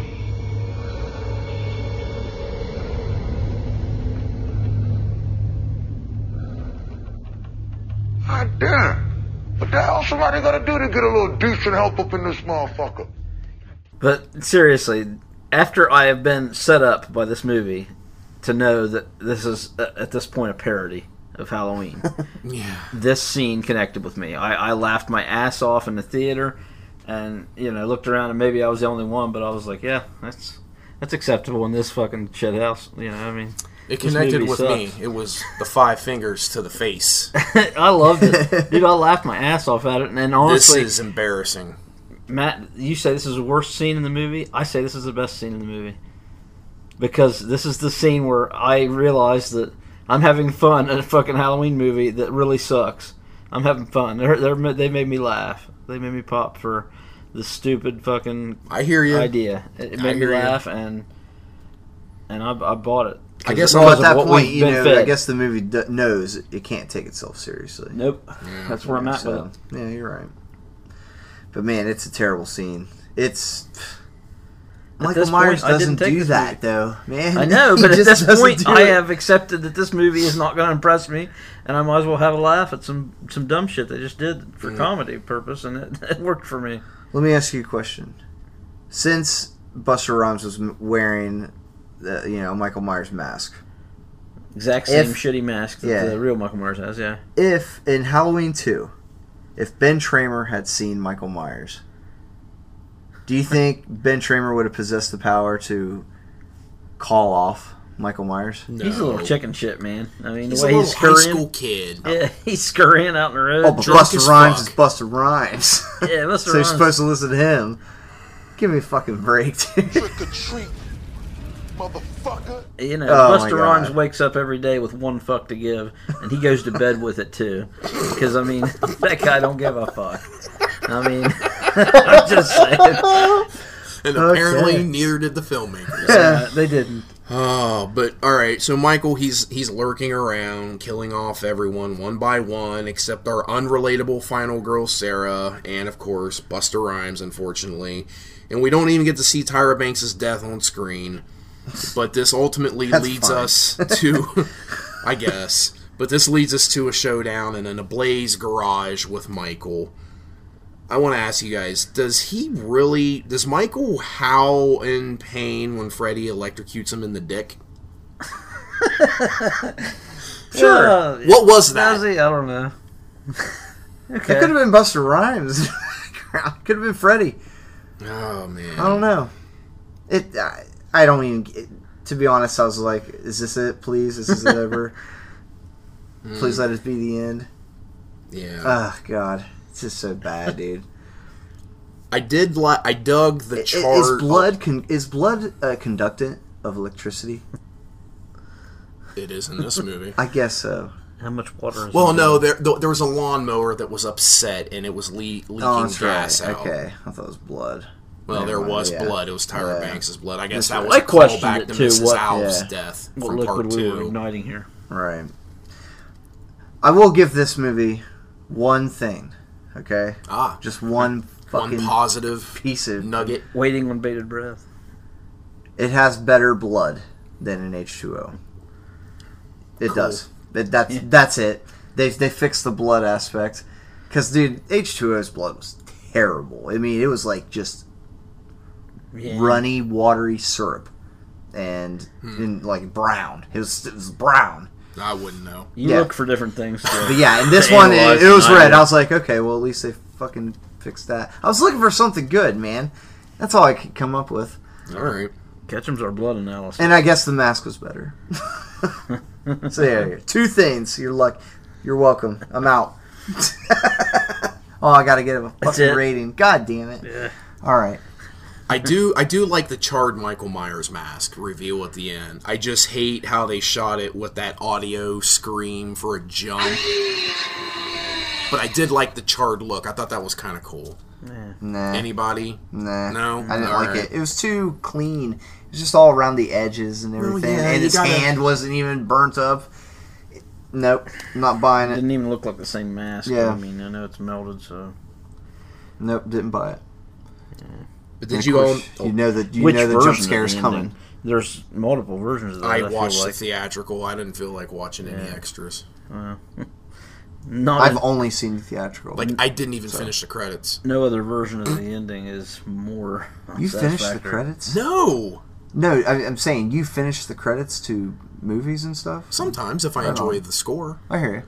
God damn. What the hell somebody gotta do to get a little decent help up in this motherfucker?
But seriously, after I have been set up by this movie to know that this is uh, at this point a parody of Halloween,
Yeah.
this scene connected with me. I, I laughed my ass off in the theater, and you know looked around and maybe I was the only one, but I was like, yeah, that's that's acceptable in this fucking shit house. You know, what I mean,
It
This movie
connected with me.
sucks.
It was the five fingers to the face.
I loved it, dude. I laughed my ass off at it, and then honestly,
this is embarrassing.
Matt, you say this is the worst scene in the movie. I say this is the best scene in the movie because this is the scene where I realize that I'm having fun at a fucking Halloween movie that really sucks. I'm having fun. They're, they're, they made me laugh. They made me pop for the stupid fucking
I hear you.
idea. It, it
I
made me
hear you.
laugh and and I, I bought it.
I guess
because
well, at
of
that
what
point,
we've
you
been
know,
fed.
I guess the movie d- knows it can't take itself seriously.
Nope. That's where I'm at with
So,
it.
Yeah, you're right. But man, it's a terrible scene. It's
At
Michael
this
Myers
point, I didn't
doesn't
take
do
this movie.
that though, man.
I know,
He
but at
just
this
doesn't
point,
do
I
it.
have accepted that this movie is not going to impress me, and I might as well have a laugh at some some dumb shit they just did for
Yeah.
comedy purpose, and it, it worked for me.
Let me ask you a question. Since Buster Rhymes was m- wearing, the, you know, Michael Myers mask,
Exact same
If-
shitty mask that
yeah.
the real Michael Myers has. Yeah,
if in Halloween two, if Ben Tramer had seen Michael Myers, do you think Ben Tramer would have possessed the power to call off Michael Myers?
he's a little chicken shit, man. I mean,
He's
the
a
way he's
little high
scurrying,
school kid.
Yeah, he's scurrying out in the road.
Oh, but
drunk
Buster
as
Rhymes
fuck.
is Buster Rhymes.
Yeah, Busta
so you're
Rhymes.
supposed to listen to him. Give me a fucking break, dude.
Trick or treat, motherfucker.
You know,
Oh, my
Buster
God.
Rhymes wakes up every day with one fuck to give, and he goes to bed with it too. Because I mean, that guy don't give a fuck. I mean, I'm just saying.
And
Okay.
apparently, neither did the filmmakers.
Yeah, they didn't.
Oh, but all right. So Michael, he's he's lurking around, killing off everyone one by one, except our unrelatable final girl Sarah, and of course Buster Rhymes, unfortunately. And we don't even get to see Tyra Banks' death on screen. But this ultimately
That's
leads
fine.
us to, I guess. But this leads us to a showdown in an ablaze garage with Michael. I want to ask you guys: Does he really? Does Michael howl in pain when Freddy electrocutes him in the dick? Sure.
Uh,
What was that?
Nazi? I don't know.
It could have been Buster Rhymes. could have been Freddy.
Oh man.
I don't know. It. I, I don't even. It, to be honest, I was like, "Is this it? Please, is this it ever? Please let it be the end."
Yeah.
Oh God, it's just so bad, dude.
I did. Li- I dug the
I-
chart.
Is blood con- is blood a conductant of electricity?
It is in this movie.
I guess so.
How much water is?
well,
in
no.
there?
There, there was a lawnmower that was upset, and it was le- leaking
Oh, that's
gas
right.
out.
Okay, I thought it was blood.
Well,
Never
there
mind,
was
yeah.
blood. It was Tyra
Yeah.
Banks' blood. I guess
That's
that
right.
was
I
a
questioned
callback
it
to
too,
Mrs.
what-
Alves'
yeah.
death
What
from
liquid
part
we were
two.
igniting here?
Right. I will give this movie one thing. Okay.
Ah,
Just one fucking
one positive
piece of
nugget.
Waiting on bated breath.
It has better blood than an H two O. It
Cool.
does. It, that's that's it. They they fixed the blood aspect because dude, H two O's blood was terrible. I mean, it was like just
Yeah.
runny, watery syrup, and, and like brown. It was, it was brown.
I wouldn't know.
You
Yeah.
look for different things. to-
But yeah, and this
to
one it,
analyze
it was
and
red.
idea.
I was like, okay, well at least they fucking fixed that. I was looking for something good, man. That's all I could come up with.
All right.
Ketchum's our blood analysis.
And I guess the mask was better. so yeah, yeah. two things. You're luck. You're welcome. I'm out. oh, I gotta get him a
That's
fucking
it.
rating. God damn it.
Yeah.
All right.
I do I do like the charred Michael Myers mask reveal at the end. I just hate how they shot it with that audio scream for a jump. But I did like the charred look. I thought that was kind of cool.
Nah.
Anybody?
nah.
No?
I didn't
All
like
right.
it. It was too clean. It was just all around the edges
Oh,
and everything.
yeah,
and
you
his
gotta-
hand wasn't even burnt up. Nope. Not buying it.
Didn't even look like the same mask.
Yeah.
I mean, I know it's melted, so
Nope. Didn't buy it.
But did
And of
you all
course, You know that you
Which
know the
version
jump
of
scare's
the
coming.
ending? There's multiple versions of that.
I
feel
watched
like.
the theatrical. I didn't feel like watching any
Yeah.
extras.
Well, not
I've
in-
only seen the theatrical.
Like I didn't even finish the credits.
no other version of the ending is more.
you finished the
satisfactory.
credits?
No.
No, I, I'm saying you finish the credits to movies and stuff.
Sometimes if I
Right on.
enjoy the score.
I hear you.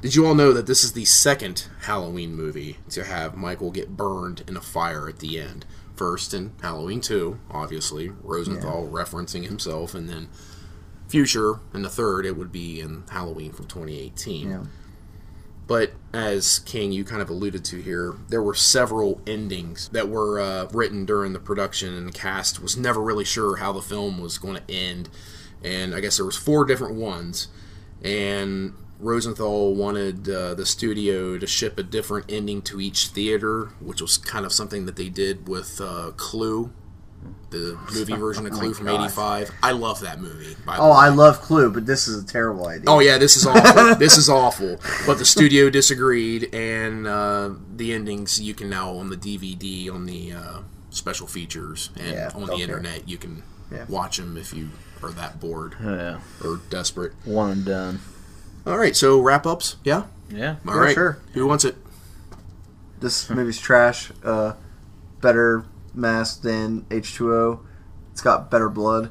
Did you all know that this is the second Halloween movie to have Michael get burned in a fire at the end? First in Halloween 2, obviously, Rosenthal referencing himself, and then future, and the third it would be in Halloween from 2018.
Yeah.
But as King, you kind of alluded to here, there were several endings that were uh, written during the production, and the cast was never really sure how the film was going to end. And I guess there was four different ones, and Rosenthal wanted uh, the studio to ship a different ending to each theater, which was kind of something that they did with uh, Clue, the movie version of
Oh my
Clue from
God.
'85. I love that movie. By the
Oh,
way.
I love Clue, but this is a terrible idea.
Oh yeah, this is awful. this is awful. But the studio disagreed, and uh, the endings you can now on the DVD on the uh, special features and
Yeah,
on the
okay.
internet you can
Yeah.
watch them if you are that bored
Yeah.
or desperate.
One and done.
All right, so wrap ups. Yeah.
Yeah.
All right.
Yeah, sure.
Who wants it?
This movie's trash. Uh, better mask than H2O. It's got better blood.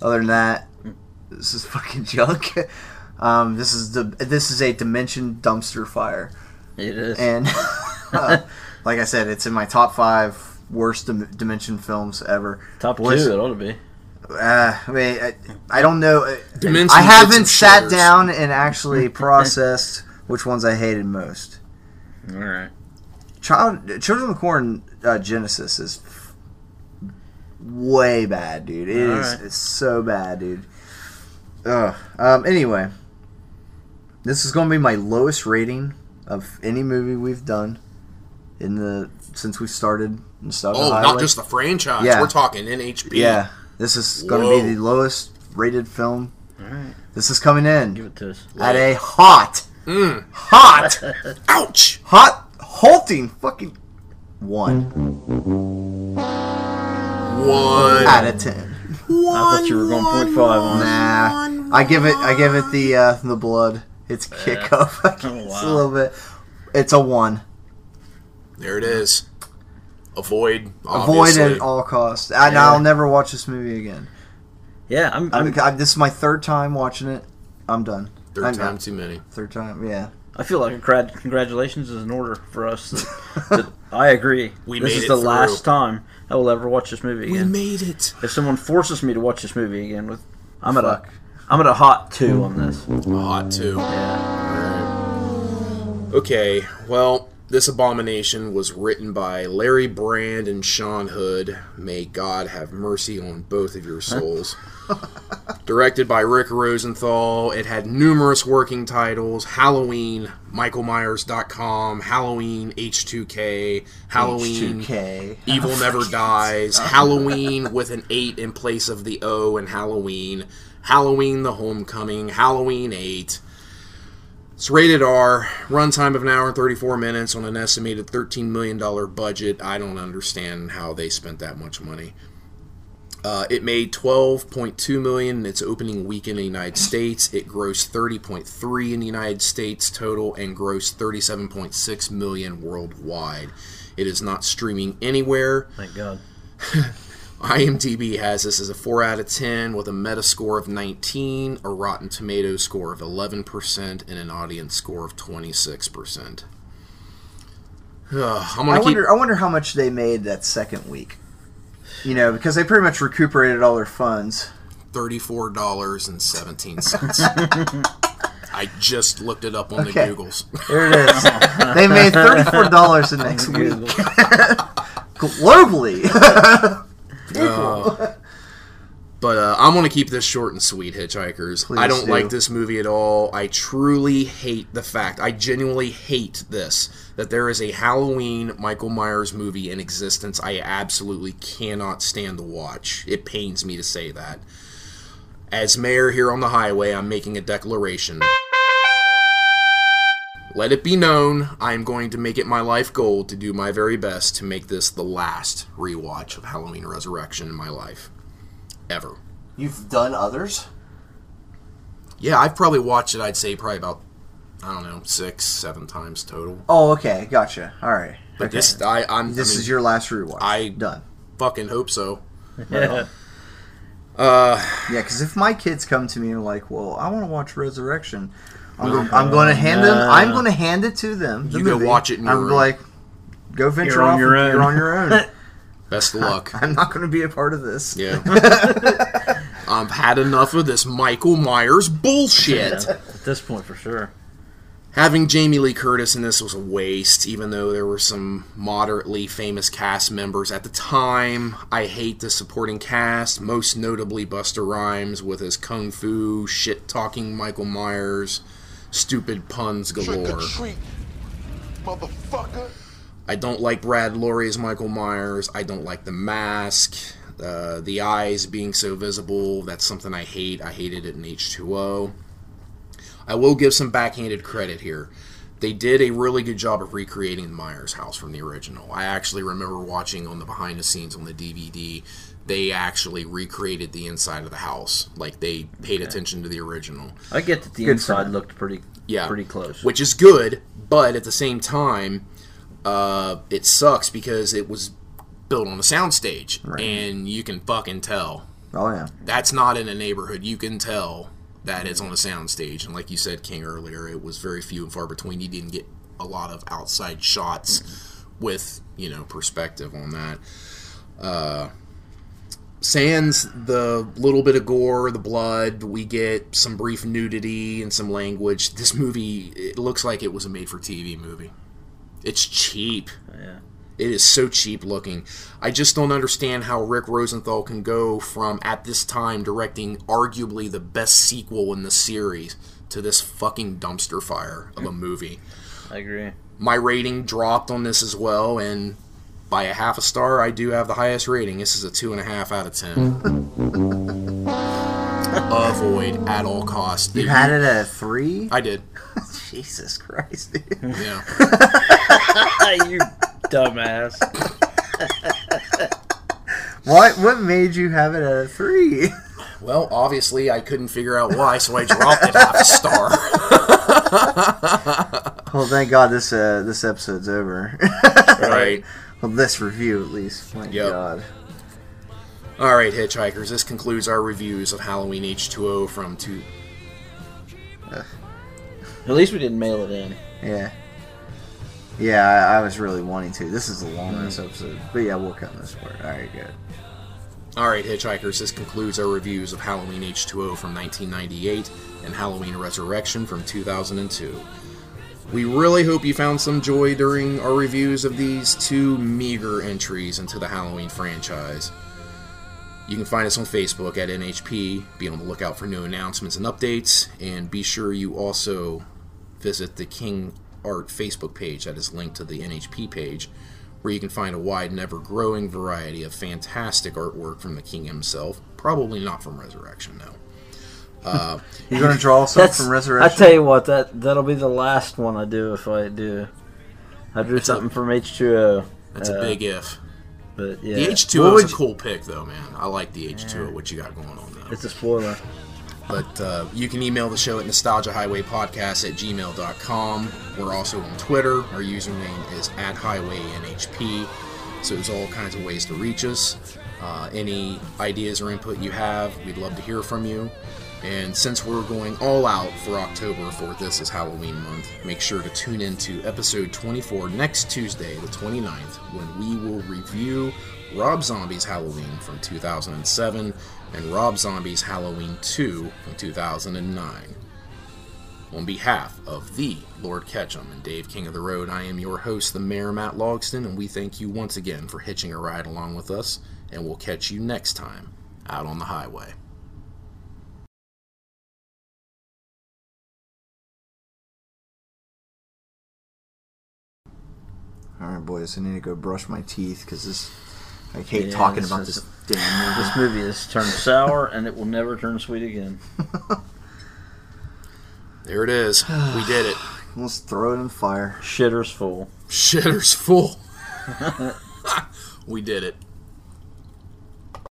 Other than that, this is fucking junk. Um, this is the this is a dimension dumpster fire.
It is.
And uh, like I said, it's in my top five worst dim- dimension films ever.
Top
Worst-
two, it ought to be.
Uh, I mean, I, I don't know. I-
Dimension
I haven't
bits
sat
and shares.
down and actually processed which ones I hated most.
All right.
Child, Children of the Corn uh, Genesis is way bad, dude. It is
Alright.
it's so bad, dude. Ugh. Um, anyway, this is going to be my lowest rating of any movie we've done in the since we started. And stuff.
Oh, not just the franchise.
Yeah.
We're talking NHB.
Yeah, this is going to
Whoa.
be the lowest rated film.
All right.
This is coming in
Give it to us.
at a hot,
Mm.
hot,
ouch,
hot, halting fucking one
One.
out of ten.
I thought you were going point five on
Nah, I give it, I give it the uh, the blood. It's kick up it's a
Oh, wow.
little bit. It's a one.
There it is. Avoid.
Avoid it
obviously.
at all costs. And I'll never watch this movie again.
Yeah, I'm.
I'm,
I'm,
I, this is my third time watching it. I'm done.
Third
I'm
time
done.
too many.
Third time, yeah.
I feel like a congrat- congratulations is in order for us. That, that I agree.
We
this
made
is
it
the
through.
last time I will ever watch this movie
We
again.
made it.
if someone forces me to watch this movie again, with I'm
Fuck.
at a I'm at a hot two on this.
Mm-hmm. Hot two. Okay, well, this abomination was written by Larry Brand and Sean Hood. May God have mercy on both of your souls. Directed by Rick Rosenthal, it had numerous working titles Halloween, MichaelMyers.com, Halloween H2K, Halloween
H2K.
Evil Never Dies, Halloween with an 8 in place of the O in Halloween, Halloween the Homecoming, Halloween 8. It's rated R, runtime of an hour and 34 minutes on an estimated $13 million budget. I don't understand how they spent that much money. Uh, it made 12.2 million in its opening week in the United States. It grossed 30.3 in the United States total and grossed 37.6 million worldwide. It is not streaming anywhere.
Thank God.
IMDb has this as a 4 out of 10 with a meta score of 19, a Rotten Tomato score of 11%, and an audience score of 26%. Ugh, I'm
I
going to keep.
wonder. I wonder how much they made that second week. You know, because they pretty much recuperated all their funds.
Thirty-four dollars and seventeen cents. I just looked it up on
Okay.
the Googles.
There it is. they made thirty-four dollars the next week globally.
Uh, but uh, I'm going to keep this short and sweet, Hitchhikers. I
Please
don't
do.
like this movie at all. I truly hate the fact, I genuinely hate this, that there is a Halloween Michael Myers movie in existence I absolutely cannot stand to watch. It pains me to say that. As mayor here on the highway, I'm making a declaration. Let it be known, I am going to make it my life goal to do my very best to make this the last rewatch of Halloween Resurrection in my life. Ever.
You've done others.
Yeah, I've probably watched it, I'd say, probably about, I don't know, six, seven times total.
Oh, okay, gotcha. All right.
But
okay.
this, I, I'm.
This
I mean,
is your last rewatch.
I
done.
fucking hope so.
Yeah.
Uh,
Yeah, because if my kids come to me and are like, "Well, I want to watch Resurrection," I'm,
Well,
go- I'm going to hand them.
no.
I'm going to hand it to them. the
You go
movie.
watch it in your
I'm
room.
like, "Go venture
on
off.
your own."
and- You're on your own.
best of luck.
I'm not going to be a part of this."
Yeah. I've had enough of this Michael Myers bullshit.
Yeah, at this point, for sure.
Having Jamie Lee Curtis in this was a waste, even though there were some moderately famous cast members at the time. I hate the supporting cast, most notably Buster Rhymes with his kung fu, shit talking Michael Myers, stupid puns galore.
Motherfucker.
I don't like Brad Laurie as Michael Myers. I don't like the mask, uh, the eyes being so visible. That's something I hate. I hated it in H2O. I will give some backhanded credit here. They did a really good job of recreating the Myers house from the original. I actually remember watching on the behind the scenes on the DVD. They actually recreated the inside of the house. Like they paid attention to the original.
I get that the
Good for
inside
them.
looked pretty,
Yeah.
pretty close.
which is good, but at the same time, uh, it sucks because it was built on a soundstage, and you can fucking tell.
Oh yeah.
That's not in a neighborhood. You can tell that it's on a soundstage, and like you said, King earlier, it was very few and far between. You didn't get a lot of outside shots with you know perspective on that. Uh, sans the little bit of gore, the blood, we get some brief nudity and some language. This movie, it looks like it was a made-for-TV movie. It's cheap.
Yeah.
It is so cheap looking. I just don't understand how Rick Rosenthal can go from at this time directing arguably the best sequel in the series to this fucking dumpster fire of a movie.
I agree.
My rating dropped on this as well, and by a half a star, I do have the highest rating. This is a two and a half out of ten. Avoid at all costs.
You had it at a three.
I did.
Jesus Christ, dude.
Yeah.
you dumbass.
What? What made you have it at a three?
Well, obviously, I couldn't figure out why, so I dropped it half a star.
Well, Oh, thank God this uh, this episode's over.
right.
Well, this review at least. My
Yep.
God.
All right, hitchhikers. This concludes our reviews of Halloween H2O from two.
At least we didn't mail it in.
Yeah. Yeah, I, I was really wanting to. This is the longest episode, but yeah, we'll cut this part. All right, good.
All right, hitchhikers. This concludes our reviews of Halloween H2O from 1998 and Halloween Resurrection from 2002. We really hope you found some joy during our reviews of these two meager entries into the Halloween franchise. You can find us on Facebook at NHP. Be on the lookout for new announcements and updates, and be sure you also visit the King Art Facebook page that is linked to the NHP page, where you can find a wide and ever growing variety of fantastic artwork from the King himself. Probably not from Resurrection, though. Uh,
You're gonna draw some
That's-
from Resurrection.
I tell you what, that that'll be the last one I do if I do. I drew something from H2O.
That's a
Uh,
big if.
But yeah,
The H2O is a cool pick, though, man. I like the H2O, what you got going on, though.
It's a spoiler.
But uh, you can email the show at nostalgiahighwaypodcast at gmail.com. We're also on Twitter. Our username is at highwaynhp. So there's all kinds of ways to reach us. Uh, any ideas or input you have, we'd love to hear from you. And since we're going all out for October for this is Halloween month, make sure to tune in to episode 24 next Tuesday, the 29th, when we will review Rob Zombie's Halloween from 2007 and Rob Zombie's Halloween 2 from 2009. On behalf of the Lord Ketchum and Dave King of the Road, I am your host, the Mayor Matt Logston, and we thank you once again for hitching a ride along with us, and we'll catch you next time out on the highway.
All right, boys. I need to go brush my teeth because this. I hate
Yeah,
talking
this
about
is-
this damn movie.
This movie has turned sour and it will never turn sweet again.
There it is. We did it.
Let's throw it in fire.
Shitter's full.
Shitter's full. we did it.